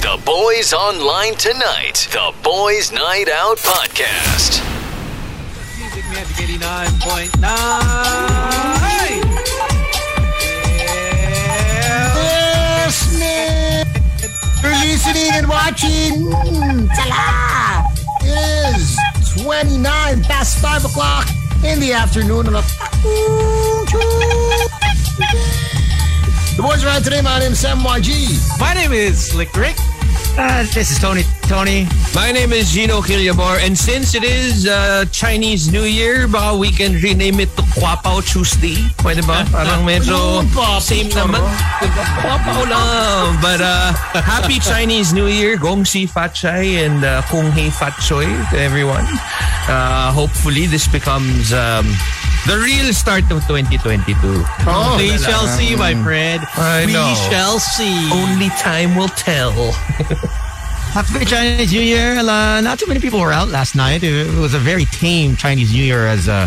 the boys online tonight. The Boys Night Out Podcast. Music Magic 89.9. Yeah. Yes, man! You're listening and watching. Mm, Tala! It is 29 past 5 o'clock in the afternoon on a The boys are out today. My name is Sam YG. My name is Slick Rick. Uh, this is Tony. Tony. My name is Gino Killamore, and since it is uh, Chinese New Year, baka we can rename it to Kwapao Tuesday. Pwede ba? Parang medyo same naman. Kwapao lang. But uh, happy Chinese New Year, Gong Si Fat Chai and uh, Kung Hei Fat Choi to everyone. Uh, hopefully, this becomes um, the real start of 2022. Oh, we shall see, my friend. I we know. shall see. Only time will tell. Happy Chinese New Year. Uh, not too many people were out last night. It, it was a very tame Chinese New Year as, uh,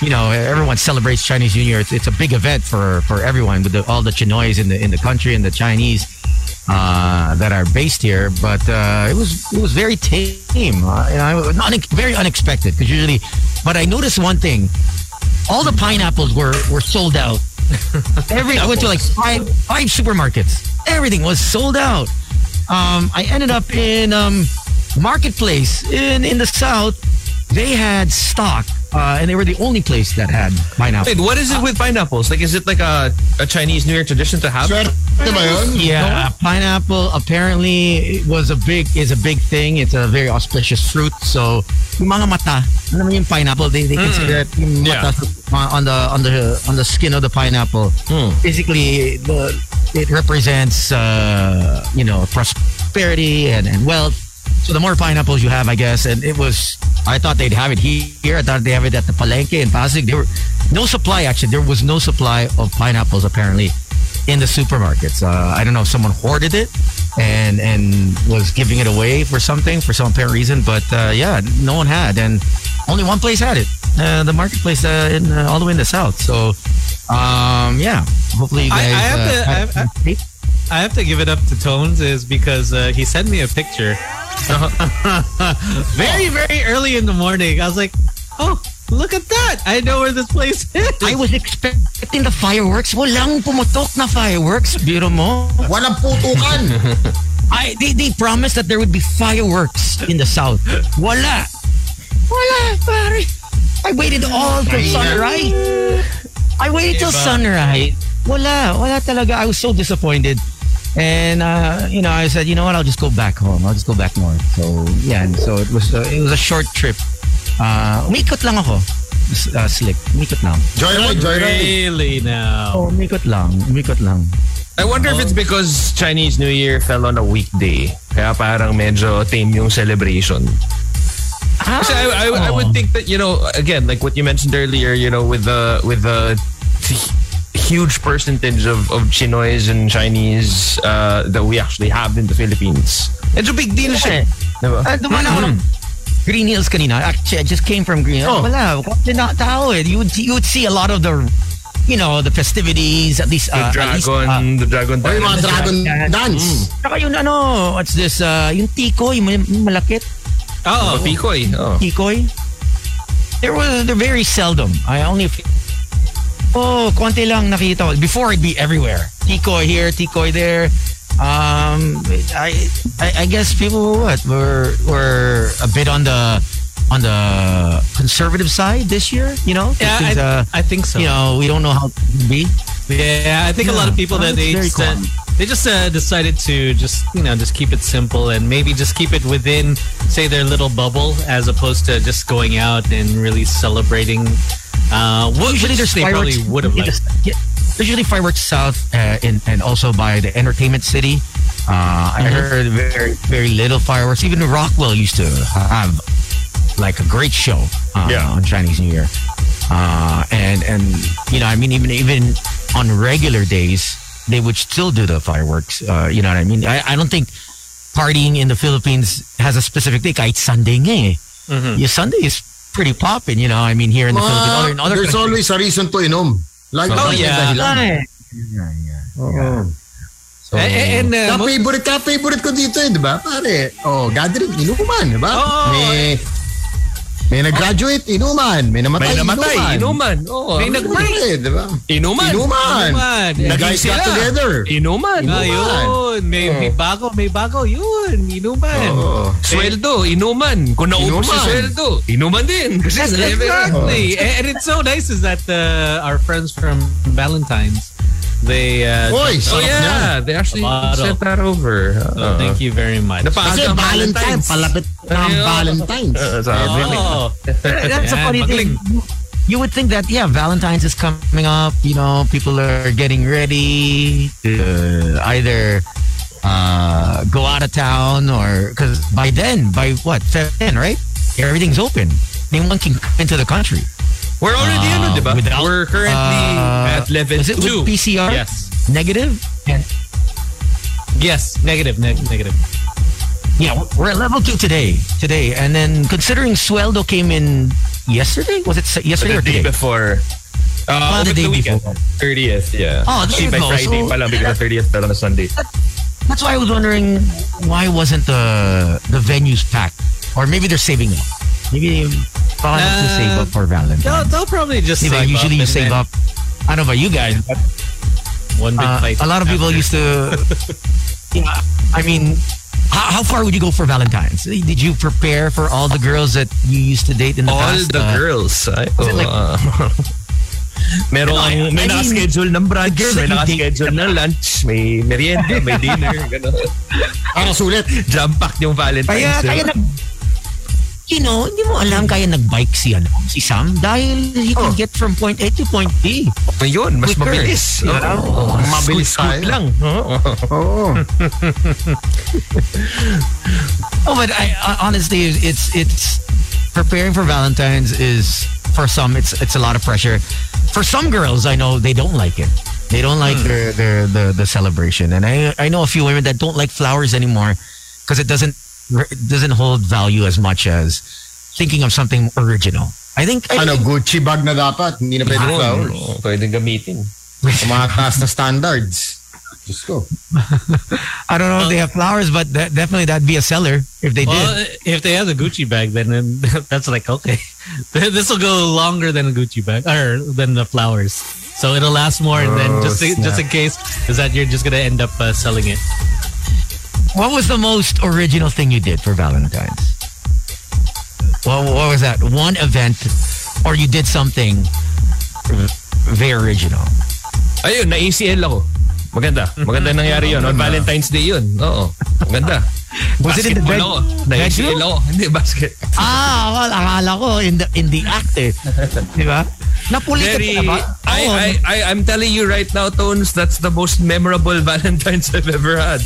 you know, everyone celebrates Chinese New Year. It's, it's a big event for, for everyone with the, all the Chinois in the, in the country and the Chinese uh, that are based here. But uh, it was it was very tame. Uh, and I, not, very unexpected because usually, but I noticed one thing. All the pineapples were, were sold out. Every I went to like five five supermarkets. Everything was sold out. Um, I ended up in um, marketplace in in the south. They had stock, uh, and they were the only place that had pineapple. Wait, what is it with pineapples? Like, is it like a, a Chinese New Year tradition to have? Swerte ba yun? Yeah, pineapple apparently it was a big is a big thing. It's a very auspicious fruit. So yung mga mata, alam mo yung pineapple, they, they consider it yung Yeah. mata uh, on the on the on the skin of the pineapple. Basically, the it represents uh, you know prosperity and, and wealth. So the more pineapples you have, I guess, and it was I thought they'd have it here. I thought they have it at the Palenque in Pasig. There were no supply actually. There was no supply of pineapples apparently in the supermarkets. Uh, I don't know if someone hoarded it and and was giving it away for something for some apparent reason, but uh, yeah, no one had, and only one place had it. Uh, the marketplace uh, in uh, all the way in the south. So, um, yeah. Hopefully, you I- I guys. have uh, to- I had- have- I have to give it up to Tones is because uh, he sent me a picture very, very early in the morning. I was like, oh, look at that. I know where this place is. I was expecting the fireworks. Walang pumutok na fireworks. Biro mo. Walang putukan. I they, they promised that there would be fireworks in the south. Wala. Wala, pare. I waited all till sunrise. I waited till Diba? sunrise. Wala, wala talaga. I was so disappointed. And uh, you know, I said, you know what? I'll just go back home. I'll just go back north. So yeah, and so it was uh, it was a short trip. Uh, umikot lang ako. S- Uh, slick. Umikot lang. Joyride, joyride. Really now. Oh, umikot lang. Umikot lang. I wonder if it's because Chinese New Year fell on a weekday. Kaya parang medyo tame yung celebration. Kasi I, I, I Oh. would think that, you know, again, like what you mentioned earlier, you know, with the with the t- huge percentage of, of Chinois and Chinese uh, that we actually have in the Philippines. It's a big deal siya. eh. Diba? Ah, dumaan ako Mm-hmm. ng Green Hills kanina. Actually, I just came from Green Hills. Oh. Wala, konti na tao eh. You would, you would see a lot of the, you know, the festivities, at least, The uh, at least, dragon, uh, the dragon Or yung mga dance. dragon dance. Saka yung ano, what's this, uh, yung tikoy, yung mal- yung malakit, Oh, Picoy. Oh. tikoy. There was, they're very seldom. I only, f- oh, konti lang nakita ko. Before, it'd be everywhere. Tikoy here, tikoy there. Um, I, I, I guess people were what were were a bit on the on the conservative side this year, you know. Yeah, Because, uh, I, I think so. you know, we don't know how to be. Yeah, I think a lot of Yeah. people That's that they very just, uh, common. they just uh, decided to just you know just keep it simple and maybe just keep it within say their little bubble as opposed to just going out and really celebrating. Uh, what Usually, which there's they fireworks. probably would have usually liked. there's- yeah, there's usually fireworks south uh, in, and also by the entertainment city. Uh, I heard very very little fireworks. Even Rockwell used to have like a great show uh, Yeah. on Chinese New Year. Uh, and and you know, I mean, even even on regular days, they would still do the fireworks. Uh, you know what I mean? I, I don't think partying in the Philippines has a specific day. Kahit Sunday nga eh. Your Sunday is pretty popping. You know, I mean, here in the Philippines, other, in Mga, other there's countries- always a reason to inom. Like, Oh, yeah. dahilan. Yeah, yeah. Oo. And, and, uh, Ka favorite ka favorite ko dito eh, 'di ba? Pare. Oh, gathering inuman, 'di ba? Oo. may may nag-graduate, inuman. May namatay, May namatay, Inuman. Oo. Oh, May nag- Inuman, eh, 'di ba? Inuman. Inuman. Inuman. The Naging guys got sila. together. Inuman. Ah, oh. yun. May, may bago, may bago. Yun, inuman. Oh. Oo. Sweldo, inuman. Kung naubos Inuman. si sweldo, inuman din. Kasi Yes, sabi- exactly. And it's so nice is that uh, our friends from Valentine's, they... Uh, Oy, Oh sarap niyan. yeah, they actually Bottle. sent that over. so oh, thank you very much. Napaaga Kasi Valentine's, palapit na ang Ayun. Valentine's. Uh, sabi. Oh, That's Yeah, a funny magaling. thing. You would think that yeah, Valentine's is coming up. You know, people are getting ready to either uh, go out of town or because by then, by what seven, right? Everything's open. Anyone can come into the country. We're already Uh, ano, di ba? without- We're currently Uh, at level Is it 2. with PCR? yes. Negative. Yes, negative, neg- negative. Yeah, we're- we're at level two today. Today, and then considering Sueldo came in yesterday, was it se- yesterday The or day today? before. Uh, Well, the over day weekend. before. 30th, yeah. Oh, there Actually, you by go. Friday So- pa lang because the 30th fell on a Sunday. That's why I was wondering why wasn't the the venues packed, or maybe they're saving it. Maybe they'll have to Uh, save up for Valentine's. They'll, they'll probably just Diba, save usually up you and save then up. I don't know about you guys, but One big uh, fight. a lot of people after. used to. yeah, I mean, how, how far would you go for Valentine's? Did you prepare for all the girls that you used to date in the All past? the Uh, girls. Ay, it oh, like- Ano, ah. Merong, may I mean, naka-schedule ng brunch, girls may that you naka-schedule ng lunch, may merienda, may dinner, gano'n. Ang sulit. Jam-packed yung Ano, Kaya, Valentine's. kaya Day. nag... You know, hindi mo alam kaya nag-bike si, ano, si Sam dahil he Oh. can get from point A to point B. Ngayon, mas Quicker. mabilis. You Oo. know? Mabilis tayo. lang. Oo. Oo. Oh, but I, I honestly, it's it's preparing for Valentine's is for some it's it's a lot of pressure. For some girls, I know they don't like it. They don't like their, their the the celebration, and I I know a few women that don't like flowers anymore because it doesn't it doesn't hold value as much as thinking of something original. I think I Ano, think- Gucci bag na dapat. Hindi na pwede flowers. Oo, Pwede gamitin. Tumataas na standards. Diyos ko. I don't know if they have flowers, but that, definitely that'd be a seller if they did. Well, if they have a Gucci bag, then, then that's like okay. This will go longer than a Gucci bag or than the flowers, so it'll last more. and then just Oh, just in case is that you're just gonna end up uh, selling it. What was the most original thing you did for Valentine's? What, what was that one event, or you did something very original? Ayun, na-ACL ako. Maganda. Maganda nangyari yun. On Valentine's Day yun. Oo. Maganda. Was it in the Basketball bed- ako. Na-ACL bedroom? ako. Hindi, basket. Ah, well, akala ko in the in the act eh. Di ba? Napuli ka Very, pala ba? Oh. I, Oo. I, I, I'm telling you right now, Tones, that's the most memorable Valentine's I've ever had.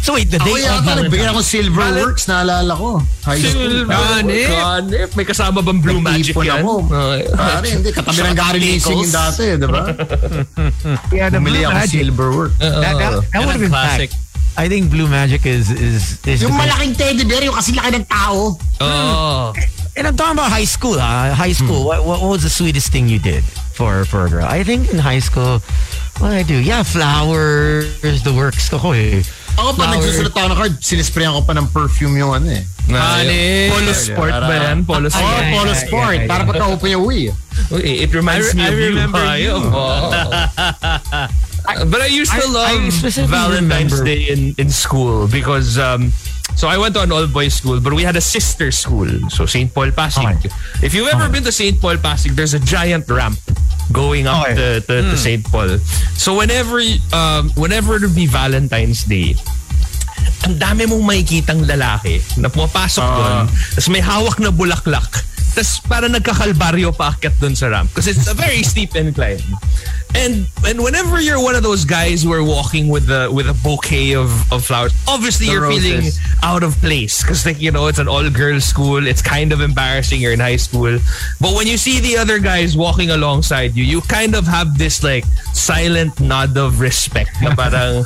so wait, the Oh, Ako day of yata, Valentine's. nagbigay ako silver Valent- works, naalala ko. High school. Ganip. Ganip. May kasama bang Blue Magic Nag-ipon yan? ako. Ay. Hmm. Pare, hindi. Katabi ng Gary Pickles. Lacing yung dati, di ba? Yeah, the Bumili ako silver work. That, that, that Yan would have ang been classic. classic. I think Blue Magic is is is. Yung the best. malaking teddy bear, yung kasi laki ng tao. Oo. And I'm talking about high school. Uh, high school. What, what was the sweetest thing you did for for a girl? I think in high school, what I do? Yeah, flowers, the works. Ako eh. Ako pa, Flower. nagsusulat ako ng card. Sinisprayan ko pa ng perfume yung ano eh. Ganip. Polo sport ba yan? Polo Oh, sport. Polo Sport. Para pagka-open yung uwi. Uy, it reminds I- me I of remember you. you. Oh. Uh, but I used to I- love I specifically Valentine's remember- Day in, in school because um, so I went to an all boys school, but we had a sister school, so St. Paul Pasig. Okay. If you've ever been to St. Paul Pasig, there's a giant ramp going up Okay. to, to, to St. Paul. So whenever um, whenever it would be Valentine's Day, ang dami mong makikitang lalaki na pumapasok Ah. doon, tapos may hawak na bulaklak, tapos para nagkakalbaryo paakyat doon sa ramp. Because it's a very steep incline. And and whenever you're one of those guys who are walking with a with a bouquet of, of flowers, obviously The you're feeling roses. out of place because like you know it's an all-girls school it's kind of embarrassing you're in high school but when you see the other guys walking alongside you you kind of have this like silent nod of respect na parang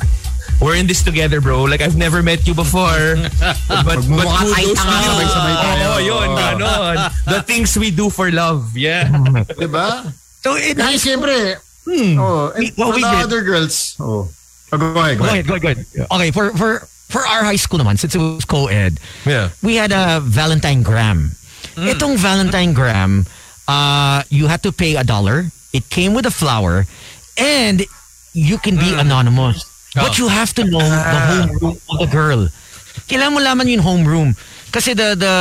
we're in this together bro like I've never met you before but, but Magmumukha tayo, kudos to tanga, you. sabay-sabay tayo. Oo, yun ganon the things we do for love yeah Di ba? So it, Hmm. Ay, siyempre. Oh, and What we for the did- other girls. Oh. Oh, go Go ahead, go ahead. ahead, go ahead, go ahead. Okay, for for for our high school naman, since it was co-ed, Yeah. we had a Valentine gram. Mm. Itong Valentine gram, uh, you had to pay a dollar. It came with a flower, and you can be Mm. anonymous. Oh. But you have to know the Ah. homeroom of the girl. Kailangan mo laman yung homeroom. Kasi the the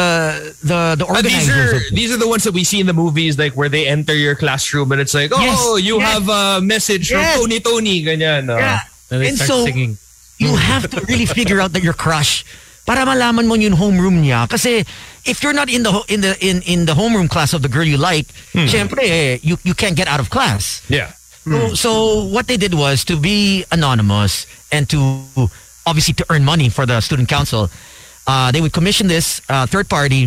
the the But Ah, these organizers. are of- these are the ones that we see in the movies, like where they enter your classroom and it's like, oh, Yes, you yes. have a message Yes. from Tony Tony, ganyan. ah. no? Yeah. Then they And start so- singing. you have to really figure out that your crush para malaman mo yung homeroom niya kasi if you're not in the ho- in the in in the homeroom class of the girl you like Hmm. syempre eh, you you can't get out of class yeah. so, so what they did was to be anonymous and to obviously to earn money for the student council uh, they would commission this uh, third party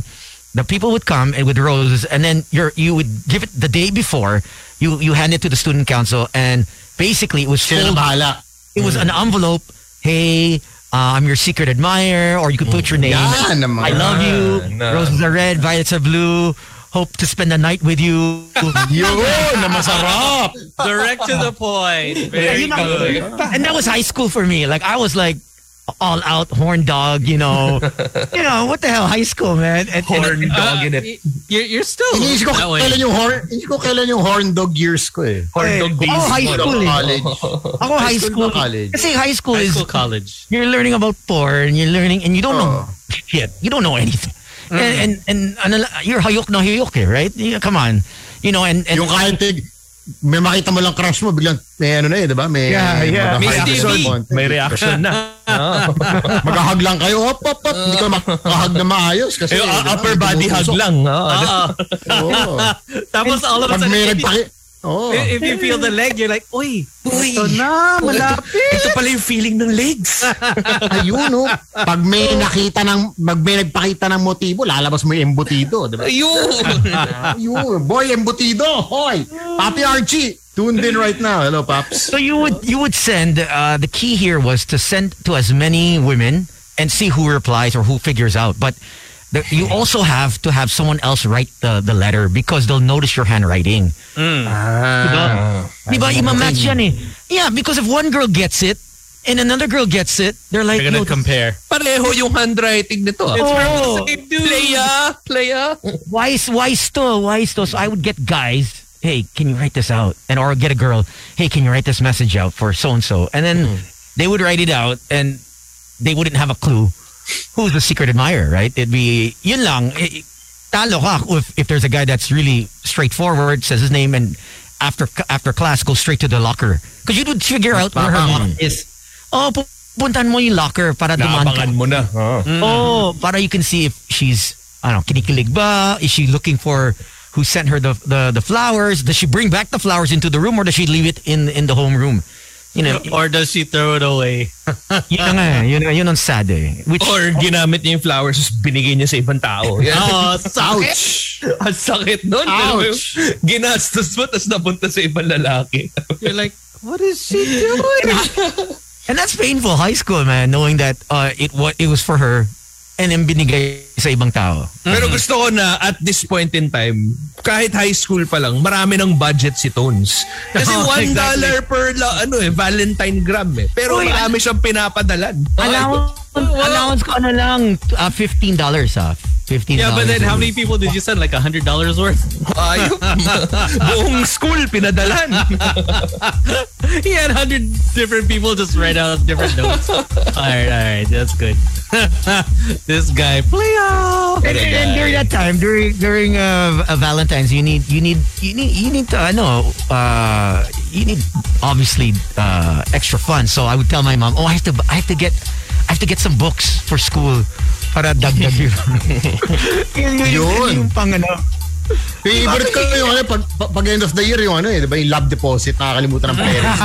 the people would come and with roses and then you're, you would give it the day before you you hand it to the student council and basically it was Sila na filled bahala. it was an envelope. Hey, uh, I'm your secret admirer, or you could put your name. Yan naman. I love you. Nah, nah. Roses are red, violets are blue. Hope to spend the night with you. Yun, na masarap. Direct to the point. And, Very you know, good. and that was high school for me. Like I was like all out horn dog, you know. you know what the hell, high school man. And, and- Horn dog in it. You're, you're still Iniisip ko that way. kailan yung horn, iniisip ko kailan yung horn dog years ko eh. Horn dog eh, ako high days. school. Eh. College. Ako high school. na college. Kasi high school High is school, college. you're learning about porn, you're learning, and you don't know Oh. shit. You don't know anything. And, and, and, ano la- you're hayok na hayok eh, right? Yeah, come on. You know, and, and Yung kaintig, may makita mo lang crush mo, biglang may ano na eh, di ba? May, Yeah, yeah. magkakaroon May kayo ng TV. konti. May reaction na. Magkahag lang kayo, hop, hop, hop. Hindi ka makahag na maayos. Kasi, Eh, di ba, may upper body hug tumutusok. lang. ah. Uh, Oo. tapos all of a Pag sudden, may if, nagpaki... Oo. Eh, if you feel the leg, you're like, uy, Uy, ito Ah, na, malapit. ito pala yung feeling ng legs. Ayun, no? Pag may nakita ng, pag may nagpakita ng motibo, lalabas mo yung embutido, di ba? Ayun. Ayun, boy, embutido, hoy! Papi Archie, tuned in right now. Hello, Paps. so you would you would send uh, the key here was to send to as many women and see who replies or who figures out. But the, you also have to have someone else write the, the letter because they'll notice your handwriting. Diba? Diba, imamatch yan eh. Yeah, because if one girl gets it and another girl gets it, they're like, You're no, gonna compare. Pareho yung handwriting nito. ah. oh. Playa, playa. why is why still why still so i would get guys hey can you write this out and or get a girl hey can you write this message out for so and so and then they would write it out and they wouldn't have a clue who's the secret admirer right it'd be yun lang Eh, eh, talo ka if, if there's a guy that's really straightforward says his name and after after class goes straight to the locker because you would figure out where her Papang. locker is oh pu- puntahan mo yung locker para dumaan ka Naabangan mo na. ah. Mm. Oh, para you can see if she's ano, kinikilig ba? Is she looking for who sent her the, the the flowers? Does she bring back the flowers into the room or does she leave it in in the home room? You know, Or does she throw it away? yun na nga, yun na, yun ang sad eh. Which Or ginamit niya yung flowers tapos binigay niya sa ibang tao. Yan. Oh, ouch. Ouch! Ang sakit nun. Ouch! Ginastos mo tapos napunta sa ibang lalaki. You're like, what is she doing? and that's painful high school man knowing that uh, it what it was for her and then binigay sa ibang tao. Mm. Pero gusto ko na at this point in time, kahit high school pa lang, marami ng budget si Tones. Kasi Oh, exactly. one dollar per la, ano eh, Valentine gram eh. Pero Uy, marami siyang pinapadalan. Allowance, allowance ko ano lang, uh, $15 ah. $15. yeah, but then how many people did you send? Like a hundred dollars worth? Ayun. Buong school pinadalan. he had a hundred different people just write out different notes. all right, all right, that's good. this guy, playoff. And, and, and during that time, during during uh, uh, Valentine's, you need you need you need you need to ano uh, you need obviously uh, extra funds. So I would tell my mom, oh, I have to I have to get I have to get some books for school para dagdag yun. yun, yun, Yun. yung pang ano. Favorite ko yung ano, pag, pag- pag end of the year, yung ano eh, di ba, yung lab deposit, nakakalimutan ng parents.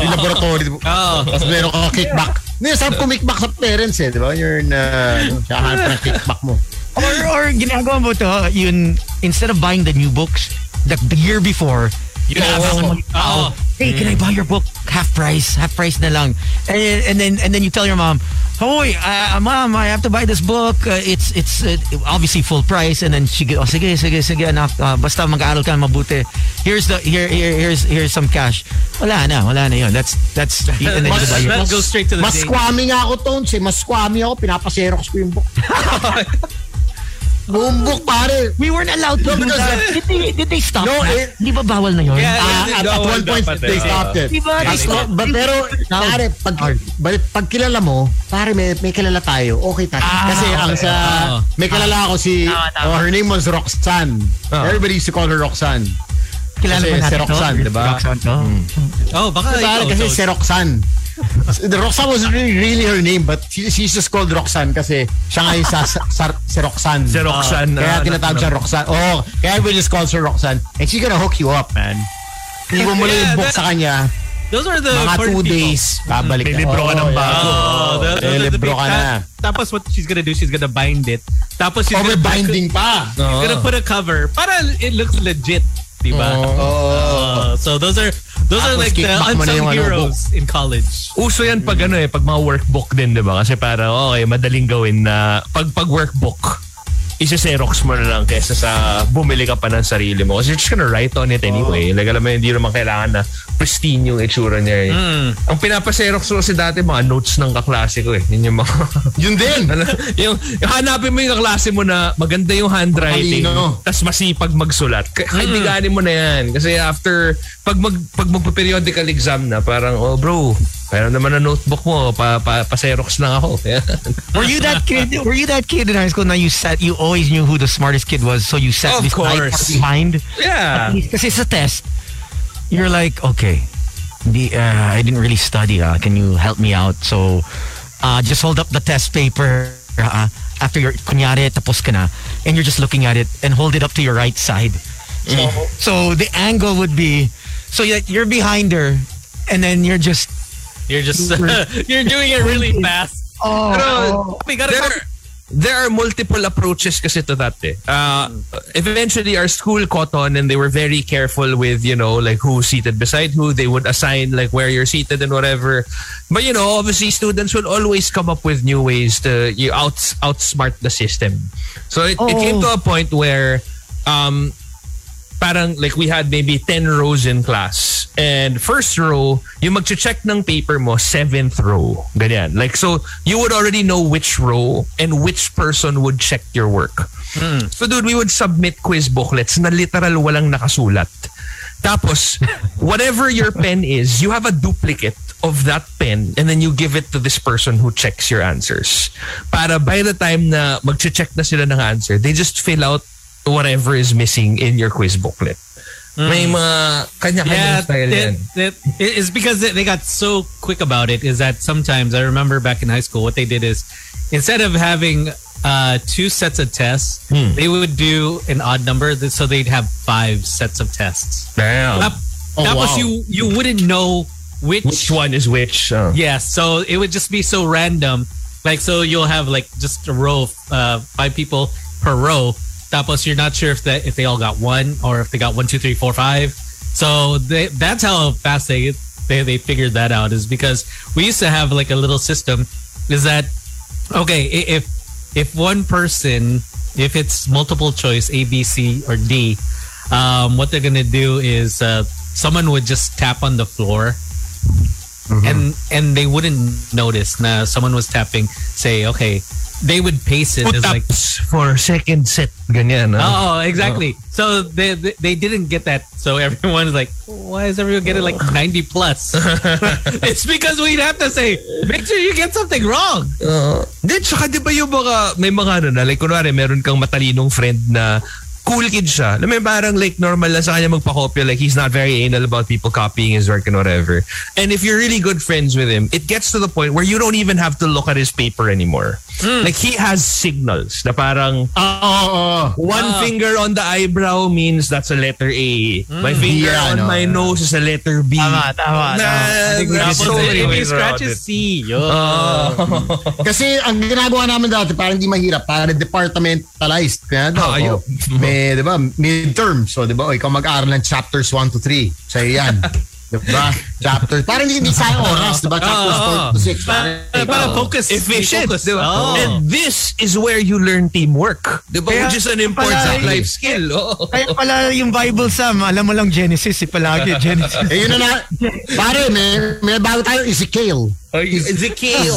yung laboratory. di ba? Tapos meron ka kickback. Hindi, sarap kumikback sa parents eh, di ba? You're in, uh, ano, siya hanap ka ng kickback mo. Or or ginagawa mo to, yun instead of buying the new books, the, the year before, you Oo. hey, can I buy your book half price? Half price na lang. And, and then and then you tell your mom, Hoy, uh, mom, I have to buy this book. Uh, it's it's uh, obviously full price and then she goes, oh, sige, sige, sige, anak. Uh, basta mag-aaral ka mabuti. Here's the here, here here's here's some cash. Wala na, wala na 'yun. That's that's and then you buy your- Let's go straight to the Mas date. squammy nga ako, Tones. Eh. Mas squammy ako. Pinapaserox ko yung book. Buong book, pare. We weren't allowed to No, do because- that. Did they, did they stop No, that? eh- Di ba bawal na 'yun? Yeah. Ah, at, at Dapat, one point, dapat, they eh. stopped it. Diba? They As- stopped. but, pero, pare, pag, pag, pag kilala mo, pare, may, may kilala tayo. Okay tayo. Kasi ang sa, may kilala ako si, oh, her name was Roxanne. Everybody used to call her Roxanne. Kilala ba Kasi natin si to? Roxanne, di ba? Hmm. Roxanne to. Oh, baka Pare, ikaw, kasi Tones. si Roxanne. The Roxanne was really, really her name but she, she's just called Roxanne kasi siya nga yung sa, sa, sa- si Roxanne. Si Roxanne, kaya ah, tinatawag siya Roxanne. Oh, kaya everybody just calls her Roxanne. And she's gonna hook you up, man. Iwan mo lang Yeah, yung book that- sa kanya. Those are the Mga important two people. days, babalik May libro ka ng bago. Ah, Oh, those, Eh, those are the libro big- ka na. ta- Tapos what she's gonna do, she's gonna bind it. Tapos she's gonna, Overbinding Oh, pa. she's gonna put a cover para it looks legit, di ba? Uh, so those are those Oh. are Tapos like the kickback mo na yung ano, unsung heroes in college. Uso yan pag ano eh, pag mga workbook din, di ba? Kasi para, okay, madaling gawin na pag pag workbook, isa-xerox mo na lang kesa sa bumili ka pa ng sarili mo. Kasi you're just gonna write on it anyway. Like, alam mo, hindi naman kailangan na pristine yung itsura niya eh. Ang pinapaserox ko kasi dati, mga notes ng kaklase ko eh. Yun yung mga... Yun din. Ano, yung, yung hanapin mo yung kaklase mo na maganda yung handwriting Malino. tas masipag magsulat K- kaibiganin mo na yan kasi after pag mag pag magpe-periodical exam na parang oh bro meron naman na notebook mo pa, pa, pa Xerox lang ako Yan. Were you that kid? Were you that kid in high school? Now you sat. You always knew who the smartest kid was, so you sat Of beside course. behind. yeah Because it's a test. You're like, okay, the, uh, I didn't really study. Uh, can you help me out? So, uh, just hold up the test paper uh, after your kunyari tapos ka na, and you're just looking at it and hold it up to your right side. So, Mm. so the angle would be, so you're- you're behind her, and then you're just You're just you're doing it really fast. Pero, We gotta there, there are multiple approaches kasi to that eh. Uh, eventually, our school caught on and they were very careful with, you know, like who's seated beside who. They would assign like where you're seated and whatever. But, you know, obviously students will always come up with new ways to you out, outsmart the system. So it, it came to a point where um, parang like we had maybe 10 rows in class. And first row, yung magche-check ng paper mo, seventh row. Ganyan. Like so you would already know which row and which person would check your work. So dude, we would submit quiz booklets na literal walang nakasulat. Tapos, whatever your pen is, you have a duplicate of that pen and then you give it to this person who checks your answers. Para by the time na magche-check na sila ng answer, they just fill out whatever is missing in your quiz booklet. May mga kanya-kanya Mm. Yeah, style yan. that- that- it- it's because they- they got so quick about it. Is that sometimes I remember back in high school, what they did is instead of having uh, two sets of tests, Hmm. they would do an odd number, th- so they'd have five sets of tests. Damn. That, Oh, that was wow. you. You wouldn't know which. Which one is which? Uh, Yeah, so it would just be so random. Like, so you'll have like just a row of uh, five people per row. Tapos you're not sure if that if they all got one or if they got one, two, three, four, five. So they, that's how fast they, they they figured that out is because we used to have like a little system. Is that okay? i- If if one person, if it's multiple choice A, B, C, or D, um, what they're gonna do is uh, someone would just tap on the floor and and they wouldn't notice na someone was tapping say okay they would pace it as like Taps for second set. Ganyan. ah. oh exactly so they, they they didn't get that so everyone's like why is everyone getting like 90 plus it's because we'd have to say make sure you get something wrong Uh, then, tsaka di ba yung mga, may mga ano na, like kunwari, meron kang matalinong friend na cool kid siya. Alam mo yun, parang like normal lang sa kanya magpakopya. Like he's not very anal about people copying his work and whatever. And if you're really good friends with him, it gets to the point where you don't even have to look at his paper anymore. Like he has signals na parang ah, Oo. oo. One finger on the eyebrow means that's a letter A. My finger Yeah, on no, my nose is a letter B. tama, tama, Nah, Tapos that's so many if you ways scratch around a it. C eh. yun. Kasi ang ginagawa namin dati, parang hindi mahirap, parang departmentalized. Kaya daw, Ah, ayun. oh, may, di ba, midterm. So, di ba, oh, ikaw mag-aaral ng chapters 1 to 3. Sa'yo yan. di ba? chapter. Parang hindi, hindi sayang oras, diba? Ah, Chapters Oo, 4 to Oh. 6. Para, para focus. efficient. Focus. Diba? Oh. And this is where you learn teamwork. Diba? Kaya- Which is an important Palay. life skill. Oo. Kaya pala yung Bible, Sam, alam mo lang Genesis, eh, palagi Genesis. Eh, yun na na. Pare, may, may bago tayo, Ezekiel. Ezekiel.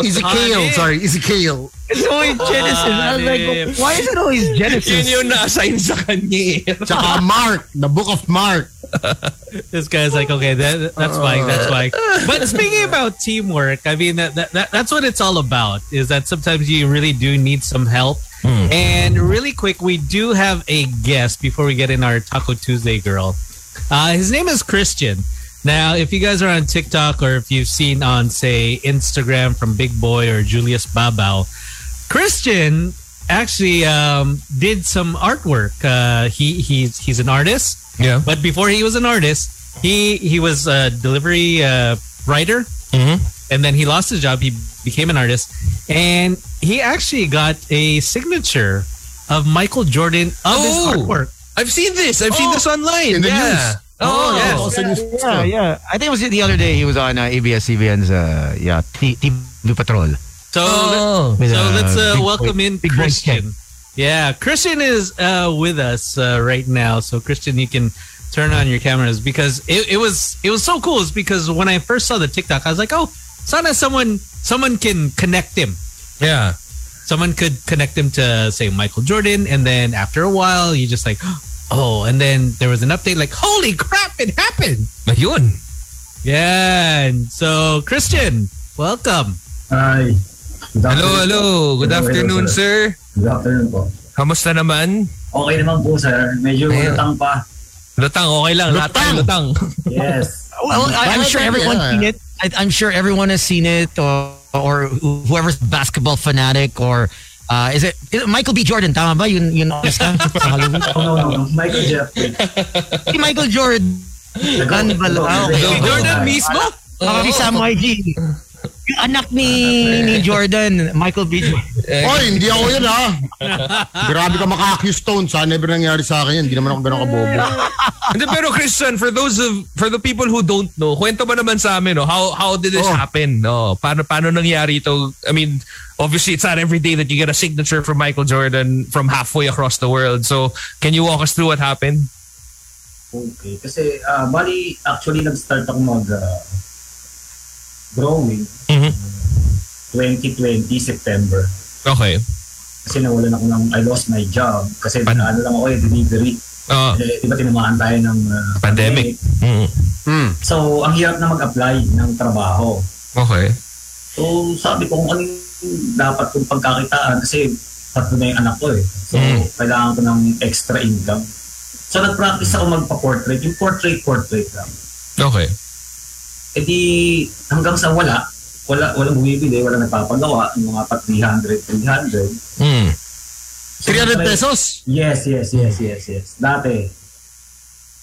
Ezekiel, Ano? sorry, Ezekiel. It's always Genesis. I was like, why is it always Yun Genesis? yung na-assign sa kanya eh. Tsaka Mark, the book of Mark. this guy's like, okay, that, that's fine, that's fine. But speaking about teamwork, I mean, that, that, that- that's what it's all about. Is that sometimes you really do need some help. And really quick, we do have a guest before we get in our Taco Tuesday girl. Uh, his name is Christian. Now, if you guys are on TikTok or if you've seen on, say, Instagram from Big Boy or Julius Babao, Christian actually um, did some artwork. Uh, he he's he's an artist. Yeah. But before he was an artist, he he was a delivery uh, writer, Mm-hmm. and then he lost his job. He became an artist, and he actually got a signature of Michael Jordan of Oh. his artwork. I've seen this. I've seen this in online. the yeah. news. Oh, yes. also news. Yeah, yeah. I think it was the other day he was on uh, ABS-CBN's uh, yeah, T- TV Patrol. So Oh. let- With, so uh, let's uh, Big welcome Boy- in Big Boy Christian. Yeah, Christian is uh, with us uh, right now. So Christian, you can turn on your cameras because it, it was it was so cool. It's because when I first saw the TikTok, I was like, oh, sana someone someone can connect him. Yeah. someone could connect him to say Michael Jordan, and then after a while, you just like, oh, and then there was an update like, holy crap, it happened. Ayun. Yeah, and so Christian, welcome. Hi. Good Hello, afternoon. hello. Good Hello, hello, afternoon, sir. Good afternoon po. Kamusta naman? Okay naman po, sir. Medyo Ayun. lutang pa. Lutang, okay lang. Lutang, lutang. Yes. Well, I, I'm Right, sure right, everyone's yeah. seen it. I, I'm sure everyone has seen it, or, or whoever's basketball fanatic, or uh, is, it, is it Michael B. Jordan? Tama ba yun yun artist na sa Hollywood? Oh, no, no, no. Michael Jeffrey. Si Michael Jordan. Ano Gan ba? Ah, okay. Jordan Jordan mismo? Baka si Sam YG. Yung anak ni, ni eh. Jordan, Michael B. Jordan. Oy, hindi ako yun ha. Grabe ka maka-accuse Stone. Sana never nangyari sa akin yan. Hindi naman ako ganun kabobo. Hindi, pero Christian, for those of for the people who don't know, kwento ba naman sa amin, no? How how did this Oh. happen? No, paano paano nangyari ito? I mean, obviously it's not every day that you get a signature from Michael Jordan from halfway across the world. So, can you walk us through what happened? Okay. Kasi, ah, bali, actually, nag-start ako mag ah, drawing Mhm. 2020 September. Okay. Kasi nawalan ako ng, I lost my job. Kasi Pan- ano lang ako eh, delivery. Uh, Eh, di ba tinamaan tayo ng ah, Pandemic. mm, Hmm. So, ang hirap na mag-apply ng trabaho. okay. So sabi ko kung ano yung dapat kong pagkakitaan kasi tatlo na yung anak ko eh. So Mm. kailangan ko ng extra income. So nag-practice ako magpa-portrait. Yung portrait-portrait lang. Okay. E di hanggang sa wala, wala walang bumibili, wala nagpapagawa, yung mga pa 300, 300. Mm. So, 300 nag-try- pesos? Yes, yes, yes, yes, yes. Dati,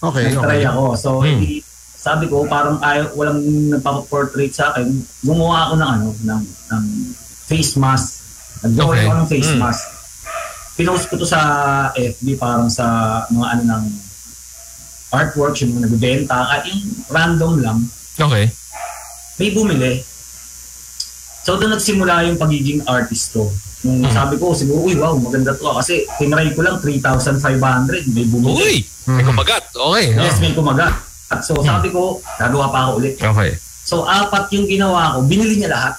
Okay, okay. nag-try ako. So Mm. edi sabi ko parang ayaw, walang nagpa-portrait sa akin. Gumawa ako ng ano, ng, ng face mask. Nag-draw Okay. Hmm. ako ng face mask. Pinost ko to sa FB parang sa mga ano ng artworks, yung mga nagbibenta. At yung random lang, Okay. may bumili. So doon nagsimula yung pagiging artist ko. Nung Hmm. sabi ko, siguro, uy, wow, maganda to. ah." Kasi tinry ko lang, 3,500. May bumili. Uy! May kumagat. Okay. Yes, may kumaga. At so sabi ko, gagawa pa ako ulit. ah. Okay. So apat yung ginawa ko, binili niya lahat.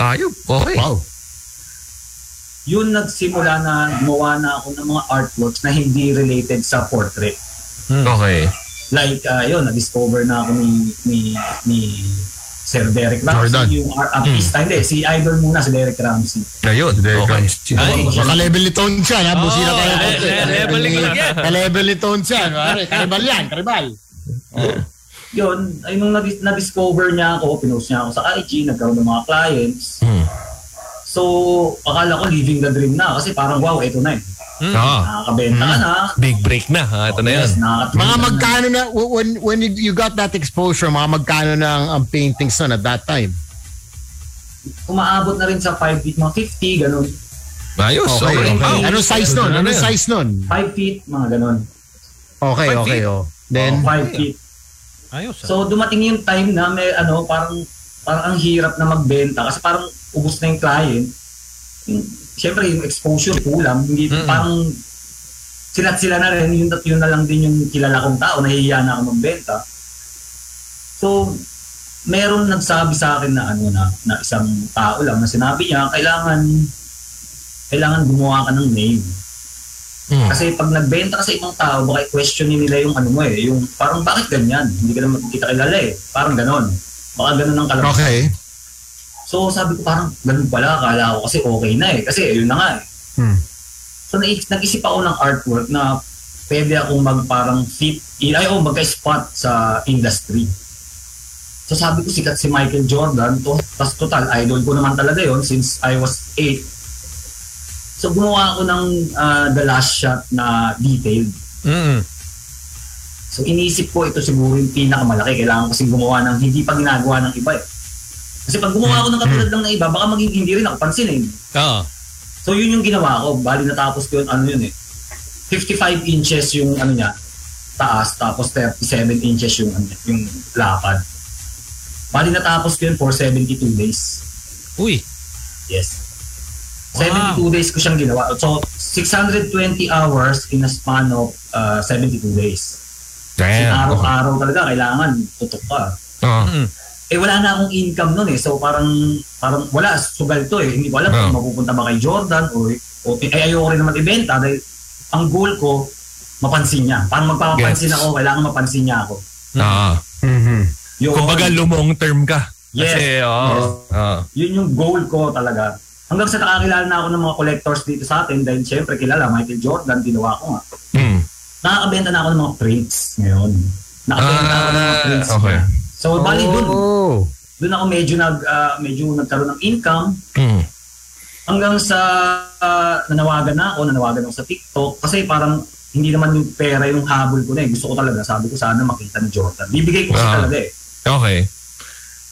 Ayop. Okay. Wow. Yun nagsimula na gumawa na ako ng mga artworks na hindi related sa portrait. Okay. Like, uh, yun, na-discover na ako ni, ni, ni Sir Derek Ramsey. Jordan. Yung art- artista, hindi, si Idol muna, si Derek Ramsey. Ayun. Okay. Ay, Maka-level ni Tone siya. Ha? Busina Oh, tayo. le- le- leveling again. Ka-level ni Tone siya. Pare, karibal yan. Karibal. yun, ay nung nadis- na-discover niya ako, pinost niya ako sa IG, nagkaroon ng mga clients. Hmm. So, akala ko living the dream na kasi parang wow, eto na eh. Ah, Nakakabenta ka na. big break na. Ha? Ito na yan. Yes, nakakatulong Mga ka na. magkano na, when, when you- you got that exposure, mga magkano na ang, ang paintings nun at that time? umaabot na rin sa 5 feet, mga 50, ganun. Ayos. Okay, Okay. okay. Wow. Anong size nun? Anong Ano size nun? 5 feet, mga ganun. Okay, Five okay, feet. oh. Then, 5 feet. Ayos. ah. So dumating yung time na may ano, parang parang ang hirap na magbenta kasi parang ubos na yung client. Yung, Siyempre yung exposure kulang, hindi parang silat sila na rin, yun, yun na lang din yung kilala kong tao, nahihiya na ako magbenta. So, merong nagsabi sa akin na ano na, na isang tao lang na sinabi niya, kailangan kailangan gumawa ka ng name. Mm. Kasi pag nagbenta ka sa ibang tao, baka questionin nila yung ano mo eh, yung parang bakit ganyan? Hindi ka naman kita kilala eh. Parang ganon. Baka ganon ang kalaban. Okay. So sabi ko parang ganun pala, akala ko kasi okay na eh. Kasi yun na nga eh. Hmm. So nai- nag-isip ako ng artwork na pwede akong mag parang fit, i- ay oh, magka-spot sa industry. So sabi ko sikat si Michael Jordan, to, tas total idol ko naman talaga yon since I was 8. So gumawa ako ng ah, the last shot na detailed. So iniisip ko ito siguro yung pinakamalaki. Kailangan ko kasi gumawa ng hindi pa ginagawa ng iba eh. Kasi pag gumawa ako ng katulad lang ng iba, baka maging hindi rin ako pansinin. Oo. So yun yung ginawa ko. Bali natapos ko yun, ano yun eh. 55 inches yung ano niya, taas. Tapos 37 inches yung, ano, niya, yung lapad. Bali natapos ko yun for 72 days. Uy. Yes. Wow. 72 days ko siyang ginawa. So 620 hours in a span of uh, 72 days. Kasi araw-araw talaga kailangan tutok ka. Oo. Eh wala na akong income noon eh. So parang parang wala sugal to eh. Hindi ko alam Ah. kung mapupunta ba kay Jordan o o eh, ayoko rin naman ibenta dahil ang goal ko mapansin niya. Parang magpapansin Yes. ako, kailangan mapansin niya ako. Oo. Yun, Ah. Kumbaga lumong term ka. Yes. Kasi, oo. Ah. Oo. yun yung goal ko talaga. Hanggang sa nakakilala na ako ng mga collectors dito sa atin dahil syempre kilala Michael Jordan, ginawa ko nga. Mm. Nakakabenta na ako ng mga prints ngayon. Nakabenta ako ng mga Ah, prints okay. na. So bali dun, Oh. dun ako medyo nag ah, medyo nagkaroon ng income Mm. hanggang sa ah, nanawagan na ako, nanawagan ako sa TikTok kasi parang hindi naman yung pera yung habol ko na eh. Gusto ko talaga, sabi ko sana makita ni Jordan. Bibigay ko kasi Ah. talaga eh. Okay.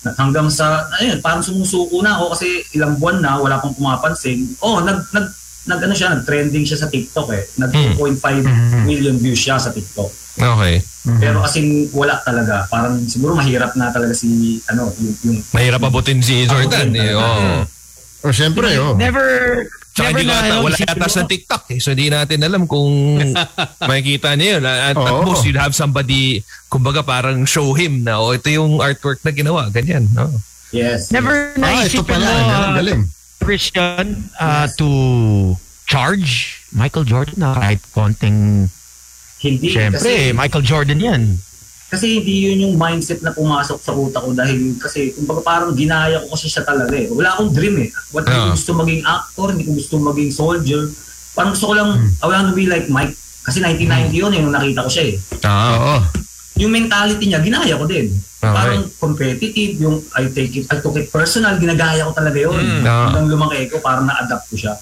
Na- Hanggang sa, ayun, parang sumusuko na ako kasi ilang buwan na, wala pang pumapansin. Oh, nag, nag, nag ano siya, nag-trending siya sa TikTok eh. Nag 2.5 million views siya sa TikTok. Okay. Pero kasi wala talaga. Parang siguro mahirap na talaga si, ano, yung, yung Mahirap abutin si Jordan. Abutin Eh, oo. Oh, syempre, oh. Never, Tsaka never hindi ko na, ata, ano, wala isipin yata mo- sa TikTok eh. So hindi natin alam kung makikita niya yun. At, at Oo. most you'd have somebody, kumbaga parang show him na oh, ito yung artwork na ginawa. Ganyan. No? Yes. Never Ah, ito naisipin mo, pala. Ang ah, galing. Christian, ah, to charge Michael Jordan ah. na kahit konting, Hindi. kasi- syempre, Michael Jordan yan. Kasi hindi yun yung mindset na pumasok sa utak ko dahil kasi kumbaga parang ginaya ko kasi siya talaga eh. Wala akong dream eh. What, Hindi ko Ah. gusto maging actor, hindi ko gusto maging soldier. Parang gusto ko lang, Hmm. I want to be like Mike. Kasi 1990 yun eh, nung nakita ko siya eh. Oo. Yung mentality niya, ginaya ko din. Parang competitive, yung I take it, I took it personal, ginagaya ko talaga yun. Ah. Hanggang lumaki ko, parang na-adapt ko siya.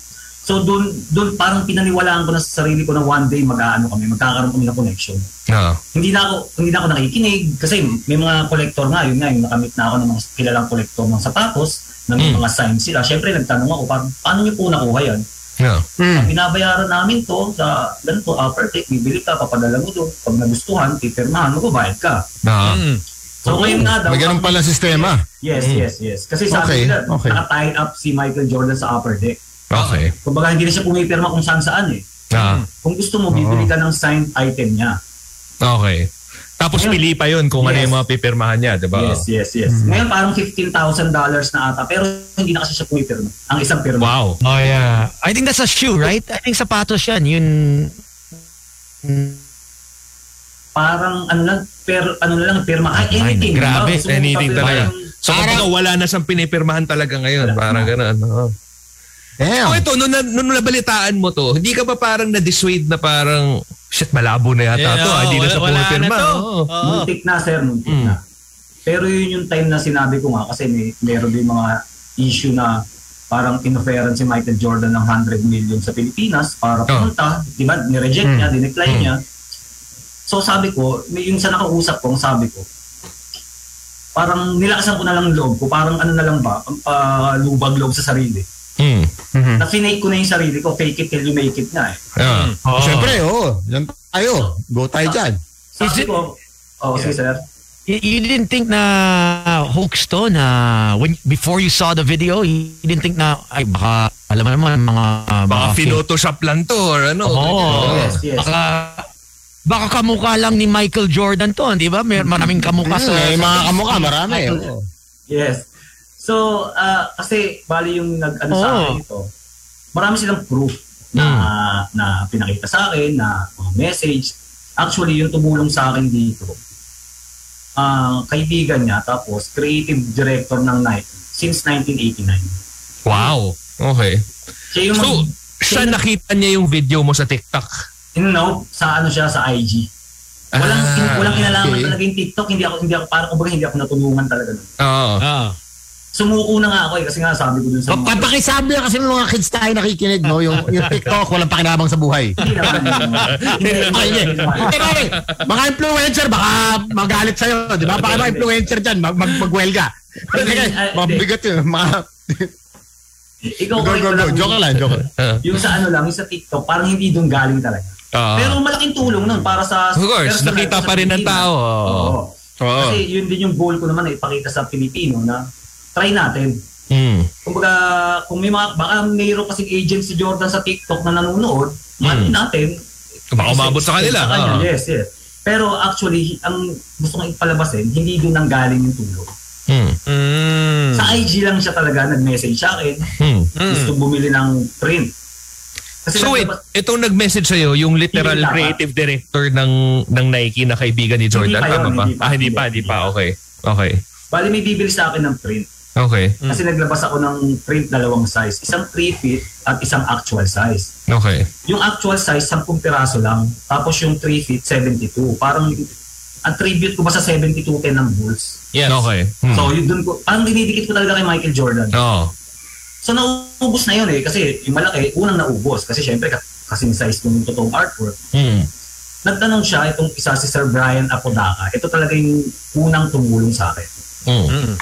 So doon, doon parang pinaniwalaan ko na sa sarili ko na one day mag-ano kami, magkakaroon kami ng connection Oo. hindi na ako hindi na ako nakikinig kasi may mga collector nga yun nga yung nakamit na ako ng mga kilalang collector ng sapatos ng Hmm. mga signs sila syempre nagtanong ako parang paano niyo po nakuha yan Oo. binabayaran namin to sa ganito upper tech bibili ka papadala mo to pag nagustuhan pipirmahan mo bayad ka Ah. Oo. Mm. so ngayon nga daw May ganun pala sistema. yes yes yes kasi sabi Okay, nila okay. naka-tie up si Michael Jordan sa upper deck Okay. kumbaga hindi na siya pumipirma kung saan saan eh Ah, kung gusto mo bibili ka ng signed item niya okay. Tapos pili pa yun kung ano Yes. yung mga pipirmahan niya, diba? di ba? Yes, yes, yes. Mm-hmm. Ngayon parang $15,000 na ata pero hindi na kasi siya pumipirma. Ang isang pirma. Wow. Oh, yeah. I think that's a shoe, right? I think sapatos yan. Yun, Parang ano lang, per, ano na lang, pirma. Ay, Ay, anything. grabe, Diba? So, anything kapirma talaga. yung- So, parang, wala na siyang pinipirmahan talaga ngayon. Parang gano'n. Oo. Oh, Damn. ito, nung, na- nung nabalitaan mo to, hindi ka ba parang na-dissuade na parang, shit, malabo na yata Yeah, to. oo, ah, Hindi na wala- siya wala pumipirma. na to. Oo. Oo. Muntik na, sir. Muntik na. Pero yun yung time na sinabi ko nga kasi may, meron din mga issue na parang inoferan si Michael Jordan ng 100 million sa Pilipinas para pumunta. Di ba? Nireject niya, dinecline niya. So sabi ko, may- yung sa nakausap ko, ang sabi ko, parang nilakasan ko na lang loob ko. Parang ano na lang ba, ang palubag loob sa sarili. Hmm. Na finake ko na yung sarili ko, fake it till you make it nga eh. Ah. Syempre, oh. Yan tayo. oh. Go tayo dyan. Sabi ko, oh, sige sir. y- you didn't think na hoax to na when before you saw the video, you didn't think na ay baka alam mo naman mga Baka fake- photoshop lang to or ano. Oo. Yes, yes. Baka baka kamukha lang ni Michael Jordan to, di ba? May maraming kamukha sa Hmm, Mm. May mga kamukha, marami. eh. Yes. So, ah, kasi bali yung nag-ano sa Oo. akin ito, marami silang proof na na pinakita sa akin, na mga message. Actually, yung tumulong sa akin dito, ah kaibigan niya, tapos creative director ng Nike since 1989. Wow. Okay. Siya yung, So, siya nakita niya yung video mo sa TikTok. you know, sa ano siya, sa IG. Walang, kin- walang kinalaman talaga yung TikTok, hindi ako, hindi ako, parang kumbaga hindi ako natulungan talaga. nun. Oo. Ah. Sumuko na nga ako eh, kasi nga sabi ko dun sa Pa- pa- Pakisabi na kasi ng mga kids tayo nakikinig, no? Yung, yung TikTok, walang pakinabang sa buhay. Hindi naman. Hindi, hindi, Okay, hindi naman. Pero okay, mga influencer, baka magalit sa'yo, di ba? Baka mga influencer dyan, mag, mag, magwelga. Ay, Mabigat yun, mga... Ikaw Go, ko go, go. Joke lang, joke lang. Yung sa ano lang, yung sa TikTok, parang hindi doon galing talaga. Oo. Pero malaking tulong nun para Ah. sa... Of course, personal nakita sa pa rin ng Pilipino. tao. Oo. Oo. Kasi yun din yung goal ko naman na ipakita sa Pilipino na try natin. Mm. Kumbaga, kung may mga, baka mayroon kasing agent si Jordan sa TikTok na nanonood, mati natin. Hmm. Baka umabot sa kanila. Ah. Sa kanya, Oo. Yes, yes. Pero actually, ang gusto kong ipalabasin, hindi doon ang galing yung tulong. Mm. Hmm. Sa IG lang siya talaga, nag-message sa akin. Mm. Gusto bumili ng print. Kasi So wait, naglabas- itong nag-message sa'yo, yung literal Hindi pa. creative director ng ng Nike na kaibigan ni Jordan, Hindi pa tama yun, ba? hindi pa. Ah, hindi pa, hindi pa. Okay. Okay. Bali may bibili sa akin ng print. Okay. Kasi naglabas ako ng print dalawang size. Isang 3 feet at isang actual size. Okay. Yung actual size, 10 piraso lang. Tapos yung 3 feet, 72. Parang attribute ko ba sa 72 10 ng Bulls. Yes. Okay. Hmm. Oh. So yun dun ko, parang dinidikit ko talaga kay Michael Jordan. Oo. So naubos na yun eh. Kasi yung malaki, unang naubos. Kasi syempre, ka- kasing size ko ng totoong artwork. Hmm. Nagtanong siya, itong isa si Sir Brian Apodaca. Ito talaga yung unang tumulong sa akin. Hmm.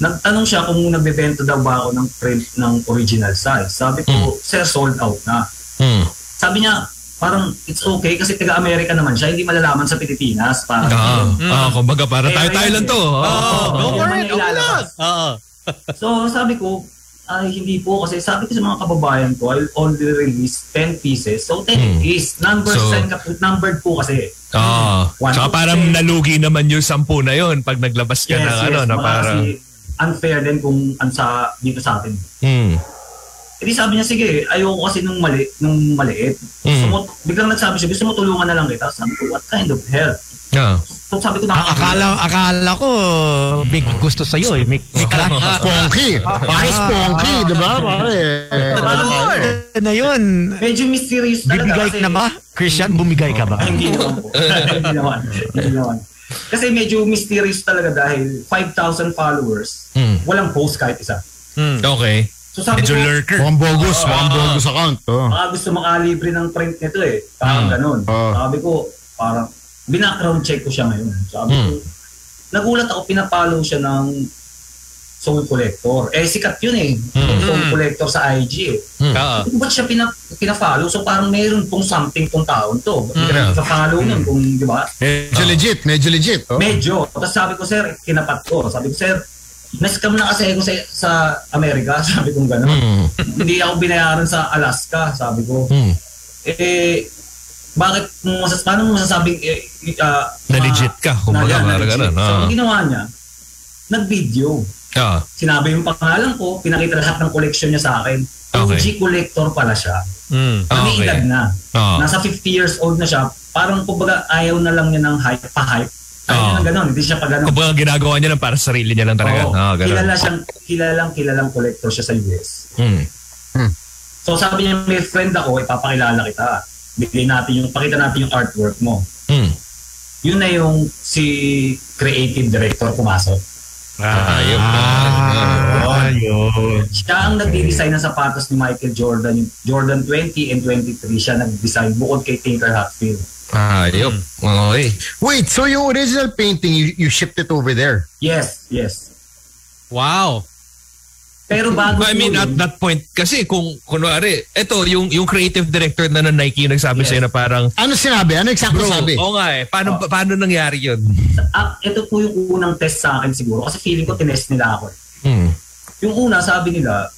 Nagtanong siya kung nagbebenta daw ba ako ng print ng original size. Sabi ko, sir, sold out na. Hmm. Sabi niya, parang it's okay kasi taga-Amerika naman siya, hindi malalaman sa Pilipinas. Parang, Ah, ah, kumbaga para Eh, tayo-tayo lang to. Oh, go Oo, yun for naman it. Oh, yung my ilalabas. God. Oo. So sabi ko, ay hindi po kasi sabi ko sa mga kababayan ko, I'll only release 10 pieces. So 10 is number Hmm. So- sign ka po, numbered po kasi. Ah, One Tsaka to parang ten. nalugi naman yung sampu na yon pag naglabas ka ng ano na baka parang... kasi unfair din kung ang sa dito sa atin. Hmm. Eh di sabi niya, sige, ayoko kasi nung, mali, nung maliit. Gusto Mm. mo, biglang nagsabi siya, gusto mo tulungan na lang kita. Sabi ko, what kind of help? Ah. So sabi ko, A- akala, akala ko may gusto sa'yo eh. May, may kala- Ponky. Paris Ponky, di ba? Pare. na yun. Medyo mysterious talaga. Bibigay kasi- na ba? Christian, bumigay ka ba? Ay, hindi naman po. hindi naman. Hindi naman. Kasi medyo mysterious talaga dahil 5,000 followers, Mm. walang post kahit isa. Okay. Hmm. So sabi Medyo ko, lurker. Mukhang bogus, mukhang bogus account. Oh. baka gusto makalibre ng print nito eh. Parang ganun. Hmm. Oo. Sabi ko, parang binackground check ko siya ngayon. Sabi Hmm. ko, nagulat ako, pinapollow siya ng soul collector. Eh, sikat yun eh. Hmm. Soul collector sa IG eh. Hmm. Oo. Ba't siya pina, pina-follow? So parang mayroon pong something tong taon to. Ba't hindi Hmm. ka follow nun kung, di ba? Medyo legit, Ah. medyo legit. Oh. Medyo. Tapos sabi ko, sir, kinapat ko. Sabi ko, sir, na-scam na kasi ako sa, sa Amerika. Sabi ko, gano'n. Hmm. Hmm. Hindi ako binayaran sa Alaska, sabi ko. Eh, bakit mo masas paano mo masasabing eh, ah, Na ma- legit ka, kumbaga, yan, parang na-legit. ganun, So, ah. ang ginawa niya, nag-video. Ah. Sinabi yung pangalan ko, pinakita lahat ng collection niya sa akin. Okay. OG collector pala siya. Mm. Ah, May okay. edad na. Ah. Nasa 50 years old na siya. Parang kumbaga ayaw na lang niya ng hype, pa-hype. Ayaw Ah. na ng ganun. Hindi siya pa ganun. Kumbaga ginagawa niya lang para sa sarili niya lang talaga. Oo. Ah, ganun. kilala siyang kilalang kilalang collector siya sa US. Hmm. So sabi niya, may friend ako, ipapakilala kita. Bigay natin yung, pakita natin yung artwork mo. Hmm. Yun na yung si creative director pumasok. Ah, yun. Ah, yun. Siya ang nag-design ng sapatos ni Michael Jordan. Yung Jordan 20 and 23 siya nag-design bukod kay Tinker Hatfield. Ah, yun. Okay. Wait, so yung original painting, you, you shipped it over there. Yes, yes. Wow. Pero bago I mean, at po yun- that point, kasi kung, kunwari, eto, yung, yung creative director na ng Nike yung nagsabi sa'yo na parang, Ano sinabi? Ano eksakto sabi? Oo nga eh, paano, paano nangyari yun? ah, ito po yung unang test sa akin siguro kasi feeling ko tinest nila ako. Mm. Yung una, sabi nila,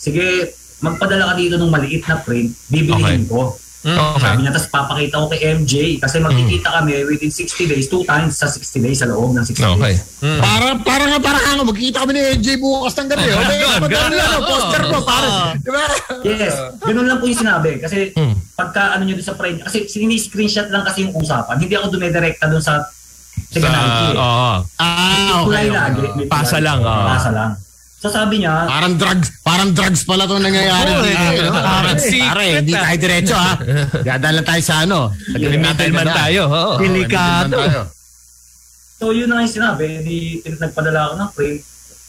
sige, magpadala ka dito ng maliit na print, bibilihin ko. Sabi niya, tapos papakita ko kay MJ kasi Hmm. magkikita kami within 60 days, two times sa 60 days, sa loob ng 60 Okay. days. Para para Hmm. nga para nga magkikita kami ni AJ bukas ng gabi. Okay, madami ano, poster mo para. Di ba? Yes, ganun lang po yung sinabi. Kasi pagka ano nyo doon sa print, kasi sini-screenshot lang kasi yung usapan. Hindi ako dumedirekta doon sa sa Sa, Nike eh. oo. Ah, okay. Kulay lagi. may Pasa kulay. lang, oo. Pasa lang. So sabi niya, Parang drugs, parang drugs pala 'tong nangyayari dito. eh, Ah, no? Parang pare, hindi tayo diretso ha. Dadaan lang tayo sa ano. May middleman tayo. oo. Delikado. So yun na nga yung sinabi, di, nagpadala ako ng frame.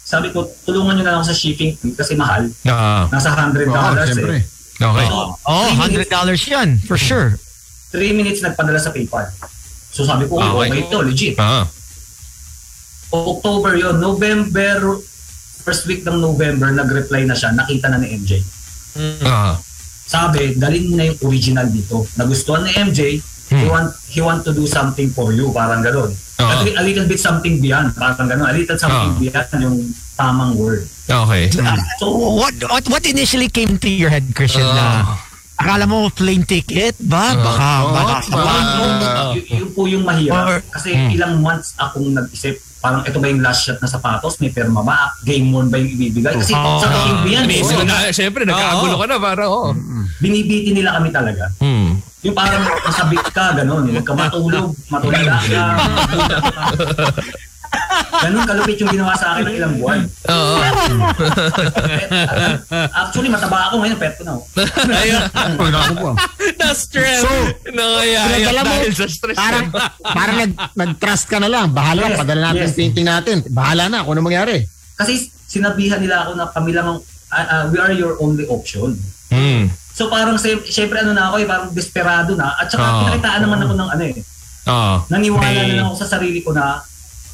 Sabi ko, tulungan nyo na lang ako sa shipping fee kasi mahal. Ah, Nasa $100 Oo, siyempre. eh. okay. So, Oh, three $100 minutes- yan, for sure. Three minutes nagpadala sa PayPal. So sabi ko, Ah, okay, okay. ito, legit. Ah, October yon November, first week ng November, nag-reply na siya, nakita na ni MJ. ah, Sabi, dalhin mo na yung original dito. Nagustuhan ni MJ, he want he want to do something for you, parang gano'n. Ah. A little bit something beyond, parang gano'n. A little something Ah. beyond yung tamang word. okay. So, Ah, What what what initially came to your head, Christian? na Ah. akala mo plane ticket ba? Baka baka Oh, ah, Uh, y- yun po yung mahirap. Kasi ilang months akong nag-isip, parang ito ba yung last shot na sapatos? May perma ba? Game worn ba yung ibibigay? Kasi sa kakimbi yan, eh. Inisip ko na, siyempre, nagkakagulo ka na, parang, oo. binibiti nila kami talaga. Hmm. Yung parang nasabik ka, gano'n. Huwag ka matulog, matulog ka. Ganun kalupit yung ginawa sa akin ng ilang buwan. Oo. Actually, mataba ako ngayon, pet ko na. oh. Na-stress. So, Nangayayak pinadala mo, dahil sa stress. parang, parang nag, nag-trust ka na lang. Bahala, Yes, padala natin yes. yung painting natin. Bahala na kung ano mangyari. Kasi sinabihan nila ako na kami lang ang, ah, ah, we are your only option. Hmm. So parang sy- syempre ano na ako eh, parang desperado na. At saka Oo. pinakitaan naman ako ng ano eh. Oo. Naniwala May- na lang ako sa sarili ko na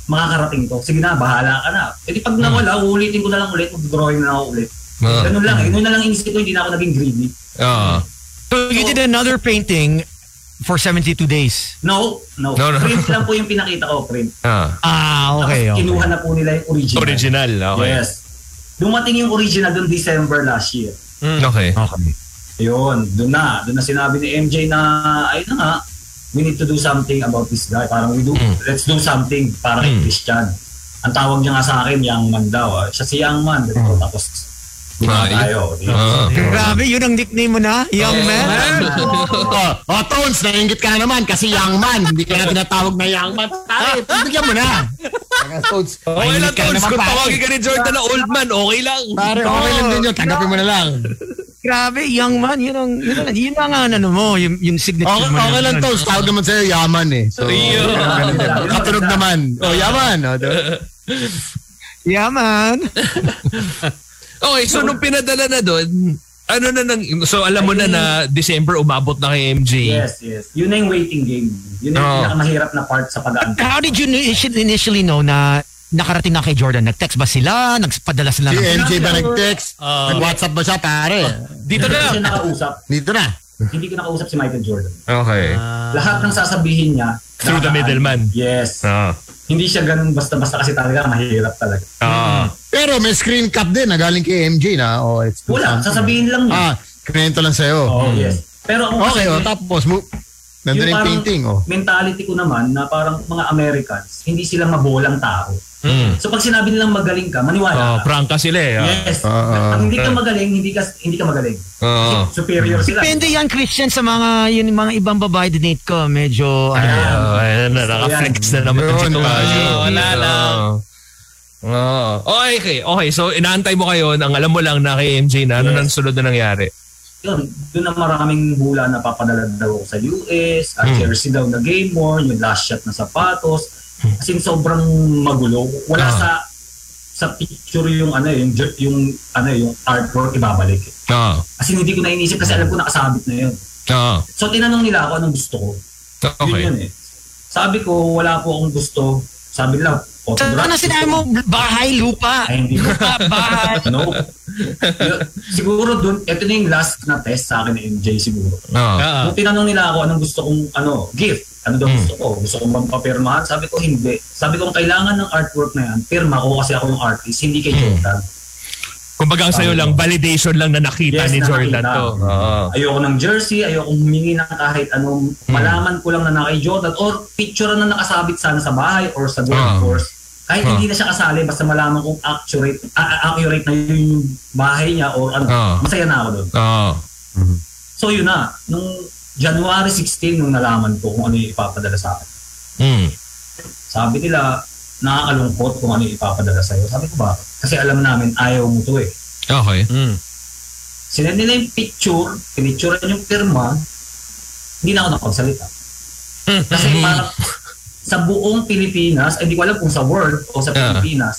makakarating to. Sige na, bahala ka na. E di pag nawala, uulitin ko na lang ulit, mag-drawing na ako ulit. Ah. Ganun lang eh. Noon na lang inisip ko, hindi na ako naging greedy. Oo. So you did another painting for 72 days. No, no. No, no. Print lang po yung pinakita ko, print. Ah. Ah, Tapos okay. okay. kinuha na po nila yung original. Original, ah, okay. Yes. Dumating yung original doon December last year. Okay. Okay. Yun, doon na. Doon na sinabi ni MJ na, ayun na nga, we need to do something about this guy. Parang we do, Hmm. let's do something para kay Christian. Ang tawag niya nga sa akin, Young Man daw. ah. Siya si Young Man. Ganito, Tapos, Ah, gumawa yun. tayo. Hmm. Ah. Grabe, yun ang nickname mo na, young man. Oh, oh Tones, nainggit ka naman kasi young man. Hindi ka na tinatawag na young man. Pare, bigyan mo na. Taga Tones, Okay lang, nainggit ka Tons. naman, Kung pare. tawagin ka ni Jordan na old man, okay lang. Pare, okay lang din yun. Tanggapin mo na lang. Grabe, young man. Yun ang yun, ang, yun ang ano mo, yung, yung signature Okay, mo. na- okay lang, Tones. Tawag naman sa'yo, yaman eh. So, Ayun. ganun din. Katunog naman. Oh, yaman. Oh, di- Yeah, man. Okay, so nung pinadala na doon, ano na nang, so alam mo na na December umabot na kay MJ. Yes, yes. Yun na yung waiting game. Yun na yung Oo. pinakamahirap na part sa pag-aantay. Ah, How did you initi- initially know na nakarating na kay Jordan? Nag-text ba sila? Nagpadala sila Si ng... MJ ba nag-text? Nag-WhatsApp ba siya, pare? Dito Hindi ko na. siya nakausap. Dito na. Hindi ko nakausap si Michael Jordan. Okay. Lahat ng sasabihin niya, Ah. Through the dadaan. middleman. Yes. Ah. Hindi siya ganun basta-basta kasi talaga mahirap talaga. Ah. Pero may screen cap din na galing kay MJ na. Oh, it's Hmm. Wala, sasabihin lang Ah, niya. kinento lang sa'yo. Oh, yes. Pero ako Mm. Okay, kasi- oh, tapos mo, nandun Yung yung parang painting, oh. mentality ko naman na parang mga Americans, hindi sila mabolang tao. Mm. So pag sinabi nilang magaling ka, Oh, maniwala ka. prangka sila eh. ah. Oh. Yes. Ah, ah. Pag hindi ka magaling, hindi ka hindi ka magaling. Oo. Superior sila. Depende yan, Christian, sa mga yun, mga ibang babae dinate ko. Medyo, ano, Oh, ayan na, naka-flex na naman yung sitwasyon. Ah, wala lang. Oo. Okay, okay, okay. So, inaantay mo kayo. Ang alam mo lang na kay MJ na ano Yes. nang sunod na nangyari. Yun, doon na maraming hula na papadala daw ako sa US, at jersey daw na game worn, yung last shot na sapatos. As in, sobrang magulo. Wala Ah. sa sa picture yung ano yung jer- yung ano yung artwork ibabalik. Oo. Kasi hindi ko na inisip kasi alam ko nakasabit na yun. Oo. So tinanong nila ako anong gusto ko. Okay. Yun yun eh. Sabi ko, wala po akong gusto. Sabi nila, Saan Autograph. na ano sinabi mo? Bahay, lupa. Ay, hindi mo. Lupa, bahay. No. Yun, siguro dun, ito na yung last na test sa akin ni MJ siguro. Ah. Oo. Nung tinanong nila ako anong gusto kong ano, gift, ano daw gusto ko? Gusto kong bang papirmahan? Sabi ko hindi. Sabi ko kailangan ng artwork na yan. Pirma ko kasi ako yung artist, hindi kay Jordan. Kumbaga ang sa'yo lang, validation lang na nakita Yes, ni Jordan nakita. to. Ayoko ng jersey, ayoko humingi ng kahit anong malaman ko lang na na kay Jordan or picture na nakasabit sana sa bahay or sa golf course. Kahit hindi na siya kasali, basta malaman kong accurate, a- a- accurate na yun yung bahay niya or ano. Ah. Masaya na ako doon. Oo. So yun na, nung January 16 nung nalaman ko kung ano yung ipapadala sa akin. Mm. Sabi nila, nakakalungkot kung ano yung ipapadala sa'yo. Sabi ko ba? Kasi alam namin, ayaw mo to eh. Okay. Mm. Sinend nila yung picture, pinicturean yung pirma, hindi na ako nakapagsalita. Hmm. Kasi Mm-hmm. parang sa buong Pilipinas, hindi ko alam kung sa world o sa Ah. Pilipinas,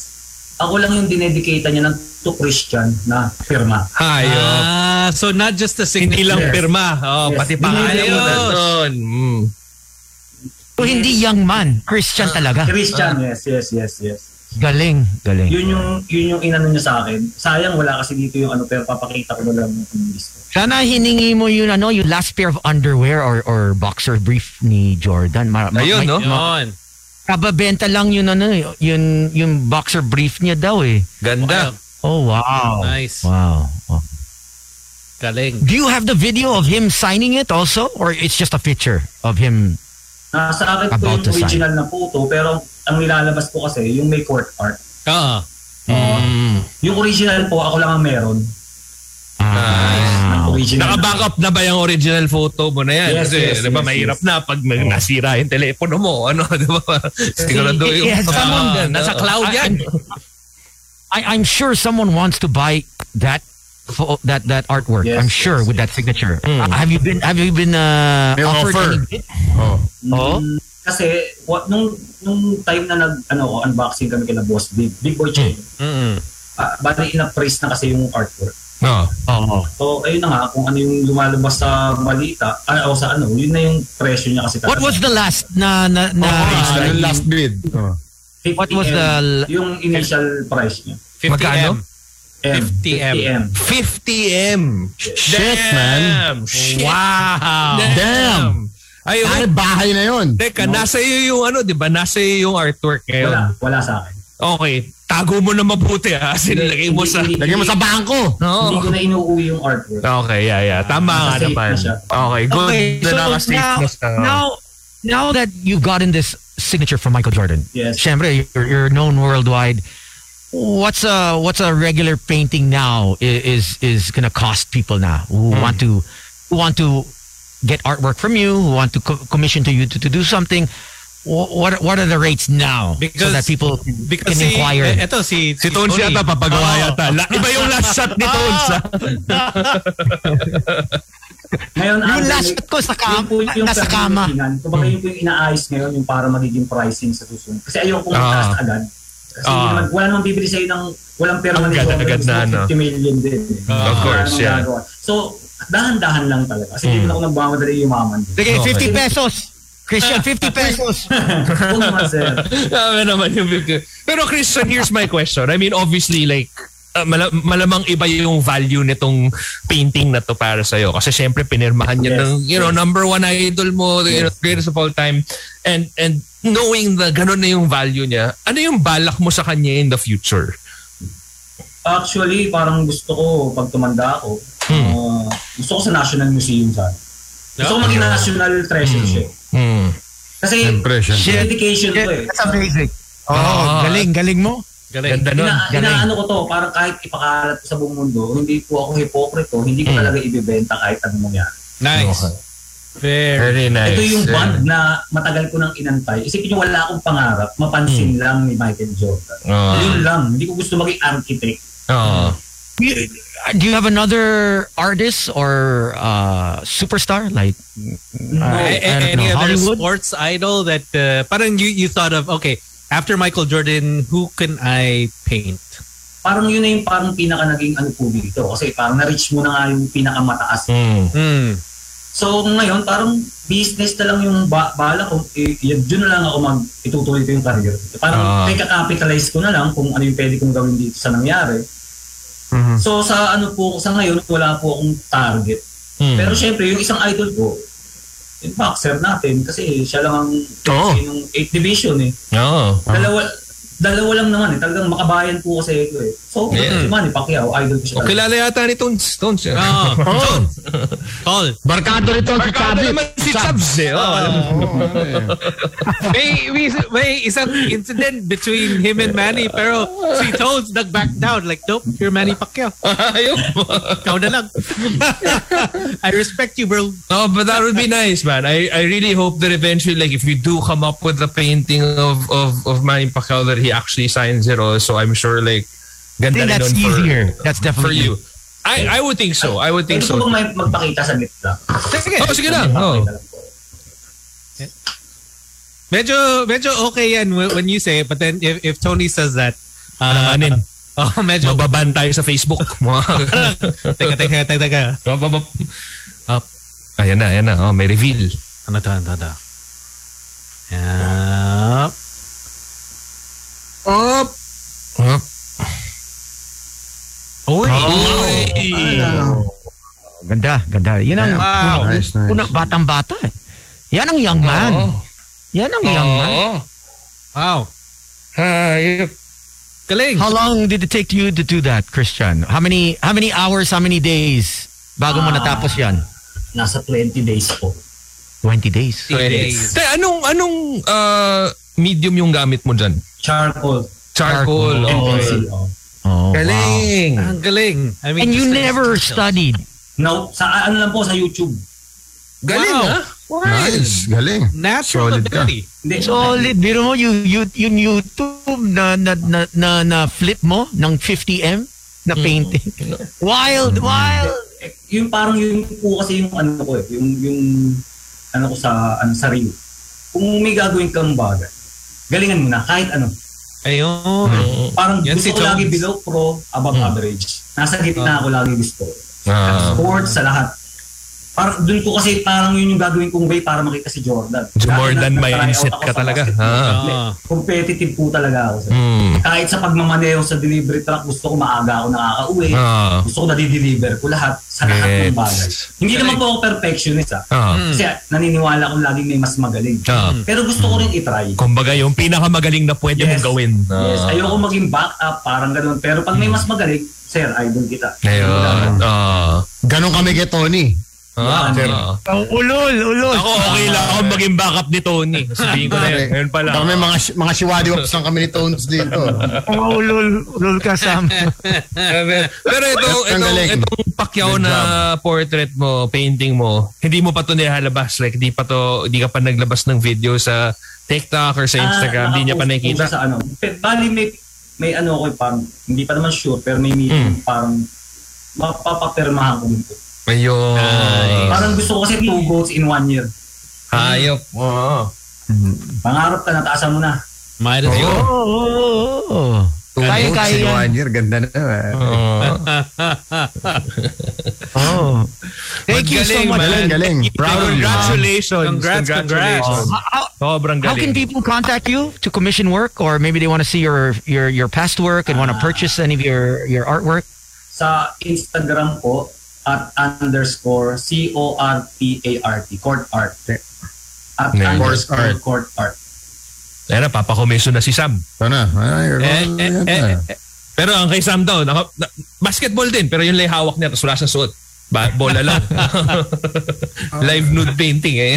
ako lang yung dinedicate niya ng to Christian na firma. Hayop. Ah, so not just the signature. Hindi lang pirma. Oh, Yes. pati pangalan mo na Ayos. doon. Mm. So, hindi young man. Christian talaga. Christian, yes, yes, yes, yes. Galing. Galing. Yun yung, yun yung inano niya sa akin. Sayang wala kasi dito yung ano, pero papakita ko na lang yung inis ko. Sana hiningi mo yun, ano, yung last pair of underwear or, or boxer brief ni Jordan. Ma- ma- Ayun, may- no? Yun. Kababenta lang yun, ano, eh, yun, yung boxer brief niya daw eh. Ganda. Wow. Oh, wow. Nice. Wow. Oh. Galing. Do you have the video of him signing it also? Or it's just a picture of him? Nasa akin po About yung to sign. original na photo, pero ang nilalabas ko kasi yung may court art. Ah. Oo. Mm. Yung original po, ako lang ang meron. Ang Ah. original. Naka-backup na ba yung original photo mo na yan? Yes, Kasi, yes, di ba, yes, mahirap na pag mag- nasira yung telepono mo. Ano, di ba? Sigurado yung... Yes, someone Ah, dun. Nasa cloud I- yan. I, I'm sure someone wants to buy that pho- that that artwork. Yes, I'm sure yes, with that signature. Hmm. Uh, have you been have you been uh, May offered offer. any bid? Oh? Mm, Kasi wa- nung nung time na nag ano ko, unboxing kami kina Boss Big, Big Boy Chen. Mm-mm. Hmm. ah, bali ina-praise na kasi yung artwork. Oo. Oo. So ayun na nga kung ano yung lumalabas sa balita, ah, o sa ano, yun na yung presyo niya kasi What was the last na na, na Ah, yung last bid. Oh. 50 what was M, the- yung initial price niya? 50 Magkano? M. 50 M. 50M. Shit, man. Damn. Shit. Wow. Damn. Ay, Ay, bahay na yun. Teka, nasa iyo yung ano, di ba? Nasa iyo yung artwork ngayon. Wala, wala sa akin. Okay. Tago mo na mabuti ha. Sinilagay mo sa... Hindi- Lagyan mo sa bangko. Hindi ko na inuuwi yung artwork. Oh. Okay, yeah, yeah. Tama nga Nasa safe naman. na siya. Okay, good. Okay, na so uh, naka-safe now, na siya. now now that you've gotten this signature from Michael Jordan, Yes. syempre, you're, you're known worldwide. What's a what's a regular painting now i- is is gonna cost people now who Hmm. want to who want to get artwork from you, who want to co- commission to you to, to do something. Wh- What what are the rates now so Because- that people can Because si, inquire? eh, eto si, Si Tones Tony. yata papagawa Oo. yata. La, iba yung last shot ni Tones. ah. ha? Ngayon, yung Andre, last shot ko sa kama, yun po yung nasa kama. Hmm. pinag-uusingan. Kumbaga yun po yung inaayos ngayon yung para magiging pricing sa susunod. Kasi ayaw kong Ah. taas agad. Kasi Ah. hindi naman, wala namang bibili sa'yo ng walang pera Ang ng ganda- sobrang ganda, gusto, ano. 50 million din. Of eh. Wala course, namang yeah. Hmm. gagawa. So, dahan-dahan lang talaga. Kasi hindi naman ako nagmamadali umaman. Okay, 50 pesos. Christian, 50 pesos. Kung naman, sir. Tama naman yung bibig. Pero Christian, here's my question. I mean, obviously, like, uh, mala- malamang iba yung value nitong painting na to para sa'yo. Kasi syempre, pinirmahan niya Yes, ng, you know, yes. number one idol mo, you know, greatest of all time. And, and knowing na ganun na yung value niya, ano yung balak mo sa kanya in the future? Actually, parang gusto ko pag tumanda ako, Hmm. ah, gusto ko sa National Museum sana. Gusto ko maging national treasure siya. Ah. Hmm. Kasi, Impression. dedication ko eh. That's amazing. Oh, galing, galing mo. Galing. Ganda nun. Ina, inaano ko to, parang kahit ipakalat ko sa buong mundo, hindi po ako hipokrito, hindi ko talaga ibebenta kahit anong mangyari. Nice. Fair. Very nice. Ito yung band na matagal ko nang inantay. Isipin nyo, wala akong pangarap, mapansin lang ni Michael Jordan. Oo. Yun lang, hindi ko gusto maging architect. Oo. You- Do you have another artist or uh, superstar like No. I A- don't a- any know, other Hollywood? sports idol that uh, parang you, you thought of, okay, after Michael Jordan, who can I paint? Parang yun na yung parang pinaka naging ano po dito. Kasi parang na-reach mo na nga yung pinakamataas. Hmm. Hmm. So ngayon, parang business na lang yung ba- bala ko. Eh, yun, dun na lang ako mag itutuloy ko yung career. Parang Ah. recapitalize ko na lang kung ano yung pwede kong gawin dito sa nangyari. Mm-hmm. So sa ano po, sa ngayon, wala po akong target. Hmm. Pero syempre, yung isang idol ko, yung boxer natin, kasi siya lang ang Oo. Ah. kasi nung 8th division eh. Oo. Dalawa, dalawa lang naman eh. Talagang makabayan po kasi ito eh. So, Yeah. si Manny Pacquiao, idol ko siya. O, kilala yata ni Tones. Tones. eh. Oh, Tol. Tol. Barkado rito si Barkada Chabi. naman si Chubbs eh. Oo, alam mo. May, may, may isang incident between him and Manny pero si Toads nag-back down. Like, nope, you're Manny Pacquiao. Ayun. Ikaw na lang. I respect you, bro. No, Oh, but that would be nice, man. I, I really hope that eventually, like, if you do come up with a painting of of of Manny Pacquiao, that he actually signs it. Also, I'm sure, like, I think ganda rin that's nun for- easier. That's for definitely you. I I would think so. I would think Pwede so. ko bang may magpakita sa net lang? Sige. Oh, sige lang. Oh. Pakita lang po. Medyo, medyo okay yan wh- when you say it. But then if, if Tony says that, uh, Alamanin. Oh, medyo. Mababan tayo sa Facebook. Mga- Teka, teka, teka, teka. Mababa- Up. Ayan na, ayan na. Oh, may reveal. Ano to, ano to, ano to? Yup. Up. Up. Uy. Ganda, ganda. Yan ang Wow. wow. Nice, nice. batang-bata. eh. Yan ang young man. Oo. Yan Oh. ang young man. Wow. Hayop. Galing. How long did it take you to do that, Christian? How many how many hours, how many days bago mo Ah. natapos yan? Nasa 20 days po. 20 days. days. Tay, anong, anong ah, medium yung gamit mo dyan? Charcoal. Charcoal. And Okay. pencil. Oh, oh. wow. Galing. Ang galing. I And mean, you just- never studied. No, sa ano lang po sa YouTube. Galing, Wow. ha? Nice. Galing. Natural Solid ka. ability. Hindi, Solid. Biro mo, you, you, yung YouTube na, na, na, na, na flip mo ng 50M na Mm. painting. Wild, wild. Eh, Yung parang yun po kasi yung ano ko eh, yung yung ano ko sa ano sa Rio. Kung may gagawin kang bagay, galingan mo na kahit ano. Ayun. Mm. Hmm. Parang Yan gusto si ko lagi Jones. below pro, above average. Nasa gitna ako lagi gusto. Sa Ah. sports, sa lahat. Parang doon ko kasi parang yun yung gagawin kong way para makita si Jordan. Jordan, Dahil na- may na-try out mindset ako ka sa talaga. basketball. Ah. Hindi, Competitive po talaga ako. sir. Hmm. Kahit sa pagmamaneho sa delivery truck, gusto ko maaga ako nakakauwi. Ah. Gusto ko nadideliver ko lahat sa lahat ng Gets. bagay. Hindi naman po ako perfectionist ah. Ah. Kasi naniniwala akong laging may mas magaling. Ah. Pero gusto ko rin itry. Kumbaga, yung pinakamagaling na pwede Yes. mong gawin. Ah. Hmm. Yes, ayoko maging back up, parang ganun. Pero pag may mas magaling, sir, idol kita. Ayun. Ah. Ganon kami kay Tony. Ah. Yan. Ah. Ang ulol, ulol. Ako, okay lang ako maging backup ni Tony. Sabihin ko na yun. Ngayon pala. Kami mga sh- mga shiwadiwaps lang kami ni Tones dito. Ang ulol, ulol ka, Sam. Pero ito, Ang ito, galing. itong Pacquiao Good na portrait mo, painting mo, hindi mo pa to nilalabas. Like, hindi pa to, hindi ka pa naglabas ng video sa TikTok or sa Ah, Instagram. Hindi niya pa nakapost nakikita. ko Sa ano. Pe- Bali, may, may ano ko, eh, parang, hindi pa naman sure, pero may Hmm. meeting, parang, mapapapirmahan ko dito. Ayun. Ah. Parang gusto ko kasi two goals in one year. Hayop. Oo. Pangarap ka, nataasan mo na. Might as well. Oo, oo, oo. Kaya, kaya yan. Sino one year, ganda na. eh. Oo. Oh. Thank you so Magaling, much. Galing, galing. Proud of you. Congratulations. Congrats, Congratulations. How, Sobrang how can galing. people contact you to commission work, or maybe they want to see your your your past work and want to purchase any of your your artwork? Sa Instagram ko, at underscore C-O-R-T-A-R-T, court art. At Yeah. underscore Court art. court art. Ayan na, papakomeso na si Sam. Ito na. Ah, you're- Eh, eh, yan eh, na. Pero ang kay Sam daw, naka, na, basketball din, pero yun lang yung hawak niya, tapos wala siyang suot. Ba, bola lang. Live nude painting eh.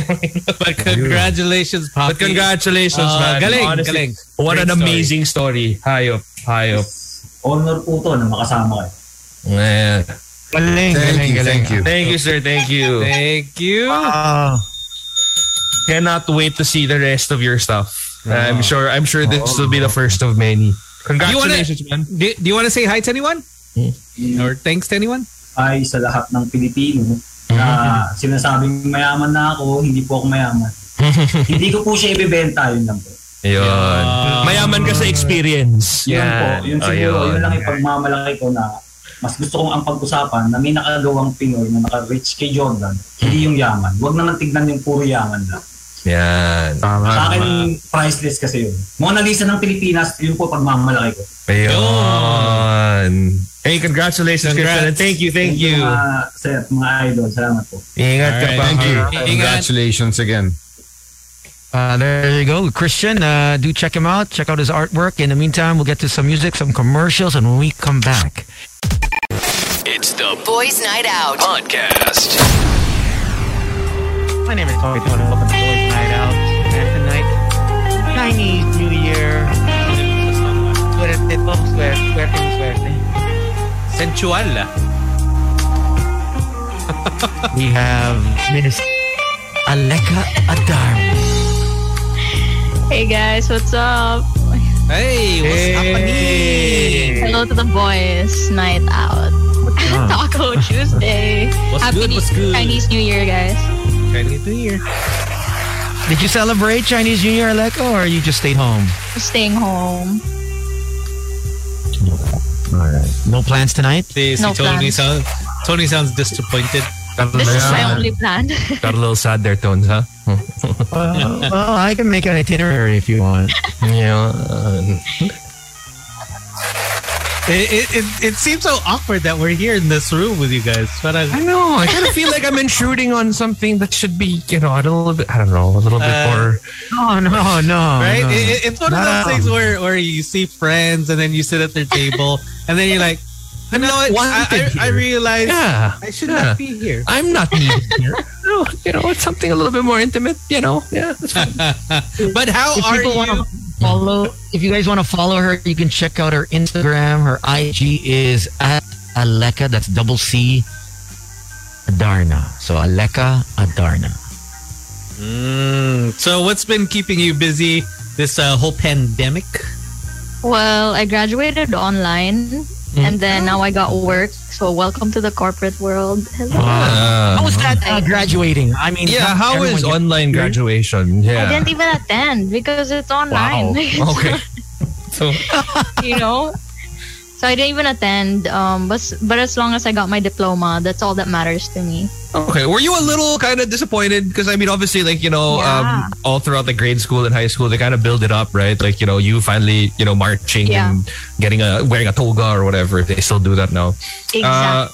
But congratulations, Poppy. But congratulations, Ah, man. galing, Honestly, galing. What Great an story. amazing story. Hayop, hayop. Honor po to na makasama kayo. Eh, eh, Galing, eh. Thank you, thank you. Thank you, sir. Thank you. Thank you. Ah, Cannot wait to see the rest of your stuff. I'm sure I'm sure this will be the first of many. Congratulations, man. Do, do you want to say hi to anyone? Or thanks to anyone? Ay sa lahat ng Pilipino na Mm-hmm. sinasabing mayaman na ako, hindi po ako mayaman. hindi ko po siya ibebenta, yun lang po. Yun. Mayaman ka sa experience. Yun po, yun Oh, siguro, yun. yun lang yung pagmamalaki ko na mas gusto kong ang pag-usapan na may nakagawang Pinoy na naka-reach kay Jordan, hindi yung yaman. Huwag naman tignan yung puro yaman lang. Yan. Sa akin, priceless kasi yun. Mona Lisa ng Pilipinas, yun po pagmamalaki ko. Ayun. Hey, congratulations, Christian. And thank you, thank you. Mga, sir, mga idol, salamat po. Ingat ka pa. Thank you. Ingat. Congratulations again. Uh, there you go, Christian. Uh, do check him out. Check out his artwork. In the meantime, we'll get to some music, some commercials, and when we come back, It's the Boys Night Out. podcast. My name is Tommy Tony. Welcome to Boys Night Out. And tonight, Chinese New Year. Suerte po, suerte, suerte, suerte. Sensual. ah. We have Miss Aleka Adar. Hey guys, what's up? Hey, what's happening? Hello to the boys. Night out. Taco Tuesday. Ah. What's Happy good, what's good? Chinese New Year, guys. Chinese New Year. Did you celebrate Chinese New Year, Aleka, or you just stayed home? Staying home. All right. No plans tonight? This, No Tony, plans. sounds, Tony sounds disappointed. This is my only plan. Got a little sad there, uh, Tones, huh? Well, well, I can make an itinerary if you want. Yeah. It, it, it, it seems so awkward that we're here in this room with you guys. Parang, I know. I kind of feel like I'm intruding on something that should be, you know, a little bit, I don't know, a little Uh, bit more. No, no, Oh, no. right? no. It, it- it's one of No. those things where, where you see friends and then you sit at their table and then you're like, you know what? I, wanted I, I here." realize Yeah. I should yeah. not be here. I'm not needed here. No, you know, it's something a little bit more intimate, you know. Yeah. that's fine. But how if are people you? want to follow, if you guys want to follow her, you can check out her Instagram. Her IG is at Aleka. That's double C Adarna. So Aleka Adarna. Mm, so what's been keeping you busy this uh, whole pandemic? well, I graduated online Mm. and then now I got work. So welcome to the corporate world. Hello. How was that uh, graduating? I mean, yeah. not How everyone is gets- online graduation? I Yeah. didn't even attend because it's online. Okay. So you know? So I didn't even attend. Um, but, but as long as I got my diploma, that's all that matters to me. okay, were you a little kind of disappointed? Because I mean, obviously, like you know, Yeah. um, all throughout the grade school and high school, they kind of build it up, right? Like you know, you finally you know marching Yeah. and getting a wearing a toga or whatever. If they still do that now. Uh,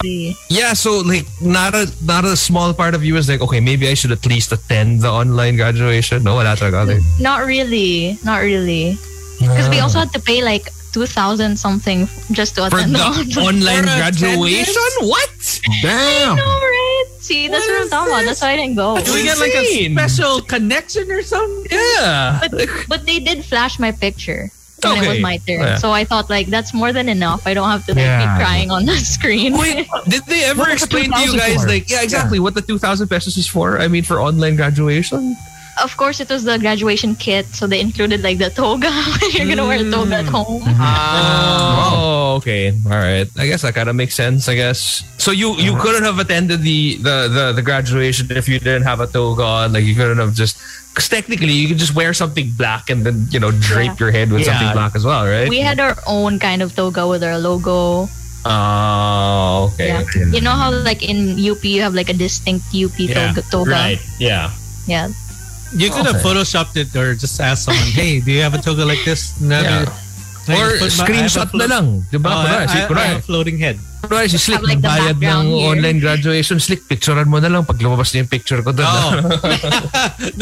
Exactly. Yeah, so like not a not a small part of you is like, okay, maybe I should at least attend the online graduation. No, wala talaga. Like, Not really. Not really. Because we also had to pay like 2,000 something f- just to for attend. the the- online For attendance? graduation? What? Damn! No, right? See, that's what I'm talking about. That's why I didn't go. Do we get like a Insane. special connection or something? Yeah. But, but they did flash my picture when it Okay. was my turn. Yeah. So I thought like that's more than enough. I don't have to like, Yeah. be crying on the screen. Wait, did they ever What was the explain to you 2,000 guys for? like yeah exactly what the two thousand pesos is for? I mean for online graduation? of course, it was the graduation kit, so they included like the toga. You're gonna wear a toga Mm. at home. Mm-hmm. Oh, okay. All right. I guess that kinda makes sense, I guess. So you you Uh-huh. couldn't have attended the, the, the, the graduation if you didn't have a toga on, like you couldn't have just because technically you could just wear something black and then you know drape your head with Yeah. something black as well, right? We had our own kind of toga with our logo. Oh, okay. Yeah. You know how like in UP you have like a distinct UP Yeah, toga, toga? Right. Yeah. Yeah. You could have photoshopped it or just asked someone, "Hey, do you have a toga like this?" No, Yeah. Or I just put my- I have a screenshot na flo- lang. Diba? Oh, Kunwari, I, si- I- I kunwari, have a floating head. kunwari si Slick, Have like the bayad ng background here. online graduation. Slick, picturean mo na lang. Pag lumabas niya yung picture ko doon. Oh.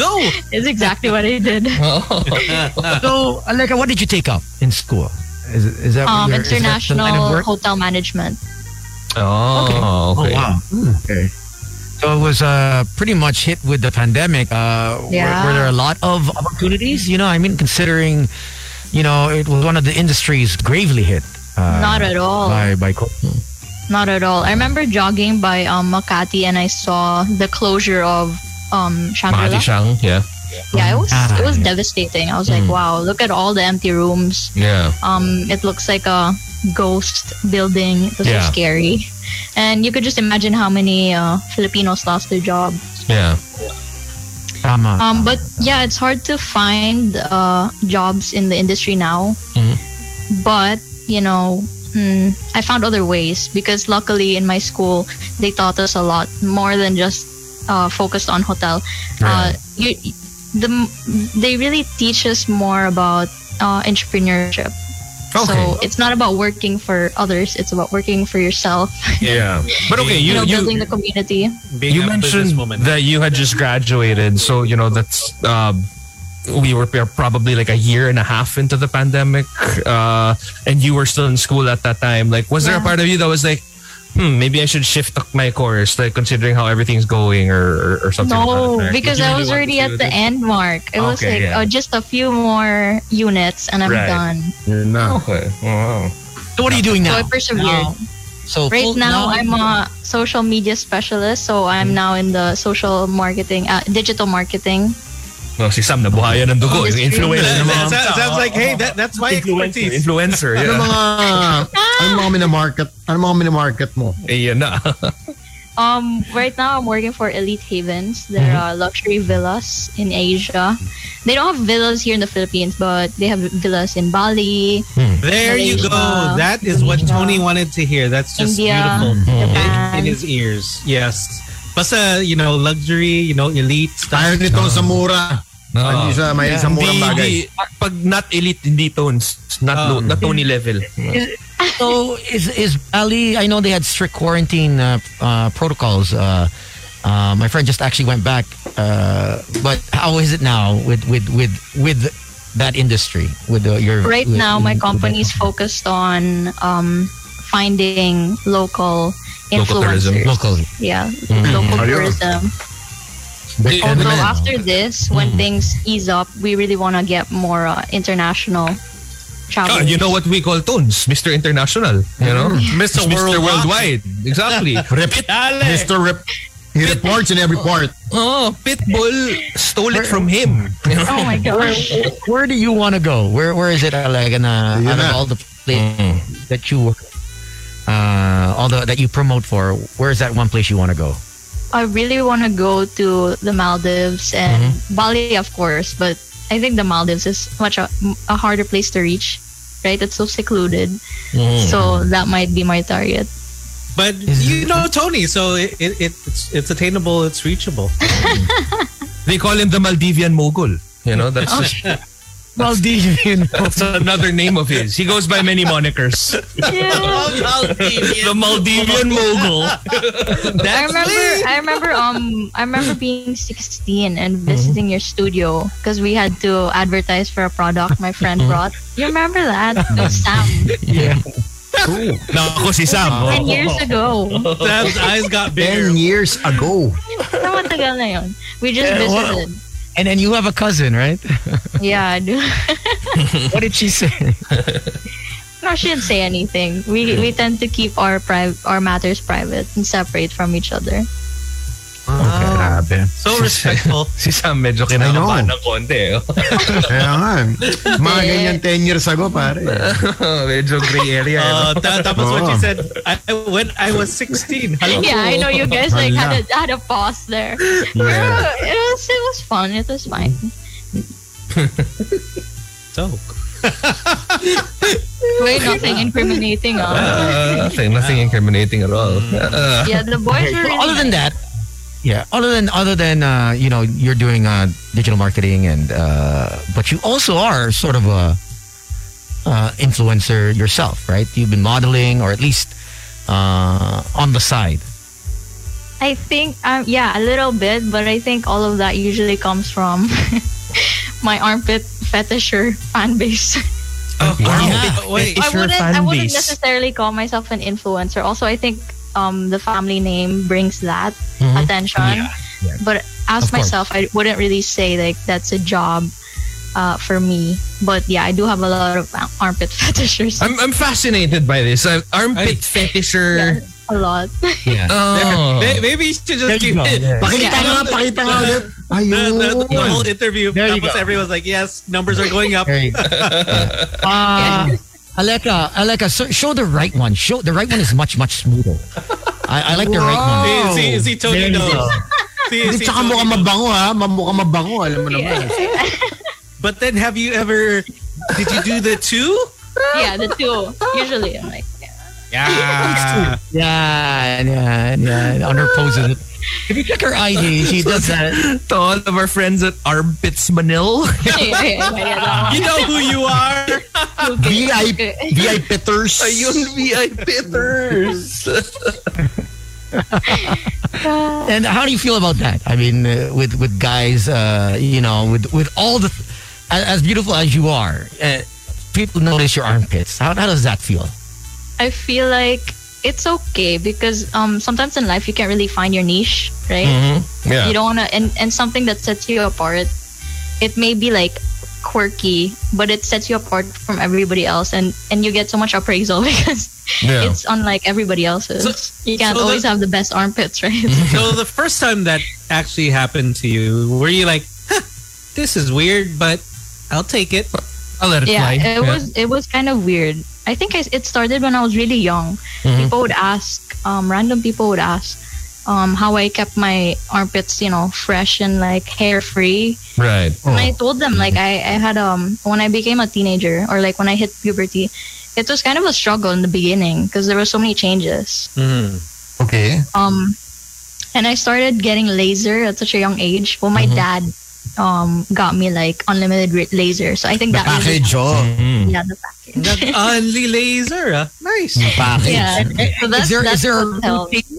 no. It's exactly what I did. So Aleka, what did you take up in school? Is, is that Um, your, is that the line of international work? hotel management. Oh, okay. Oh wow. Okay. So it was uh, pretty much hit with the pandemic. Uh, Yeah. were, were there a lot of opportunities? You know, I mean, considering, you know, it was one of the industries gravely hit. Uh, Not at all. By, by co- Not at all. I remember jogging by um, Makati and I saw the closure of um, Shangri-La. Mahati siyang, yeah. yeah, it was it was Ah. Hmm. devastating. I was like, wow, look at all the empty rooms. Yeah. Um, it looks like a ghost building. It was Yeah. so scary. And you could just imagine how many uh, Filipinos lost their job. Yeah. Tama. Um, but yeah, it's hard to find uh, jobs in the industry now. But, you know, hmm, I found other ways because luckily in my school they taught us a lot more than just uh, focused on hotel. Uh, you, the they really teach us more about uh, entrepreneurship. So it's not about working for others; it's about working for yourself. Yeah. But okay, you You, know, building you, the community. Being you a mentioned businesswoman. that you had just graduated, so you know that's um, we were p- probably like a year and a half into the pandemic, uh, and you were still in school at that time. Like, was there a Yeah. part of you that was like, hmm, maybe I should shift up my course, like considering how everything's going or or, or something? No, like that? because Did you I was really already want at to the end mark. It was Okay, like yeah. oh, just a few more units and I'm Right. done. Yun na. do that? Ah, Okay. Wow. So what are you doing So I now? persevered. Now- so Right full- now, I'm a social media specialist, so Mm-hmm. I'm now in the social marketing, uh, digital marketing. Well, si Sam nabuhayan ng dugo. Industry. Influencer ng That- mga that sounds- sounds like, hey, that, that's my influencer. expertise. Influencer, Ano yeah. mga ano mga minamarket? Ano mga minamarket mo? Ayan na. Um, right now, I'm working for Elite Havens. They're uh, Mm-hmm. luxury villas in Asia. They don't have villas here in the Philippines, but they have villas in Bali, There you go. Malaysia, That is what Indonesia, Tony wanted to hear. That's just India, beautiful. Japan. In his ears. Yes. Basta, you know, luxury, you know, elite stuff. Ayaw nito sa mura. No. Hindi sa may isang murang Hindi- bagay. hindi- Pag not elite, hindi tones. Not, Ah. low, not Tony level. So is is Ali? I know they had strict quarantine uh, uh, protocols. Uh, uh, my friend just actually went back, uh, but how is it now with with with with that industry? With uh, your Right with- now, my with- company is focused on um, finding local Local Mm-hmm. tourism. influencers. local. Yeah, local tourism. Although after this, when Mm-hmm. things ease up, we really want to get more uh, international travel. Ah, you know what we call tones? Mr. International. You know? Mr. Mr. Worldwide. Exactly. Rep- Mr. Rep- he reports in every part. oh, Pitbull stole it from him. Oh my gosh! Where do you want to go? Where where is it uh, like in, uh, out Yun na. Mm. of all the places that you uh, all the that you promote for? Where is that one place you want to go? I really want to go to the Maldives and Mm-hmm. Bali, of course, but I think the Maldives is much a, a harder place to reach. Right, it's so secluded, Mm-hmm. so that might be my target. But you know Tony, so it, it, it's it's attainable, it's reachable. They call him the Maldivian mogul. You know, that's just Maldivian. that's another name of his. He goes by many monikers. Oh, the Maldivian mogul. I remember, I remember, um, I remember being 16 and visiting your studio because we had to advertise for a product my friend brought. You remember that? It was Sam, Na ako si Sam. oh. 10 years ago. Sam's eyes got bigger. Ten years ago. Sa matagal na yun. We just Eh, wa- visited. And then you have a cousin, right? Yeah, I do. What did she say? No, she didn't say anything. We we tend to keep our pri- our matters private and separate from each other. Ah, Grabe. So respectful. Si Sam medyo I kinakabahan know. ng konti. oh. Kaya nga. Mga ganyan 10 years ago, pare. medyo gray area. eh, no? Uh, that, that was what Oh. she said. I, when I was 16. Hello. Yeah, I know you guys like had a, had a pause there. It was it was fun. It was fine. So, Way nothing incriminating. huh? Uh, nothing, nothing incriminating at all. Uh, Yeah, the boys were. Really other than that, nice. yeah. Other than other than uh, you know, you're doing uh, digital marketing, and uh, but you also are sort of a uh, influencer yourself, right? You've been modeling, or at least uh, on the side. I think um yeah a little bit, but I think all of that usually comes from my armpit fetisher fan base. But wait, I wouldn't I base. wouldn't necessarily call myself an influencer. Also, I think um the family name brings that attention. But as Mm-hmm. Of course. myself, I wouldn't really say like that's a job uh, for me. But yeah, I do have a lot of ar- armpit fetishers. I'm, I'm fascinated by this. I'm armpit fetisher. a lot. Yeah. Oh. may- maybe you should just keep it. Pakita nga, Yeah. pakita nga ulit. The, the, the Ayun. whole interview. There you Tapos go. everyone's like, yes, numbers are going up. Hey. Ah. Uh, Aleka, Aleka, so show the right one. Show the right one is much much smoother. I, I like the right one. Oh. See, see, see Oh. There Tony you knows. go. See, see, Tsaka Tony mukhang knows. mabango ha. Mukhang mabango. Alam mo naman. But then have you ever, did you do the two? yeah, the two usually. I'm like, yeah. Yeah. Yeah, yeah, yeah. On her poses. If you check her ID, she does that. To all of our friends at Armpits Manil, you know who you are. VIP, VIP Peters. Ayun, VIPers. And how do you feel about that? I mean, uh, with with guys, uh, you know, with with all the as, as beautiful as you are, uh, people notice your armpits. How, how does that feel? I feel like it's okay because um, sometimes in life you can't really find your niche, right? Yeah. You don't want to, and, and something that sets you apart, it may be like quirky, but it sets you apart from everybody else, and and you get so much appraisal because it's unlike everybody else's. you can't so always the- have the best armpits, right? so the first time that actually happened to you, were you like, huh, "This is weird," but I'll take it. I'll let it yeah, fly. it was it was kind of weird. I think I, it started when I was really young. People would ask, um, random people would ask, um, how I kept my armpits, you know, fresh and like hair free. Right. And I told them like I, I had um when I became a teenager or like when I hit puberty, it was kind of a struggle in the beginning because there were so many changes. Okay. Um, and I started getting laser at such a young age. Well, my dad um got me like unlimited ra- laser, so I think that Package, oh. Mm-hmm. really, yeah, the package. uh, Only laser. ah. Nice. Package. yeah, so that's, Is there that's is there a what helped. routine?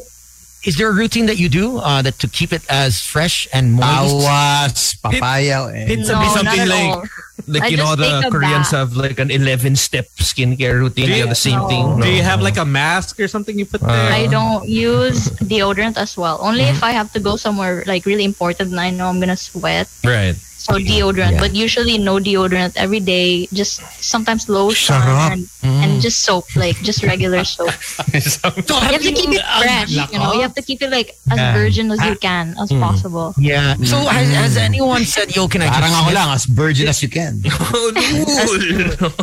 Is there a routine that you do uh, that to keep it as fresh and moist? Awas, papaya. Eh. It's be No, not something at like all. like I you know just the take a Koreans bath. have like an 11 step skincare routine. Do They you- have the same No. thing. Do you have like a mask or something you put there? I don't use deodorant as well. Only if I have to go somewhere like really important and I know I'm gonna sweat. right? So deodorant, but usually no deodorant every day. Just sometimes lotion Shut up. and, Mm. and just soap, like just regular soap. you have to keep it fresh. You know, you have to keep it like as virgin as you can as possible. Yeah. So has, has anyone said, "Yo, can I Parang just ako snip?" lang, as virgin as you can.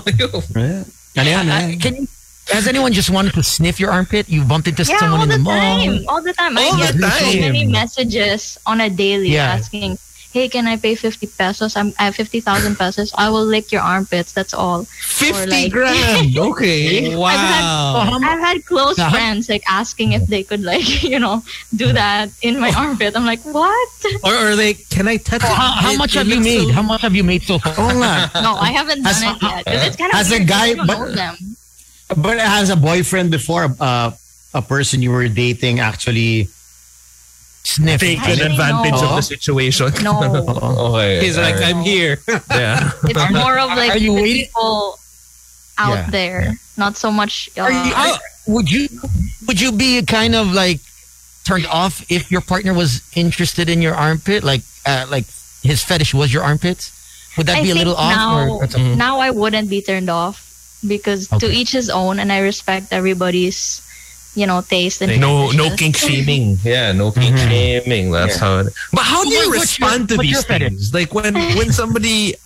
Ano yan, Uh, can you, has anyone just wanted to sniff your armpit? You bumped into Yeah, someone all in the, the mall. time, all the time. All I get the so many time. messages on a daily Yeah. asking, "Hey, can I pay fifty pesos? I'm I have fifty thousand pesos. I will lick your armpits. That's all." 50 like- grand. Okay. I've had Wow. I've had close Yeah. friends like asking if they could like you know do that in my armpit. I'm like, what? Or or like, can I touch? it? How, how It- much it have you looks so- made? how much have you made so far? Oo nga. No, I haven't done As- it yet. 'Cause It's kind of as a weird 'cause guy, you don't but- know them. But as a boyfriend before, uh, a person you were dating actually Sniff. Take Actually, an advantage no. of the situation. No, Okay. He's like, I'm here. yeah. it's more of like Are you the waiting? people Yeah, out there, not so much. Uh, Are you, are- would you would you be kind of like turned off if your partner was interested in your armpit? Like uh, like his fetish was your armpits? Would that I be a think little now, off? Or, Mm-hmm. now I wouldn't be turned off because to Okay. each his own, and I respect everybody's, you know, taste and No, no preferences. kink shaming. Yeah, no kink shaming. That's how. It, but how What- do Oh you what's respond your- to what's these your fetish? things? Like when when somebody,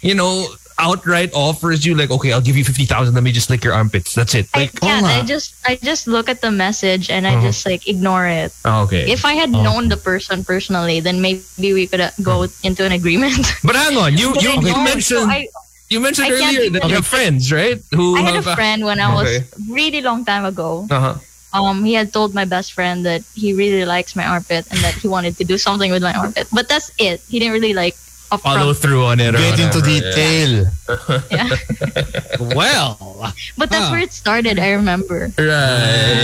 you know, outright offers you like, okay, I'll give you fifty thousand. Let me just lick your armpits. That's it. I Like, can't. I just I just look at the message and I just like ignore it. oh, okay. If I had known the person personally, then maybe we could uh, go into an agreement. but hang on, you But I Uh-huh. you, don't, you so mentioned I, you mentioned I can't earlier that even- you have friends, right? Who I had have a friend when I was Okay. really long time ago. Uh huh. Um, he had told my best friend that he really likes my armpit and that he wanted to do something with my armpit. But that's it. He didn't really like Follow upfront. through on it. Or get into whatever, yeah. detail. Yeah. Well, But that's Ah. Huh. where it started. I remember. Right.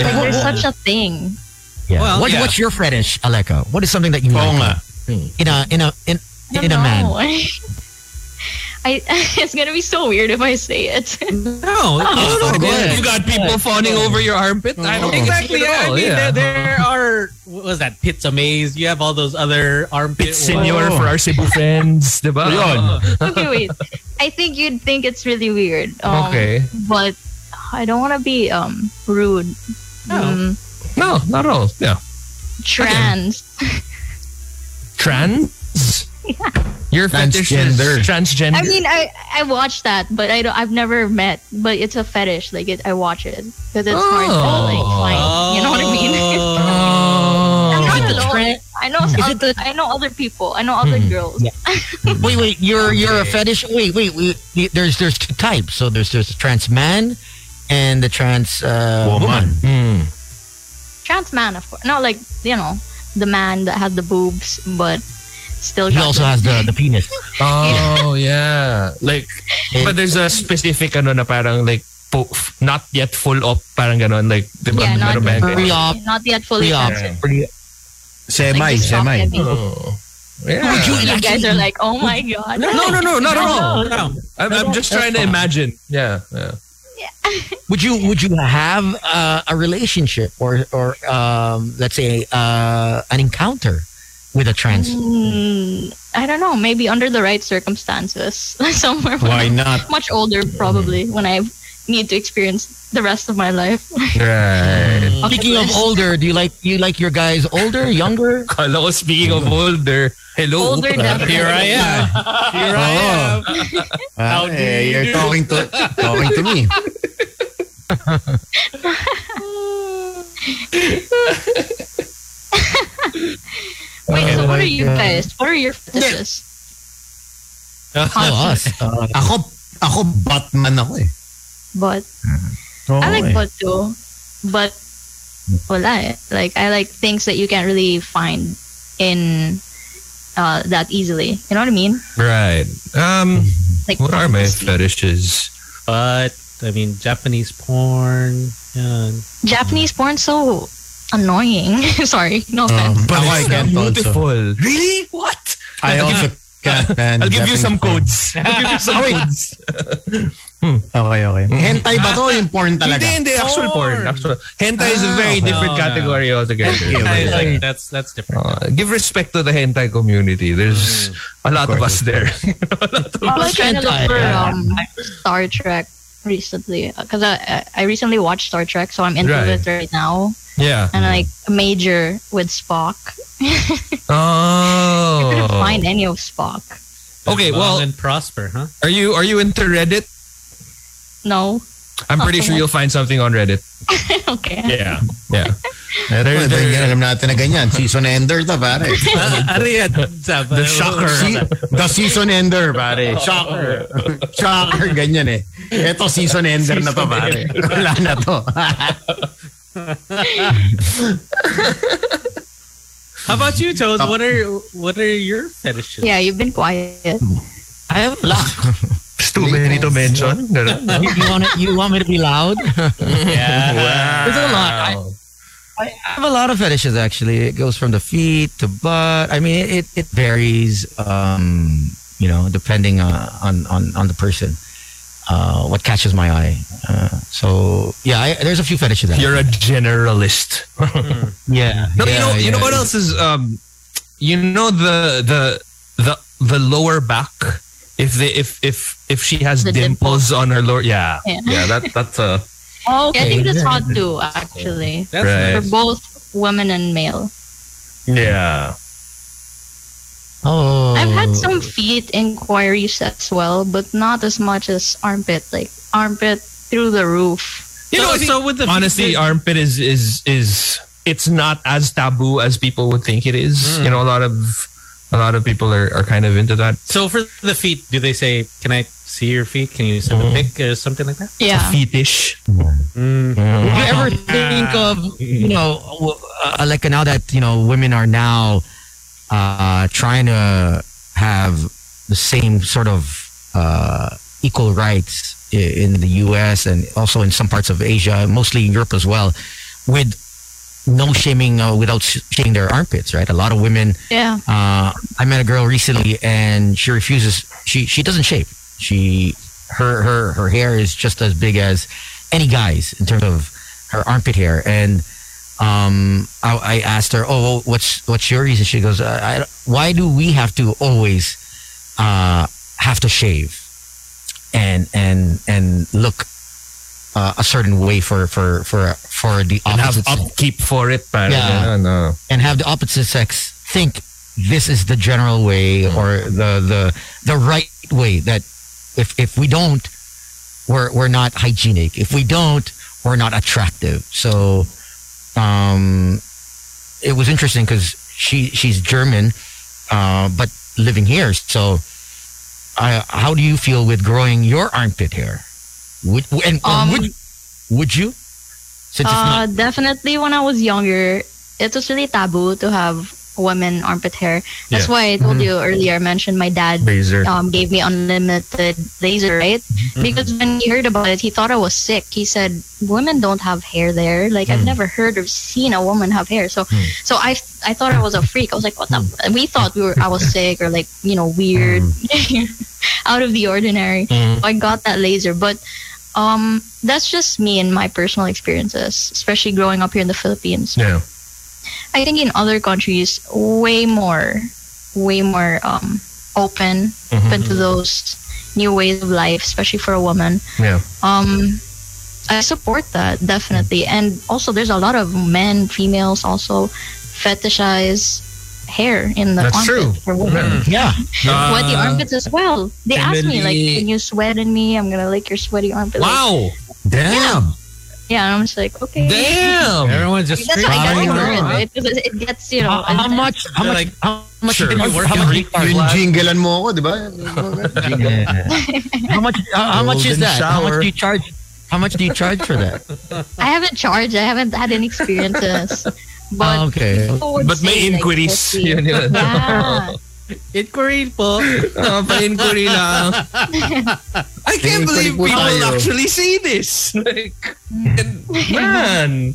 Like there's such a thing. yeah. well, what, yeah. What's your fetish, Aleko? What is something that you Oo like nga. Hmm. in a in a in, I don't in a man? know. I it's gonna be so weird if I say it. no, no, no, no. You've got people fawning over your armpit. I don't Exactly. think Yeah. at I all, mean, yeah. there, there are what was that pizza maze? You have all those other armpit. Senor for our Cebu friends, di ba? okay, wait. I think you'd think it's really weird. Um, Okay. But I don't want to be um rude. Oh. Oh. Um, No, not at all. Yeah. trans. Trans? Your fetish is Transgender. transgender. I Mm. mean, I I watch that, but I don't, I've never met. But it's a fetish. Like it, I watch it because it's hard to like find. You know what I Oh. mean? oh. I'm not Is it alone. tran- I know Mm. other, I know other people. I know other girls. Wait, wait, you're you're a fetish. Wait, wait, wait. There's there's two types. So there's there's trans man and the trans uh, woman. Hmm. Trans man, of course. Not like, you know, the man that had the boobs, but still He got also has the, the penis. Oh, yeah. Like, but there's a specific ano na parang like, po, f- not yet full up, parang ganon. Like, di ba? Yeah, not, meron ba yan? Free up. not yet fully Free up. transferred. Semi, Like, just top semi. heavy. Oh. Yeah. You guys are like, oh my god. No, no, no, not at all. No. I'm, I'm just trying to imagine. Yeah, yeah. Would you would you have uh, a relationship or or um, let's say uh, an encounter with a trans? Mm, I don't know. Maybe under the right circumstances, somewhere. when I'm not? Much older, probably, when I need to experience the rest of my life. Right. Speaking of older, do you like you like your guys older, younger? Kala ko speaking of older, hello. older, definitely. Here I am. Here I am. Oh, Ah, eh, you're talking to talking to me. Wait, Oh so what my are you God. guys? What are your fetishes? Oh, us. Ako, ako Batman ako eh. But Mm-hmm. I like butt too, but wala eh. Like I like things that you can't really find in uh, that easily. You know what I mean? Right. Um, Like what are my fantasy. fetishes? But I mean, Japanese porn. Yan. Japanese porn so annoying. Sorry, Um, no offense. But Um, ako, I can't also. Beautiful. Really? What? I also can't. man. I'll give you Japanese some porn. codes. I'll give you some codes. Okay, okay. Hentai ba to? Yung porn talaga. Mm-hmm. Hindi, hindi. Ah, Actual porn. Actual. Hentai is a very okay. different No, no. category altogether. I It's like like, that's that's different. uh, give respect to the hentai community. There's a lot Mm. of, us there. I was trying to hentai, look for yeah. um, Star Trek recently because I I recently watched Star Trek, so I'm into Right. Mm-hmm. it right now. yeah. And like major with Spock, I couldn't Oh. find any of Spock. Okay, Long well, and prosper, huh? are you are you into Reddit? No. I'm pretty sure you'll find something on Reddit. okay. Yeah. Yeah. Pero ito, There- there- yung alam natin na ganyan. Season ender to, pare. The Se- the season ender, pare. Shocker. Oh. Shocker, ganyan eh. Ito, season ender na to, pare. Wala na to. How about you, Toad? What are what are your fetishes? Yeah, you've been quiet. I have luck. It's too many to mention. Ganun. you, you want you want me to be loud? There's a lot. I, I have a lot of fetishes actually. It goes from the feet to butt. I mean, it it varies. Um, you know, depending uh, on on on the person, uh, what catches my eye. Uh, so yeah, I, there's a few fetishes. That I- You're a generalist. yeah. No, yeah, you know, you know yeah. what else is um, you know the the the the lower back. If they if if if she has The dimples on her lower, yeah, Yeah. yeah, that that's uh, Oh, okay. Yeah, I think that's hot too, actually. That's Right. For Yes. both women and male. yeah. Oh, I've had some feet inquiries as well, but not as much as armpit. Like armpit through the roof. You know, I think, with the honestly, uh, armpit is is is it's not as taboo as people would think it is. You know, a lot of a lot of people are, are kind of into that. so for the feet, do they say, "Can I see your feet? Can you send a pic or something like that?" Yeah. Fetish. Mm. Do you ever think of you know w- uh, like now that you know women are now uh, trying to have the same sort of uh, equal rights i- in the U.S. and also in some parts of Asia, mostly in Europe as well, with no shaming uh, without sh- shaming their armpits, right? A lot of women Yeah. uh, I met a girl recently, and she refuses. She she doesn't shave. She her her her hair is just as big as any guy's in terms of her armpit hair. And um, I, I asked her, "Oh, well, what's what's your reason?" She goes, I, I- "Why do we have to always uh, have to shave and and and look uh, a certain way for for for for the And have opposite sex?" upkeep for it, parang Yeah. ganun, ah. and have the opposite sex think this is the general way or the the the right way that if if we don't we're we're not hygienic if we don't we're not attractive so um it was interesting cuz she she's german uh but living here so I, how do you feel with growing your armpit hair would and or Um, would Would you? Since it's Uh, not. definitely when I was younger, it was really taboo to have women armpit hair. That's why I told you earlier, I mentioned my dad Mm-hmm. Razor. Mm-hmm. um, gave me unlimited laser, right? Because when he heard about it, he thought I was sick. He said, "Women don't have hair there. Like Mm. I've never heard or seen a woman have hair." So, so I, I thought I was a freak. I was like, "What Mm. the?" We thought we were. I was sick or like you know weird, Mm. out of the ordinary. I got that laser, but um, that's just me and my personal experiences, especially growing up here in the Philippines. Yeah. I think in other countries, way more, way more um, open, Hmm. open Mm-hmm. to those new ways of life, especially for a woman. Yeah. Um, I support that Mm. definitely, and also there's a lot of men, females also fetishize hair in the That's true. armpit for women Hmm. yeah. sweaty armpits as well. They asked me like, Emily- "Can you sweat in me? I'm gonna lick your sweaty armpit." Like, Wow. Damn. yeah, and I'm just like, okay. Damn. Everyone just straight That's why I Wow. got ignorant. It, because it gets you know. How, how intense. much? How much? Like, how much? sure. Can you work How out? much- Yun Vlad. jinglean mo ako, di ba? Yeah. how much? How, how much is Golden that? How much shower. do you charge? How much do you charge for that? I haven't charged. I haven't had any experiences, but Ah, okay. people would But may say, like, inquiries. let's see. Yun, yun. Yeah. inquiry po. Uh, pa-inquiry lang. I Inquiry can't believe po people tayo. actually see this. Like, and- man.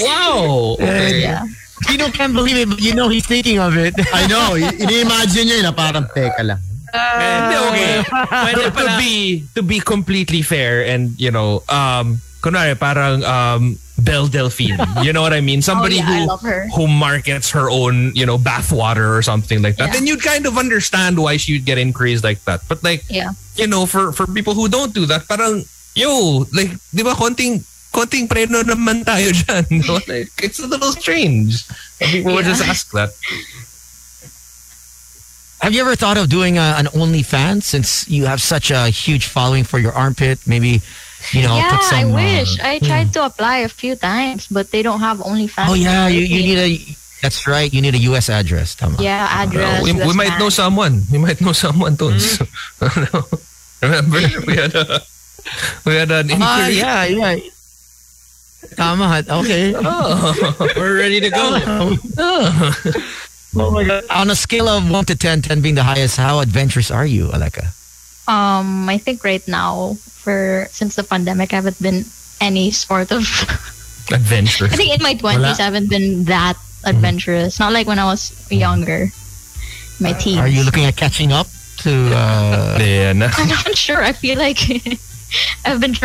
Wow. Okay. yeah. Oh, Tino can't believe it, but you know he's thinking of it. I know. i- Ini-imagine niya yun na parang teka lang. Hindi, okay. Pero to be to be completely fair and you know, um kunwari parang um Belle Delphine. You know what I mean? Oh, Somebody yeah, I who love her. who markets her own, you know, bathwater or something like that, Yeah. then you'd kind of understand why she would get increased like that. But like, Yeah. you know, for for people who don't do that, parang, yo, like, di ba konting, konting preno naman tayo dyan. Di ba? like, it's a little strange. And people would Yeah. just ask that. Have you ever thought of doing a, an OnlyFans since you have such a huge following for your armpit? Maybe, you know, yeah, put some. I uh, wish. I tried to apply a few times, but they don't have OnlyFans. oh yeah, you, you in need a. That's right. You need a U.S. address. Tama. Philippines. yeah address. we, we that's might know bad. someone. We might know someone, Tones. Hmm? Remember? We had a, we had an Ah, inquiry. yeah, yeah. Tama. Okay. Oh. We're ready to go. On a scale of 1 to 10, 10 being the highest, how adventurous are you, Aleka? Um, I think right now, for since the pandemic, I haven't been any sort of. Adventure. I think in my twenties, I haven't been that adventurous. Not like when I was younger, my teens. Are you looking at catching up to uh, Ah, Then, I'm not sure. I feel like I've been Mm.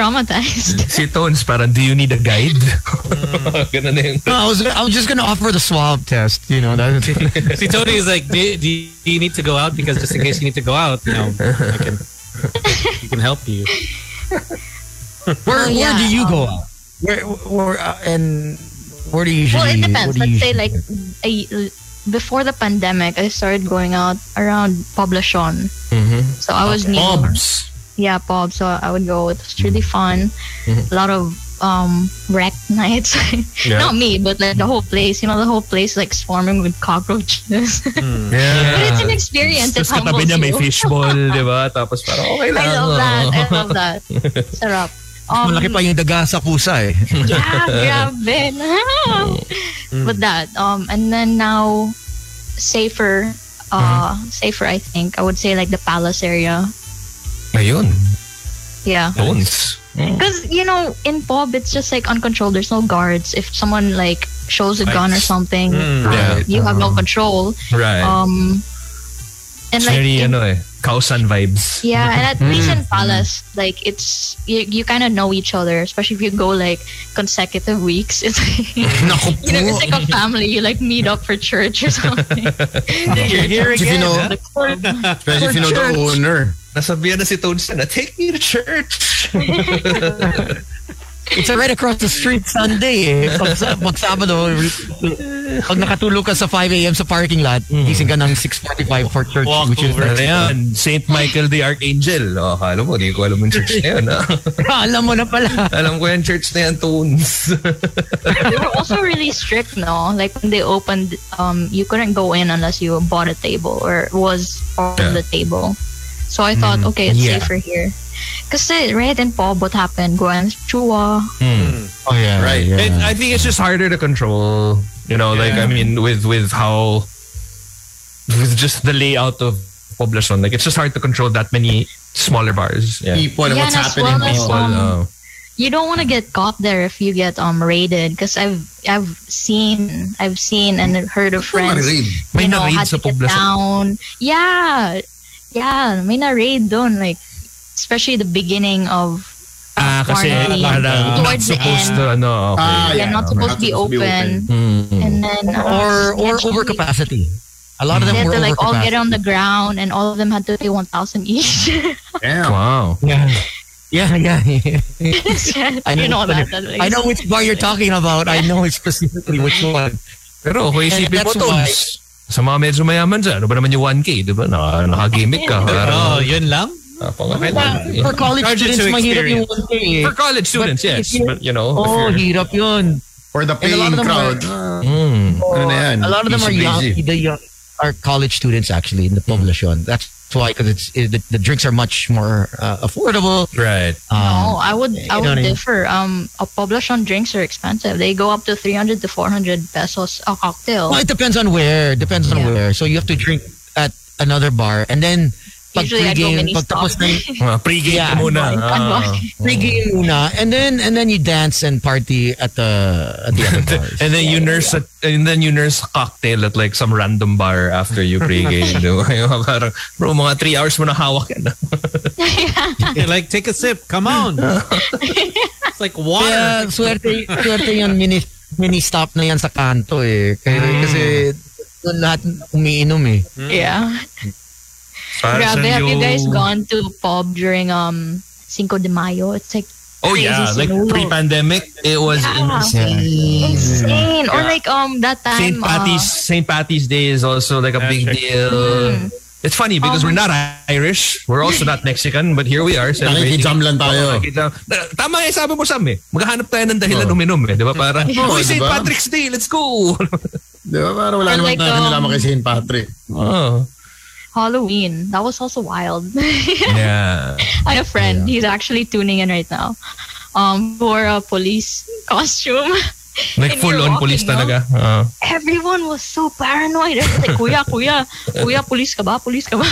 traumatized. si Tones parang, do you need a guide? Ganun na yung No, I was I was just gonna offer the swab test. You know, that, See, Tony is like, do, do you do you need to go out? Because just in case you need to go out, you know, I can, we can help you. where Oh, where yeah, do you um, go out? Where where uh, and where do you usually? well, it depends. where do Let's you usually say like I, before the pandemic, I started going out around Poblacion. Mm-hmm. So I was new. Bobs. yeah, Bob. So I would go. It was really Mm-hmm. fun. A lot of um wreck nights. Not me, but like the whole place. You know, the whole place like swarming with cockroaches. but it's an experience. It Ah. Tapos katabi humbles niya may you. fishball, di ba? Tapos parang, okay lang. I love oh. that. I love that. Sarap. Um, Malaki pa yung daga sa pusa eh. yeah, grabe. But that. Um, and then now, safer. Uh, Mm-hmm. safer. I think I would say like the palace area. Ayun. Yeah. Tones. Because you know, in Bob, it's just like uncontrolled. There's no guards. If someone like shows a gun or something, um, Hmm. yeah. you have no control. Mm. Right. Um, and It's like very, in- ano eh, Kausan vibes. yeah, and at least in Palace, like it's you, you kind of know each other, especially if you go like consecutive weeks. It's like, you know, it's like a family. You like meet up for church or something. If you know, especially if you know the owner. Nasabihan na si Tones na, take me to church. It's right across the street Sunday eh. Pag, sa- pag Sabado, pag nakatulog ka sa 5 a.m. sa parking lot, gising ka ng 6.45 for church. which is Ano yan? St. ah. Michael the Archangel. Oh, alam mo, di ko alam yung church na yun. ah. Alam mo na pala. alam ko yung church na yan, Tones. they were also really strict, no? Like when they opened, um, you couldn't go in unless you bought a table or was on Yeah. the table. So I thought, okay, it's yeah. safer here. Kasi Red and Paul both happened. Guan Chua. Oh yeah, Right. Yeah. It, I think it's just harder to control. You know, like I mean, with with how with just the layout of Poblacion, like it's just hard to control that many smaller bars. uh, Yeah. People and Yeah, what's and as happening. well as- Oh. Um, Well, You don't want to get caught there if you get um raided. Because I've I've seen I've seen and heard of Come on, friends. Reed. May you know, na-raid had sa to get Poblacion. down. Yeah. Yeah, may na-raid doon. Like, especially the beginning of ah, kasi quarantine. parang not Towards the supposed end. to, ano, okay. Ah, They're yeah. not supposed to be Not supposed to be open. Hmm. And then uh, Or or eventually, overcapacity. A lot of They them had were to like all overcapacity. get on the ground, and all of them had to pay one thousand each. Damn. Wow. yeah, yeah, yeah. I know you know it's funny. that. that I know which bar you're talking about. I know specifically which one. Pero kung isipin mo that's to, why- sa mga medyo mayaman dyan, ano ba naman yung 1K, di ba? Naka, nakagimmick ka. Ah, Oh, yun lang? For college Charge it students, to mahirap yung experience. one thing. For college students, But yes. if you- But, you know, if Oh, you're- hirap yun. For the And a lot paying of them crowd. Hmm. Ano na yan? A lot of them are Easy young, breezy. the young, are college students actually in the poblacion. That's why because it's it, the, the drinks are much more uh, affordable. Right. Um, No, I would you I know what would I mean? differ. Um, a Poblacion drinks are expensive. They go up to three hundred to four hundred pesos a cocktail. well, it depends on where. it Depends on Yeah. where. So you have to drink at another bar, and then pag Usually, I go pregame, mini pag stop. tapos na yung Mga pre-game Yeah. ka muna. Ano? Ah. pregame muna, and then and then you dance and party at the at the other bars. And then you nurse a, and then you nurse a cocktail at like some random bar after you pregame. Di ba? Yung parang, bro, mga three hours mo na hawak eh, yan. You're like, take a sip. Come on. it's like Kaya water. swerte, swerte yung mini, mini stop na yan sa kanto eh. Kaya, Mm. Kasi doon lahat umiinom eh. Yeah, Parang grabe. saan Have you yung- guys gone to pub during um Cinco de Mayo? It's like Oh yeah, crazy like sinulo. pre-pandemic, it was Yeah. insane. insane. Or like um that time. St. Patty's Uh, St. Patty's Day is also like a Yeah, big sure. deal. Mm. It's funny because Um, we're not Irish. We're also not Mexican, but here we are. celebrating. Nakikijam lang tayo. Nakikijam. Na- Tama nga yung sabi mo, Sam, eh. Maghahanap tayo ng dahilan uminom, eh. Di ba? Parang, Uy, St. diba? Patrick's Day, let's go! Di ba? Parang wala Or naman like, tayo um, kinalaman kay St. Patrick. oh. Halloween. That was also wild. Yeah. I have a friend. He's actually tuning in right now. Um, for a police costume. Like And full you're on walking, police no? talaga. Oo. Everyone was so paranoid. I was like, kuya, kuya, kuya, police ka ba? Police ka ba?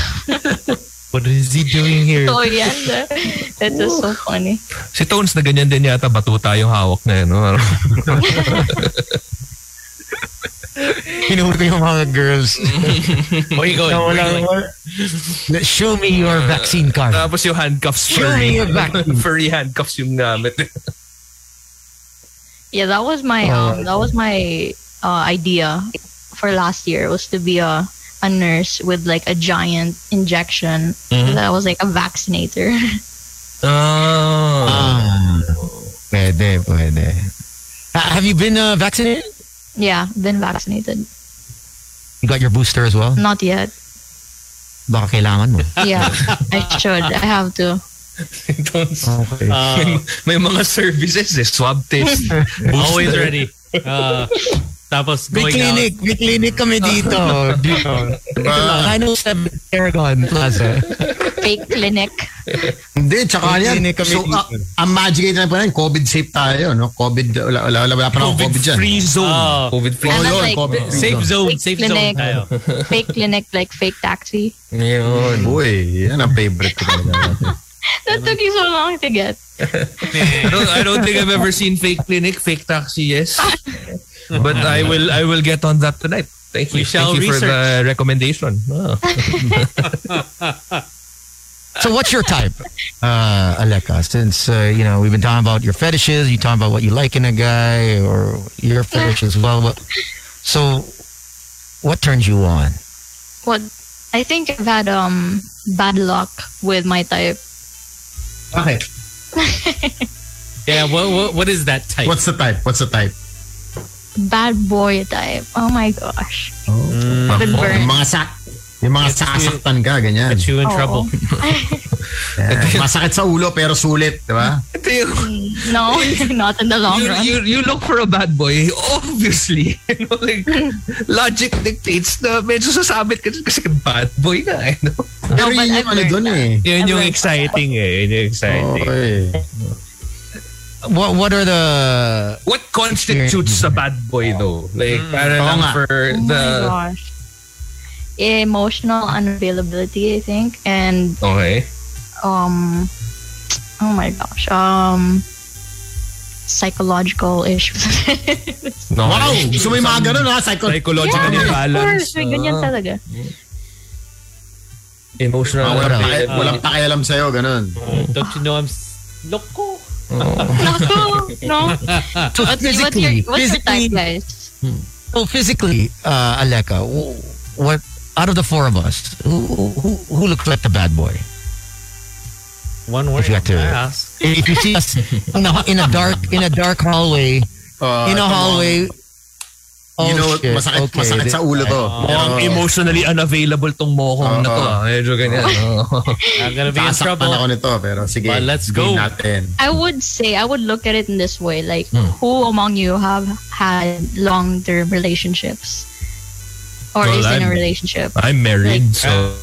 What is he doing here? so, yeah. That was so funny. Si Tones na ganyan din yata batuta yung hawak na yun. No? Oh, Hinuhuli ko yung mga girls. Mm. Where you going? Na walang, show me your vaccine card. Tapos yung handcuffs Sure, furry. you're back. furry handcuffs yung gamit. Yeah, that was my Oh, um, that was my uh, idea for last year was to be a a nurse with like a giant injection Mm-hmm. that was like a vaccinator. Oh. Ah, pwede, pwede. Ha- have you been uh, vaccinated? yeah, been vaccinated. You got your booster as well? Not yet. Baka kailangan mo. Yeah, I should. I have to. Tones. Okay. Uh, May mga services eh. Swab test. always ready. Uh, tapos May going out. clinic. May clinic kami dito. Dito. Ah. I know sa Paragon Plaza. Fake clinic. Hindi, tsaka Hindi, yan. hindi kami So, dito. ah, ang magic age na pa rin, COVID safe tayo, no? COVID, wala, wala, wala pa ako COVID dyan. Free zone. Oh. COVID free And Oh, that's yun, like- COVID free Safe zone. zone. Like Safe zone clinic. tayo. fake clinic, like fake taxi. Yun. Boy, yan ang favorite ko talaga. That took you so long to get. I don't, I don't think I've ever seen fake clinic, fake taxi, yes. But I will I will get on that tonight. Thank you. We shall Thank you for the recommendation. Oh. So what's your type, uh, Aleka? Since uh, you know we've been talking about your fetishes, you talking about what you like in a guy or your fetish as well. What, so, what turns you on? What? I think I've had um bad luck with my type. Okay. Yeah, what, what, what is that type? What's the type? What's the type? Bad boy type. Oh my gosh. Been Yung burned. mga sak, yung mga Gets you- sasaktan ka, ganyan. Oh, Get you in Oo. trouble. Masakit sa ulo pero sulit, di ba? Ito yung, No, not in the long you, run. you, you look for a bad boy, obviously. You know, like, logic dictates na medyo sasabit ka dun kasi bad boy ka. eh, no? Pero yun but I've yung ano learned dun that. eh. Yun yung Ever. exciting eh. Yun yung exciting. Okay. What What are the What constitutes a bad boy though? Like, para Oo lang nga. for Oh the... my gosh. Emotional unavailability, I think, and Okay. um, oh my gosh, um, psychological issues. No. Wow! Gusto mo yung mga ganun ha? Psycho- Psychological Yeah, imbalance. Of course, may ah, ganyan talaga. Emotional. Ah, walang, paki- Ah. walang pakialam sa'yo, ganun. Oh, Don't you know I'm s- loko? no, no. so What's your, what's your type, guys? So physically, uh, Aleka, wh- what out of the four of us, who who, who looks like the bad boy? One If word. you had to- ask. If you see us in a, in a dark in a dark hallway, Uh, in a hallway. Oh, you know, shit. masakit, okay. masakit sa ulo to. Mukhang Oh, emotionally unavailable tong mokong na to. Oo. ah. Medyo ganyan. Oh. Oo. I'm gonna be in Sasaktan ako trouble. nito, pero sige. But let's hindi go. Natin. I would say I would look at it in this way: like, Hmm. who among you have had long-term relationships, or Well, is in a I'm- relationship? I'm married, so...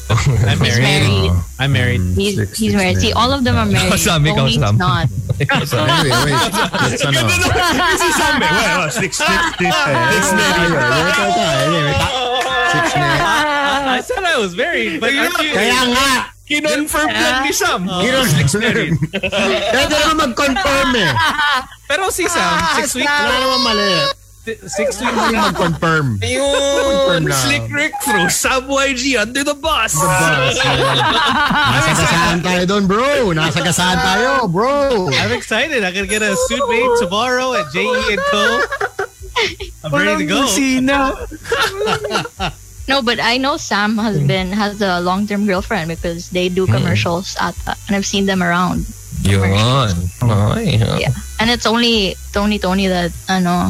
I'm He's married. married. I'm married. He's, Six, he's six married. See, married. all of them are married. Sabi ka, Only's Sam. not. Anyway, wait. Let's ano. Six, six, six. Six na yun. Ito, ito. Anyway, ta- Six na yun. I said I was married, but aren't you- Kaya nga. Kinonfirm lang ni Sam. Heroes Dictionary. Ah. Kaya di naman mag-confirm eh. Pero si Sam, Ah, six weeks, Wala naman mali. six weeks. Hindi mag-confirm. Yun! lang. Slick Rick through Sam YG under the bus. Boss, eh. Nasa gasaan tayo doon, bro. Nasa gasaan tayo, bro. I'm excited. I'm gonna get a suit made tomorrow at JE and Co. I'm ready to go. No, but I know Sam has Hmm. been has a long-term girlfriend because they do commercials at, and I've seen them around. Yun. Okay. Yeah. And it's only Tony Tony that I know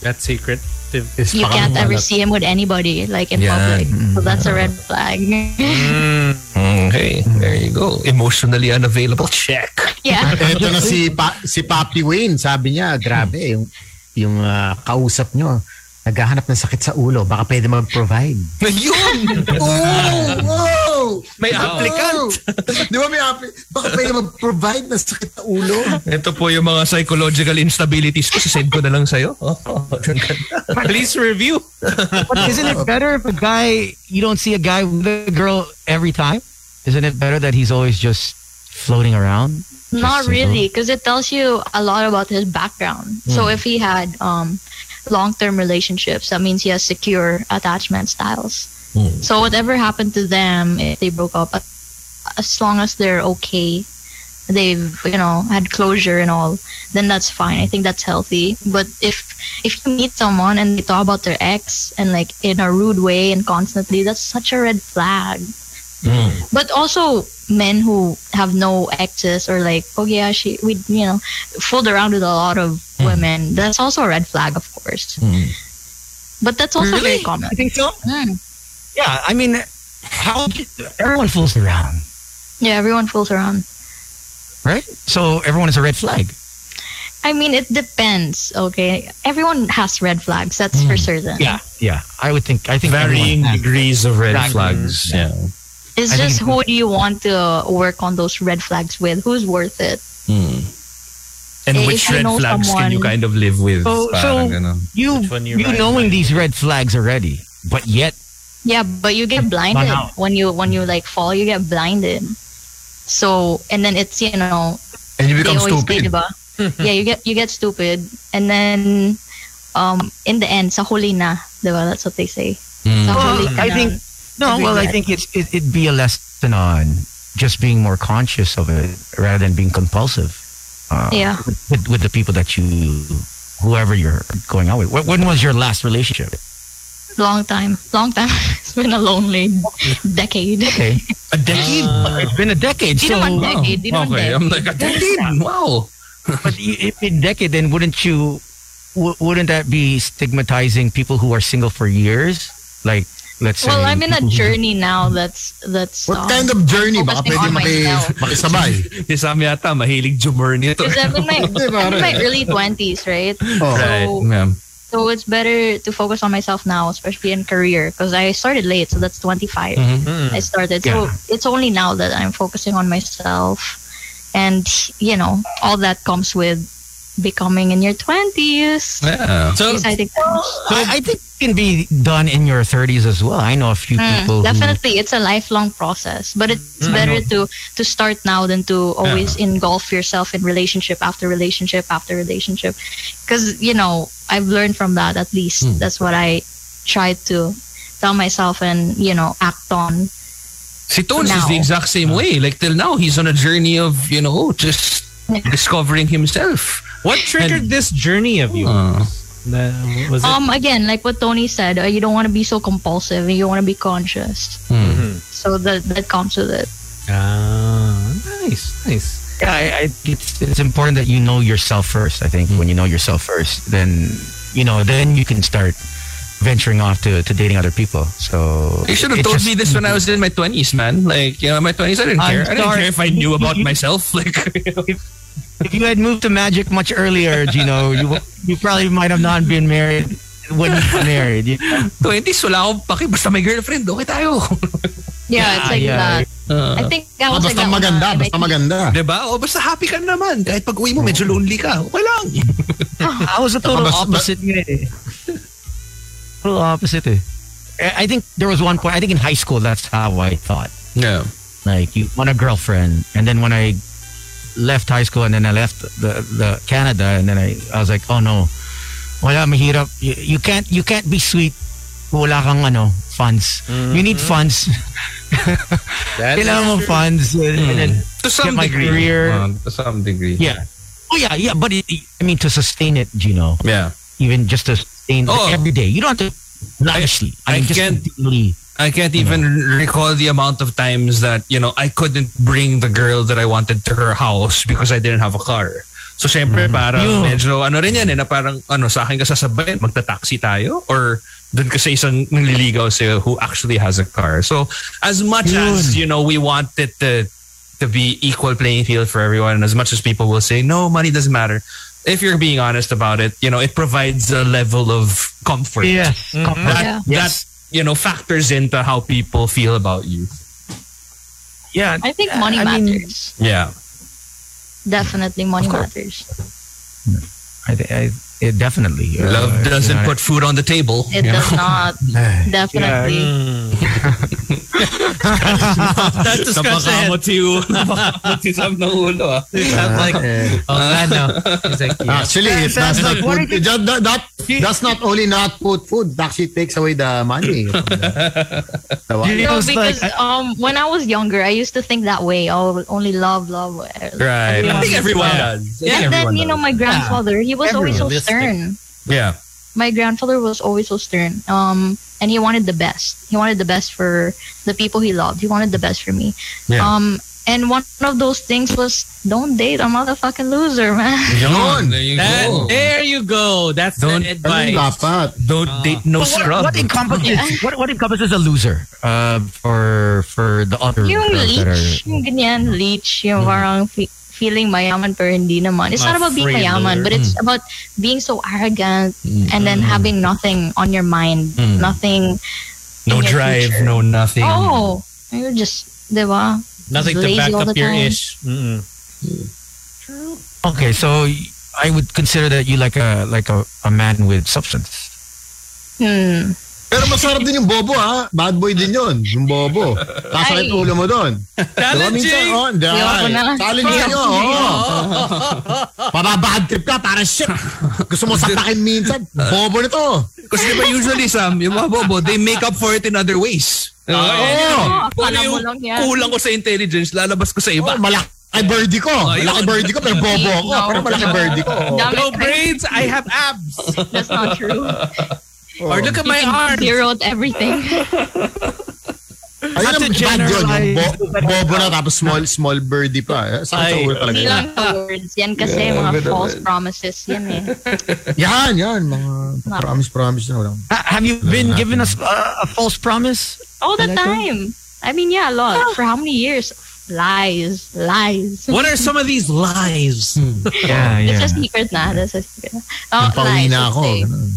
That's secret. you can't ever see him with anybody like in Yeah. Mm-hmm. public. So that's a red flag. Mm, Okay. There you go. Emotionally unavailable. Check. yeah. Ito na si pa- si Papi Wayne, sabi niya, grabe yung yung ah, kausap nyo naghahanap ng sakit sa ulo, baka pwede mag-provide. Yun! Oh! May applicant. Di ba may applicant? Baka pwede mag-provide ng sakit sa ulo. Ito po yung mga psychological instabilities ko. Sisend ko na lang sa'yo. Oh, Please review. But isn't it better if a guy you don't see a guy with a girl every time? Isn't it better that he's always just floating around? Not Just really, because it tells you a lot about his background. So if he had um, long-term relationships, that means he has secure attachment styles. So whatever happened to them, if they broke up, as long as they're okay, they've you know had closure and all, then that's fine. I think that's healthy. But if if you meet someone and they talk about their ex and like in a rude way and constantly, that's such a red flag. But also men who have no exes or like, oh yeah, she we you know fooled around with a lot of women. That's also a red flag, of course. But that's also very common. I think so. Mm. Yeah, I mean, how everyone fools around, Yeah, everyone fools around. right? So everyone is a red flag. I mean, it depends. Okay, everyone has red flags. That's for certain. yeah. I would think. I think everyone Varying has. degrees of red Exactly. flags. Yeah. It's I just think- who do you want to work on those red flags with? Who's worth it? And Eh, which if I red know flags can you someone- Oh, kind of live with? So- Parang so- ganun. You Which one you you ride knowing by? these red flags already, but yet Yeah, but you get blinded out. when you when you like fall. You get blinded. So and then it's you know And you become they always say, stupid. diba? yeah, you get you get stupid, and then um in the end, sa huli na, diba? That's what they say. Hmm. Sa huli Well, ka I na. think- no. Every Well, I red. think it's it, it'd be a lesson on just being more conscious of it rather than being compulsive. Uh, Yeah. With, with the people that you, whoever you're going out with. Wh- When was your last relationship? long time, long time. it's been a lonely decade. Okay, a decade. it's been a decade. Di so naman decade, eh, di naman Okay, I'm decade. like, a decade? Wow. But i- if in decade, then wouldn't you? W- wouldn't that be stigmatizing people who are single for years? Like let's say. Well, I'm in a journey now that's that's What um, kind of journey? Baka focusing pwede on maki, myself. makisabay. Si Sam yata, mahilig jumurney ito. Because I'm in my, I'm in my early 20s, right? Oh. So, Yeah. so it's better to focus on myself now, especially in career, because I started late, so that's 25. Mm-hmm. I started. So it's only now that I'm focusing on myself. And, you know, all that comes with becoming in your 20s. Yeah. So, Exciting times. I, I think it can be done in your 30s as well. I know a few Mm, people. who- definitely it's a lifelong process but it's better to to start now than to always engulf yourself in relationship after relationship after relationship because you know i've learned from that at least that's what i tried to tell myself and you know act on Si Tones is Now. the exact same way. Like till now, he's on a journey of, you know, just Yeah. discovering himself. what triggered this journey of you? Uh, Na- was it? um again like what tony said uh, you don't want to be so compulsive and you want to be conscious Mm-hmm. so that that comes with it Ah, nice, nice. Yeah, I, I, it's, it's important that you know yourself first. I think when you know yourself first, then you know, then you can start venturing off to, to dating other people. So you should have it told just- me this when I was in my 20s, man. Like, you know, my 20s, I didn't I'm care. I didn't sorry. care if I knew about myself. Like, If you had moved to Magic much earlier, Gino, you you probably might have not been married when you got married. you know? 20s, wala akong paki. Basta may girlfriend, okay tayo. Uh, yeah, it's like yeah. that i think that was like Ah, Basta that when maganda, I- basta maganda. diba? O basta happy ka naman. Kahit pag uwi mo, medyo lonely ka. Okay lang. I was a total Tapos- opposite. nga eh. Total opposite. eh. I I think there was one point. I think in high school, that's how I thought. Yeah. like you want a girlfriend and then when i left high school and then i left the, the canada and then I, I was like oh no wala mahirap you, you can't you can't be sweet kung wala kang ano funds you need funds kailangan mo funds and, and then To some Get my degree. career. Uh, to some degree. yeah oh yeah yeah but it, i mean to sustain it Gino Yeah. even just to sustain Oh. every day you don't have to lavishly i, I mean, just can't- continually. I can't even recall the amount of times that, you know, I couldn't bring the girl that I wanted to her house because I didn't have a car. So, syempre, parang Yun. medyo, ano rin yan eh, na parang, ano, sa akin ka sasabayin, magta-taxi tayo? Or dun ka sa isang nililigaw sa'yo who actually has a car. So, as much as, you know, we want it to, to be equal playing field for everyone, and as much as people will say, no, money doesn't matter, if you're being honest about it, you know, it provides a level of comfort yes that Yeah. Yes. that you know factors into how people feel about you. yeah i think money Uh, I mean- matters Yeah. definitely money matters I, thi- I, it definitely uh, Love you doesn't know, put food on the table. It does not. Definitely. That's Napakamot you. I'm like, Oh, ano. It's like, yeah. Ah, Actually, it does not put, it does- that, that does not only not put food, that actually takes away the money. Diba? from the- the wa- It No, was like- because um, when I was younger, I used to think that way. Oh, only love, love. right. I think everyone does. I think And then everyone you know, does. my grandfather, he was always so Realistic. stern. yeah. My grandfather was always so stern. Um, and he wanted the best. He wanted the best for the people he loved. He wanted the best for me. Yeah. Um, and one of those things was don't date a motherfucking loser, man. Yun. There you That- go. there you go. That's Don't- the Yun advice. Dapat. Don't date no But what, scrub. what encompasses what, what encompasses a loser uh, for for the other uh, yung that are- leech, yung ganyan, Mm. leech, yung parang fe- feeling mayaman pero hindi naman. Mga It's Mm. not about being free mayaman, loader. but it's about being so arrogant Mm, and then having nothing on your mind, nothing. no in your drive, future. no nothing. Oh, you're just, diba? Nothing to Lazy back all up the your time. ish. Mm-mm. okay so y- I would consider that you like a like a, a man with substance Hmm. Pero masarap din yung bobo ha. Bad boy din yun. Yung bobo. Kasakit Ay. ulo mo doon. Challenging! Oh, hindi. Ayoko na. Challenging yun. Oh. para bad trip ka. Para shit. Gusto mo saktakin minsan. Bobo nito. Kasi diba usually, Sam, yung mga bobo, they make up for it in other ways. Oo. Oh, Ano akala mo yung lang yan. kulang ko sa intelligence, lalabas ko sa Oh, iba. malaki birdie ko. Malaki birdie ko. Pero bobo ako. Pero malaki birdie ko. Ang dami- Oh, braids. I have abs. That's not true. Or look at You my can arm. Zeroed everything. Ayun Not to ang bad yun. Yung bo- generalize. bobo na tapos small small birdie pa. Eh, Sa sa Ay. ulo talaga. Hindi yun. lang the words yan kasi mga false promises yan eh. Yan, yan. Mga promise-promise na walang. Ha- have you been given us uh, a false promise? All the time. I mean, yeah, a lot. For how many years? Lies, lies. What are some of these lies? Hmm. Yeah, That's a secret na. That's a secret. Hmm. Oh, Pauwi lies. na ako. okay. ganun.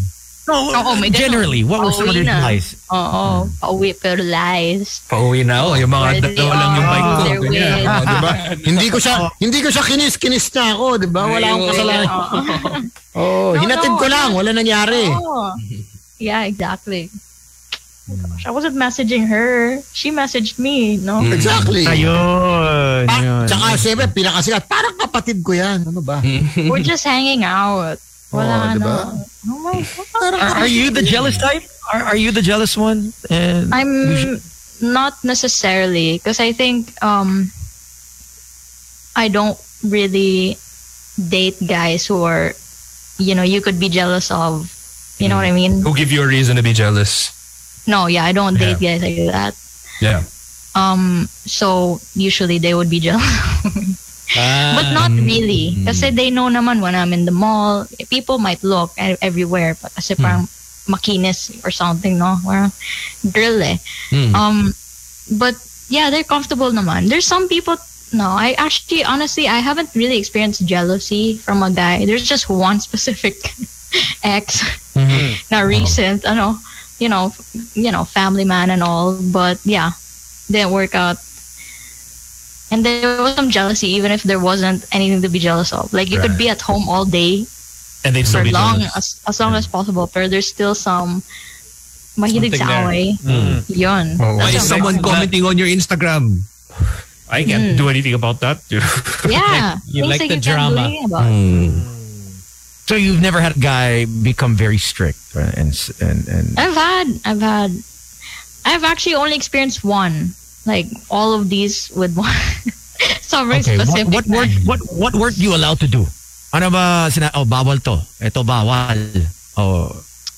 No, Oo, may ganun. generally, what were some of your Pauwi na. lies? Oo, oh, pauwi pero lies. Pauwi na ako. Yung mga Where they Ah, dalawa lang yung bike ko. are, their Ganyan. Oh, ways. di ba? diba? hindi ko siya hindi ko siya kinis-kinis na ako, 'di ba? Wala akong kasalanan. Oo. Oh, No, hinatid no, ko lang, wala nangyari. Oh. Yeah, exactly. I wasn't messaging her. She messaged me, no? Exactly. Ayun. Pa- yun. tsaka siyempre, pinakasikat. Parang kapatid ko yan. Ano ba? We're just hanging out. Oo, Wala na. diba? Oh my Are, God. are you the jealous type? Are, are you the jealous one? And I'm not necessarily because I think um I don't really date guys who are you know you could be jealous of. You know what I mean? Who give you a reason to be jealous? No, yeah, I don't date guys like that. Yeah. Um, so usually they would be jealous. but not really. Kasi they know naman when I'm in the mall, people might look e- everywhere. But kasi parang makinis or something, no? Parang drill eh. Um, but yeah, they're comfortable naman. There's some people, no, I actually, honestly, I haven't really experienced jealousy from a guy. There's just one specific ex na recent, ano, you know, f- you know, family man and all. But yeah, didn't work out. And there was some jealousy, even if there wasn't anything to be jealous of. Like you could be at home all day And they'd for still be long jealous. as, as long as possible, but there's still some mahilig sa away. Mm. Yun. Oh. Why That's is what- someone commenting on your Instagram? I can't Mm. do anything about that. Yeah. You Things like that the you can't do drama. anything about. Mm. so you've never had a guy become very strict right? and s- and and I've had, I've had, I've actually only experienced one. Like all of these with one. so very okay, what, specific. what work what what work you allowed to do? Ano ba sina oh bawal to? Ito bawal. Oh,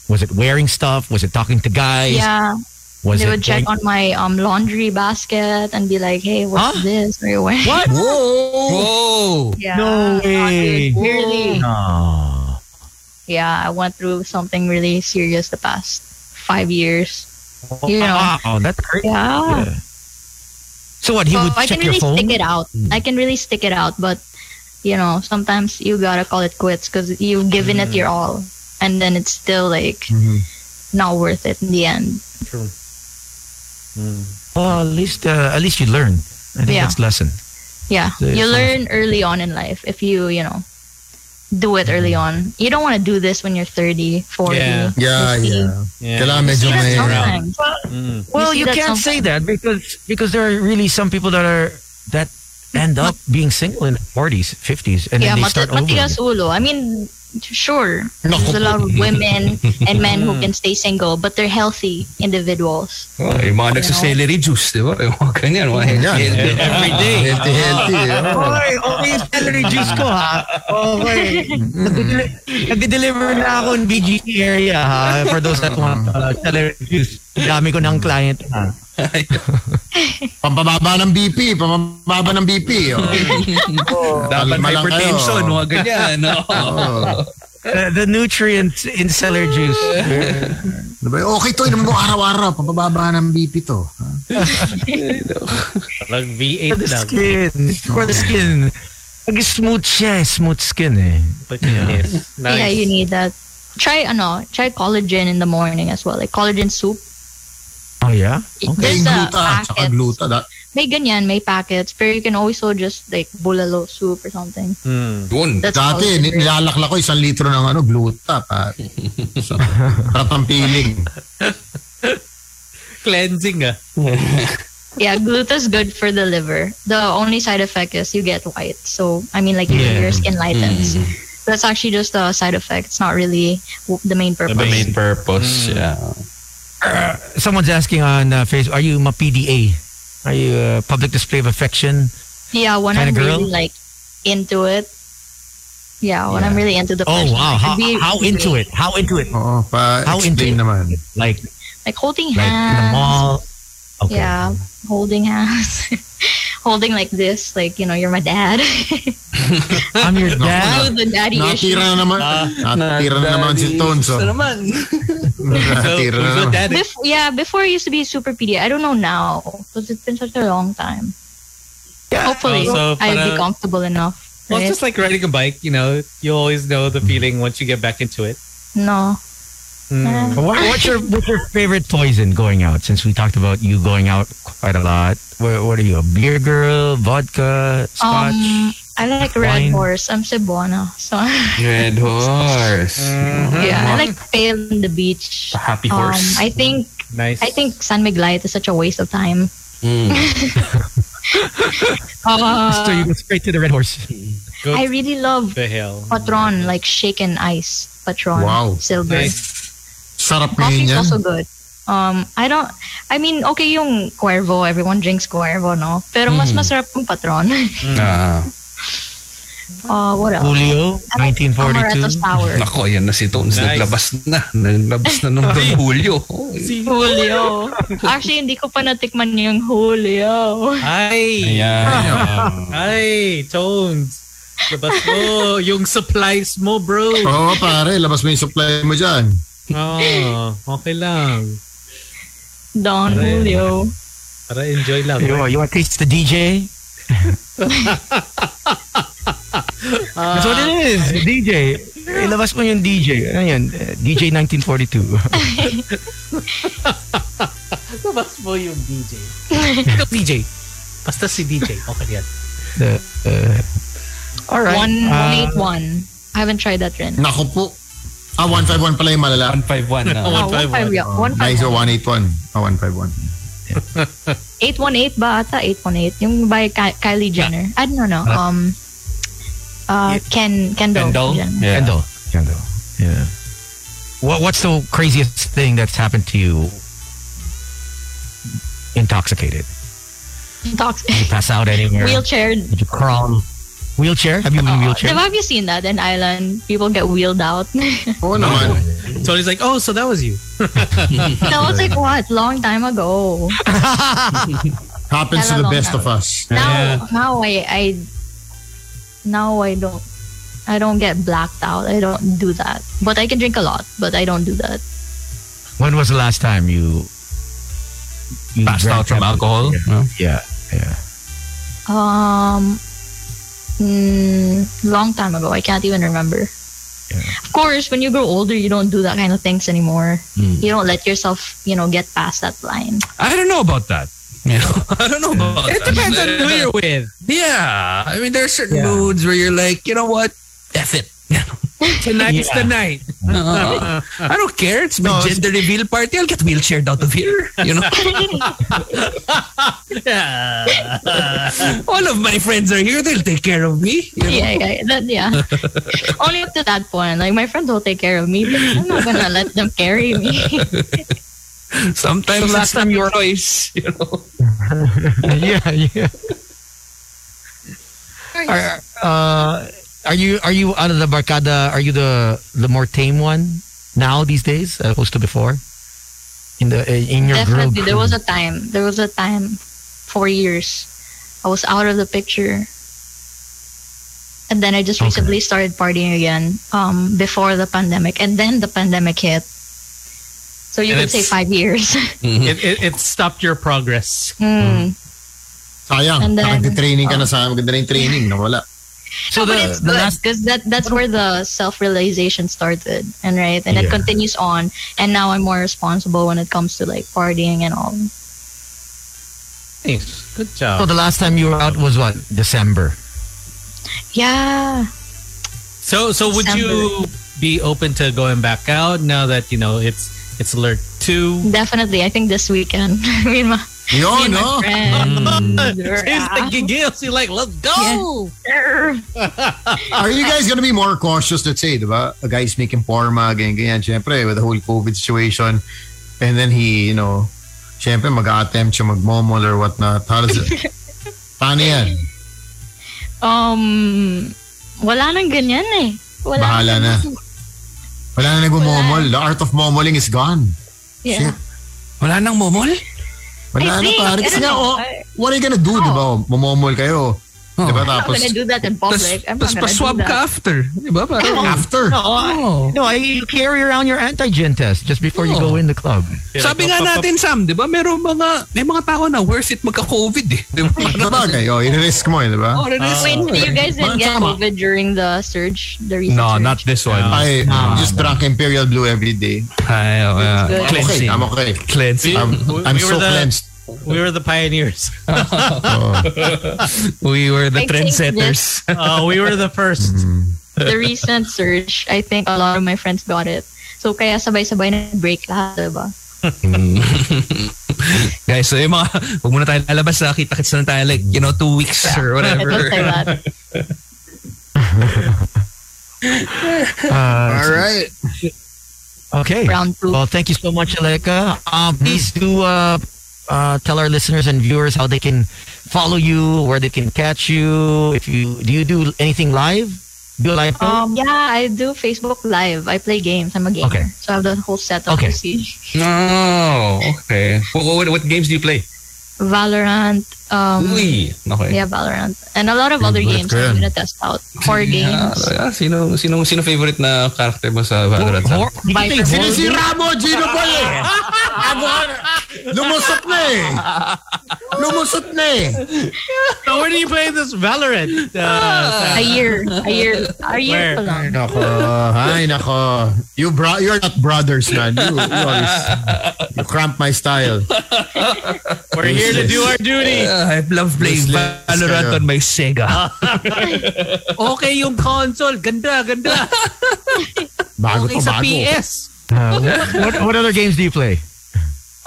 was it wearing stuff? Was it talking to guys? yeah. Was they it would check going- on my um, laundry basket and be like, "Hey, what's Huh? this? Are you wearing?" what? Whoa! Yeah. No Oh, dude, way. Really? No. Yeah, I went through something really serious the past five years. Oh, You know. Wow, that's crazy. Yeah. So what? He So would I check can your really phone. Hmm. stick it out. I can really stick it out, but you know, sometimes you gotta call it quits because you've given it Mm. your all, and then it's still like Mm-hmm. not worth it in the end. Well, at least uh, at least you learn. I think Yeah. that's lesson. Yeah, So you it's learn early on in life if you you know do it early Mm-hmm. on. You don't want to do this when you're 30, 40. Yeah. Yeah, yeah. Yeah. Mm. Kailangan You medyo see that may... sometimes. Well, see you that can't say that because because there are really some people that are that end up being single in forties, fifties, and yeah, then they mati- start over. matigas again. ulo. I mean, sure, Naku. there's a lot of women and men who Mm. can stay single, but they're healthy individuals. Oh, yung mga nagsa-celery juice, di ba? Yung mga ganyan. Mga Yan. Every day. Healthy, healthy. oh. Oy, okay, celery juice ko ha. Okay. Nagde-deli- Nagde-deliver na ako in BGC area ha. For those that want uh, celery juice. Dami ko ng client ha. Pampababa ng BP, pampababa ng BP. Oh. Kalma Dapat lang hypertension, kayo. mga ganyan. no? Oh. Uh, the nutrients in celery juice. Diba? Okay to, inom mo araw-araw, pampababa ng BP to. For Like V8 the lang. skin. For the skin. Nag-smooth siya eh. Smooth skin eh. But yes. Yeah, Nice. you need that. Try ano, try collagen in the morning as well, like collagen soup. Oh yeah? May There's a gluta, tsaka packet. gluta. Da- May ganyan, may packets, pero you can also just like bulalo soup or something. Mm. Yun. That's Hmm, Dati, collagen ni- rich. nilalaklak ko isang litro ng ano, gluta. Pa. So, para pampiling. Cleansing ah. Yeah, gluten's good for the liver. The only side effect is you get white. So, I mean, like Yeah. Mm. your skin lightens. That's actually just a side effect. It's not really w- the main purpose. purpose. Yeah. Someone's asking on uh, Facebook, are you ma PDA? Are you uh, public display of affection? Yeah, when Kinda I'm girl? really like into it. Yeah, when I'm really into the Oh person, wow. I How, could be- how into it? How into it? Oo, How pa-explain into- naman. Like Like holding like in the hands. mall. Okay. Yeah, holding hands, holding like this, like you know, you're my dad. I'm your dad. the daddy issue. Nakatira na naman. Nakatira na naman si Tonso. Nakatira na naman. daddy. Bef- yeah, before it used to be Superpedia. I don't know now because it's been such a long time. Hopefully, Oh, so I'll be para- comfortable enough. Well, it's right? just like riding a bike, you know, you always know the feeling once you get back into it. no. Mm. Uh, What, what's your what's your favorite poison going out? Since we talked about you going out quite a lot, what, what are you? A beer girl, vodka, scotch? Um, I like Red wine. Horse. I'm Cebuana, so Red horse. Mm-hmm. yeah, I like Pale on the Beach. Happy Um, horse. I think Nice. I think San Miguelite is such a waste of time. Uh, so you go straight to the red horse. Go I really love the hill. Patron, like shaken ice Patron Wow. silver. Nice. Sarap ngayon Coffee is yan. also good. Um, I don't, I mean, okay yung Cuervo, everyone drinks Cuervo, no? Pero mas masarap yung Patron. Ah, uh, what else? Julio, Amaretto 1942. Sour. nako, yan na si Tones. Nice. Naglabas na. Naglabas na nung Don Julio. Julio. Actually, hindi ko pa natikman yung Julio. Ay. Ayan. Ah. Ay, tones. Labas mo yung supplies mo, bro. Oo, pare. Labas mo yung supply mo dyan. Oh, okay lang. Don Julio. Para enjoy lang. You, you want to taste the DJ? That's what it is. DJ. Ilabas mo yung DJ. Ayan, eh, DJ 1942. Labas mo yung DJ. Ikaw, DJ. Basta si DJ. Okay yan. The, uh, all right. One, Uh, 181. I haven't tried that rin. Naku po. Ah, 151 pala yung malala. 151 na. Oh, 151. yeah. Nice, 151. 181. Ah, 151. 818 ba ata? 818. Yung by Ki- Kylie Jenner. I don't know. Um, uh, Ken, Kendall. Kendall? Jenner. Yeah. Kendall. Kendall. Yeah. What, what's the craziest thing that's happened to you? Intoxicated. Talks. Did you pass out anywhere? Wheelchair. Did you crawl? Wheelchair? Have you been in wheelchair? Diba, Uh, have you seen that in Ireland? People get wheeled out. that Oo naman. Tony's like, oh, so that was you. was like what? Long time ago. Happens to the best of us. Now, now I, I, now I don't, I don't get blacked out. I don't do that. But I can drink a lot. But I don't do that. When was the last time you, you Passed drank out from heavily? alcohol? Yeah. No? Yeah. yeah. Um, mm, long time ago. I can't even remember. Yeah. Of course, when you grow older, you don't do that kind of things anymore. Hmm. You don't let yourself, you know, get past that line. I don't know about that. You know, I don't know about that. It depends on who you're with. Yeah. I mean, there are certain moods where you're like, you know what? F it. Tonight's the night. Uh, I don't care. It's my gender reveal party. I'll get wheelchaired out of here. You know, all of my friends are here. They'll take care of me. You know? yeah, yeah, that, yeah. Only up to that point. Like my friends will take care of me, but I'm not gonna let them carry me. Sometimes it's not your choice. You know. yeah, yeah. Are, uh, are you are you out of the barcada? Are you the the more tame one now these days, as opposed to before? In the uh, in your girl Definitely, group? there was a time. There was a time, four years, I was out of the picture, and then I just recently started partying again. Um, before the pandemic, and then the pandemic hit. So you And could say it's- five years. Mm-hmm. It, it, it stopped your progress. Mm. Sayang. And then- Nakagdi-training ka na sa Oh. maganda na yung training. Nawala. so but the, it's the good last because that that's where the self realization started, and right, and it Yeah. continues on. And now I'm more responsible when it comes to like partying and all. Thanks. Good so job. the last time you were out was what December. Yeah, So, so would you be open to going back out now that you know it's it's alert two? definitely. I think this weekend. me and my, me Yun, and Oh, no? my friend. She's the giggles. She's like, let's go. Yeah. Are you guys gonna be more cautious, let's say, di ba? A guy's making forma, ganyan, ganyan. Siyempre, with the whole COVID situation. And then he, you know, siyempre mag-attempt siya magmomol or whatnot. How does it? Paano yan? Um, wala nang ganyan eh. Wala Bahala na. Wala na nagmomol. The art of momoling is gone. Yeah. Wala nang momol? Wala I na think, pare. Kasi I nga, don't oh, know. what are you gonna do, di ba? Oh, Mamomol kayo. Oh. Di ba? Diba? I'm not Tapos, gonna do that in public. I'm not Tapos gonna pa-swab do that. ka after. Di ba? Parang, after. No, I, no, I, you carry around your antigen test just before you go in the club. sabi nga natin, Sam, di ba? Meron mga, may mga tao na worth it magka-COVID eh. Di ba? Sa bagay, oh, in-risk mo, eh, di ba? Parang, Wait, so you guys didn't Parang get tama. COVID during the surge, the recent No, surge? not this one. I just drank Imperial Blue every day. Ay, oh, yeah. Good. I'm okay. Cleansing. I'm okay. Cleansing. I'm, We- I'm we were so the- cleansed. We were the pioneers. Oh. We were the I think trendsetters. Uh, we were the first. the recent surge, I think a lot of my friends got it. So kaya sabay-sabay na break lahat, diba? Guys, so yung mga, huwag muna tayo lalabas ha. Kita-kits na tayo like, you know, two weeks or It whatever. was like that. All right. Uh, Okay. Round two. Well, thank you so much, Aleka. Um, please do uh, uh, tell our listeners and viewers how they can follow you, where they can catch you. If you do you do anything live, do a live show? Um, yeah, I do Facebook Live. I play games. I'm a gamer. Okay. So I have the whole set of Okay. PC. No. Okay. What, what, what games do you play? Valorant. Um, Uy. Okay. Yeah, Valorant. And a lot of other games I'm gonna test out. Horror games. Ah, sino, sino, sino favorite na character mo sa Valorant? Sam? Hor- you can play horror Viper. games? Sinisira mo, Gino Boy eh. Nagawa- Lumusot na eh. Lumusot na eh. So when are you playing this Valorant? Uh, A year. A year. A year pa lang. Nako, ay nako. You bro, you're not brothers, man. You, you always you cramp my style. we're here to do our duty. Ah, I love playing Useless Valorant kayo. on my Ah, Sega. Okay yung console. Ganda, ganda. Bago Okay to sa bago. PS. Uh, what, what other games do you play?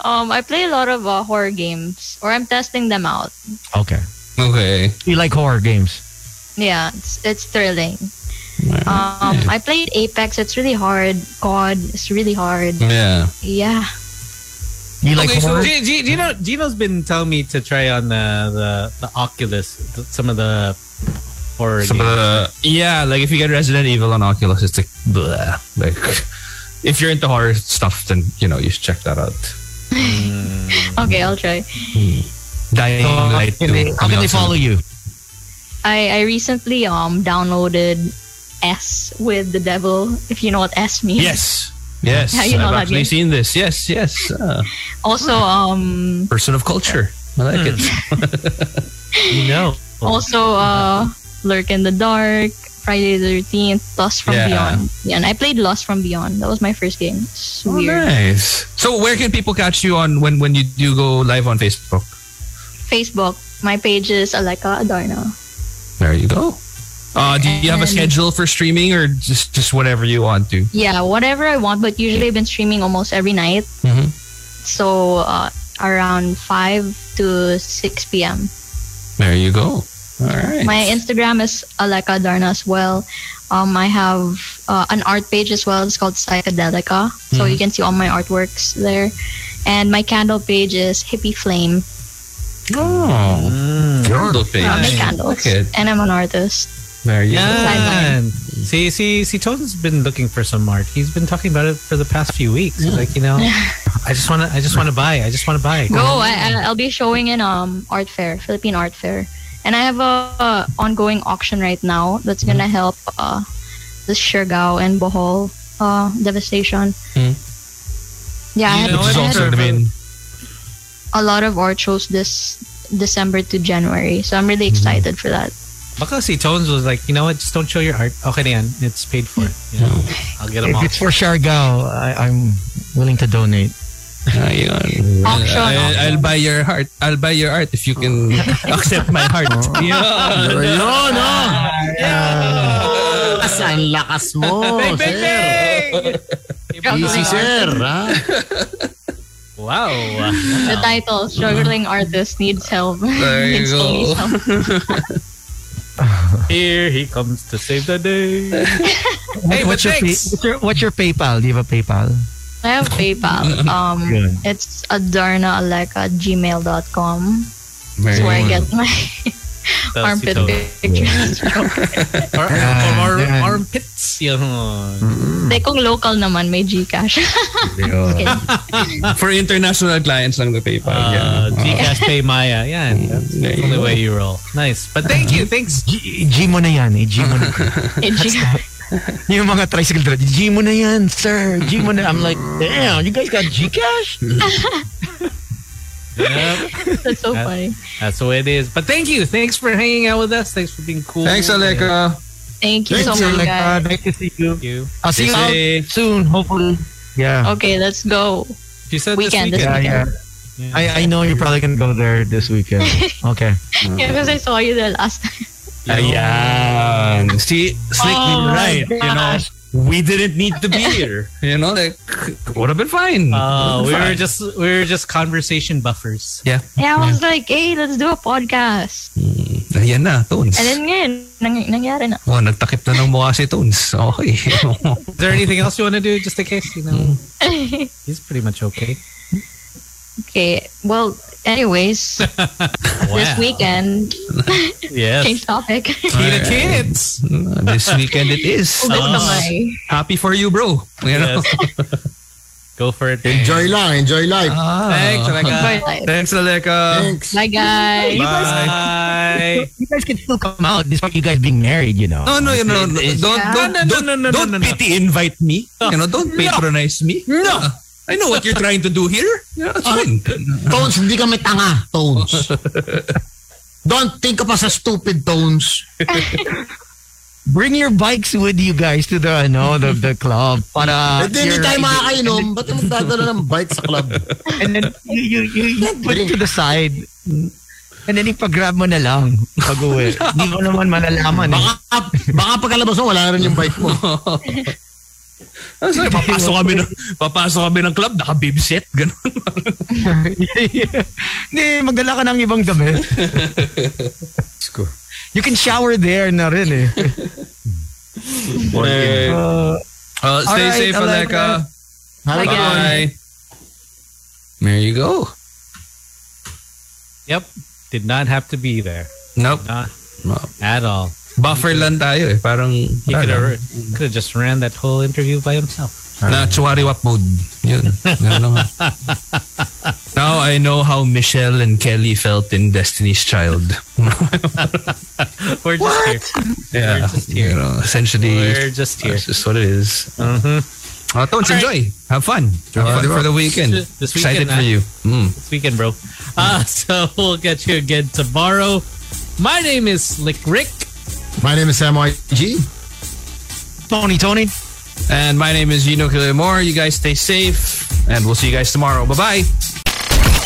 Um, I play a lot of uh, horror games, or I'm testing them out. Okay. Okay. You like horror games? Yeah, it's, it's thrilling. Um, I played Apex. It's really hard. COD. It's really hard. Yeah. Yeah. You like Okay, so horror? G- G- Gino, Gino's been telling me to try on the the, the Oculus, th- some of the horror Some of games. the- yeah, like if you get Resident Evil on Oculus, it's like, bleh. like if you're into horror stuff, then you know you should check that out. Okay, I'll try. Dying Uh, Light. How can they, 2 Oh, how coming can they out soon. follow you? I I recently um downloaded S with the devil. If you know what S means. Yes. Yes. Yeah, you know I've that actually game. seen this. Yes. Yes. Ah, Also, um, person of culture. I like it. you know. Oh. also uh, Lurk in the Dark, Friday the Thirteenth, Lost from Yeah. Beyond. Yeah, and I played Lost from Beyond. That was my first game. It's Hmm. Oh, weird. nice. So where can people catch you on when when you do go live on Facebook? Facebook. My page is Aleka Adarna. There you go. Uh, do you have a And- schedule for streaming or just just whatever you want to? Yeah, whatever I want, but usually I've been streaming almost every night. Mhm. So uh, around 5 to 6 p.m. There you go. All right. My Instagram is Aleka Darna as well. Um, I have uh, an art page as well. It's called Psychedelica. So Mm-hmm. you can see all my artworks there. And my candle page is Hippie Flame. oh, Hmm. candle page. I make candles. Look at And I'm an artist. there you go. Yeah. See, see, see, Tozen's been looking for some art. He's been talking about it for the past few weeks. He's like, you know, I just want to, I just want to buy. I just want to buy. Go. I, I- I'll be showing in um art fair, Philippine art fair. And I have a, a ongoing auction right now that's going to Mm. help uh, the Siargao and Bohol uh, devastation. Mm. Yeah, I You had- know Which is I had also the main. a lot of art shows this December to January. So I'm really Mm-hmm. excited for that. Baka si Tones was like, you know what? Just don't show your art. Okay, na yan. It's paid for. You know, I'll get them If all. it's for Siargao, I, I'm willing to donate. Ayun. Auction, I, auction. I'll buy your heart. I'll buy your art if you can accept my heart. Yeah. Ayun, oh. Lakas, ang lakas mo. sir. Easy, sir. Ha? Wow. The title, Struggling Artist Needs Help. There you Needs only go. help. Here he comes to save the day. Hey, what's, your pay, thanks. what's your what's your PayPal? Do you have a PayPal? I have PayPal. Um, Good. It's adarnaalek at gmail.com. That's where I get my Tapos armpit ito. pictures. Or, Yeah, or, or yeah. armpits. Yun. Hindi, kung local naman, may Gcash. Just kidding. For international clients lang na PayPal. Ah, Uh, yeah. Gcash Pay Maya. Yan. That's There the you only go. way you roll. Nice. But thank you. Thanks. G, G mo na yan. Eh, G mo na. Eh, G- Yung mga tricycle drivers, G mo na yan, sir. G mo na. I'm like, damn, you guys got Gcash? Yep. That's so funny. That's the way it is. But thank you. Thanks for hanging out with us. Thanks for being cool. Thanks, Aleka. Thank you so Thanks, Aleka. much, guys. Nice to see you. Thank you. I'll see you out Stay safe. soon, hopefully. Yeah. Okay, let's go. You said Weekend, this this Yeah, weekend. yeah. Yeah. I, I know you're probably gonna go there this weekend. Okay. Yeah, because I saw you there last time. Ayan. See, Slick Oh did my right. You know, gosh. we didn't need to be here. You know, oh, like, would have been fine. Uh, we Would've were been fine. just we were just conversation buffers. Yeah, I was like, hey, let's do a podcast. Ayan na, Tones. And then ngayon, nang- nangyari na. Oh, nagtakip na ng mukha si Tones. Okay. Is there anything else you want to do just in case you know? He's pretty much okay. Okay, well, anyways, this weekend, Yes. change topic. Tina Tits. This weekend it is. Ugat Oh. kamay. Happy for you, bro. You know? Yes. Go for it. Enjoy lang. Enjoy life. Ah. Thanks, Rebecca. Bye. Thanks, Aleka. Thanks. Bye, guys. Bye. You guys can still come out despite you guys being married, you know. No, no, you know, don't, don't, No, no, no, no, no, don't, don't no, no. pity invite me. You know, don't patronize me. No. I know what you're trying to do here. Yeah, it's fine. Tones, hindi kami tanga. Tones. Don't think of us as stupid tones. Bring your bikes with you guys to the no the, the club. Para Hindi Eh, hindi you're- tayo makakainom. Ba't mo dadala ng bike sa club? And then you, you, you, you put it to the side. And then ipag-grab mo na lang pag uwi. Hindi mo naman malalaman. Eh. Baka, baka pagkalabas mo, wala na rin yung bike mo. Sorry, papasok kami ng papasok kami ng club, naka-bibset, ganun. Hindi, magdala ka ng ibang damit. You can shower there na rin eh. Eh, Uh, Uh, stay Alright, safe, Aleka. Bye, Bye. There you go. Yep. Did not have to be there. Nope. Not No. at all. Buffer lang tayo eh. Parang He could have could have just ran that whole interview by himself. na chuwariwap mode. Yun. Ganun nga. Now I know how Michelle and Kelly felt in Destiny's Child. We're just here. yeah. You know, essentially, We're just here. that's just what it is. Mhm. Uh, Tones, enjoy. Have fun. Have fun for the weekend. This Excited weekend, for ah. you. Mm. This weekend, bro. Uh, so we'll get you again tomorrow. My name is Slick Rick. My name is Sam YG. Tony, Tony. And my name is Gino Killamore. You guys stay safe, and we'll see you guys tomorrow. Bye bye.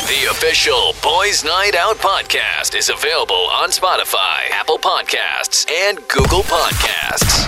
The official Boys Night Out podcast is available on Spotify, Apple Podcasts, and Google Podcasts.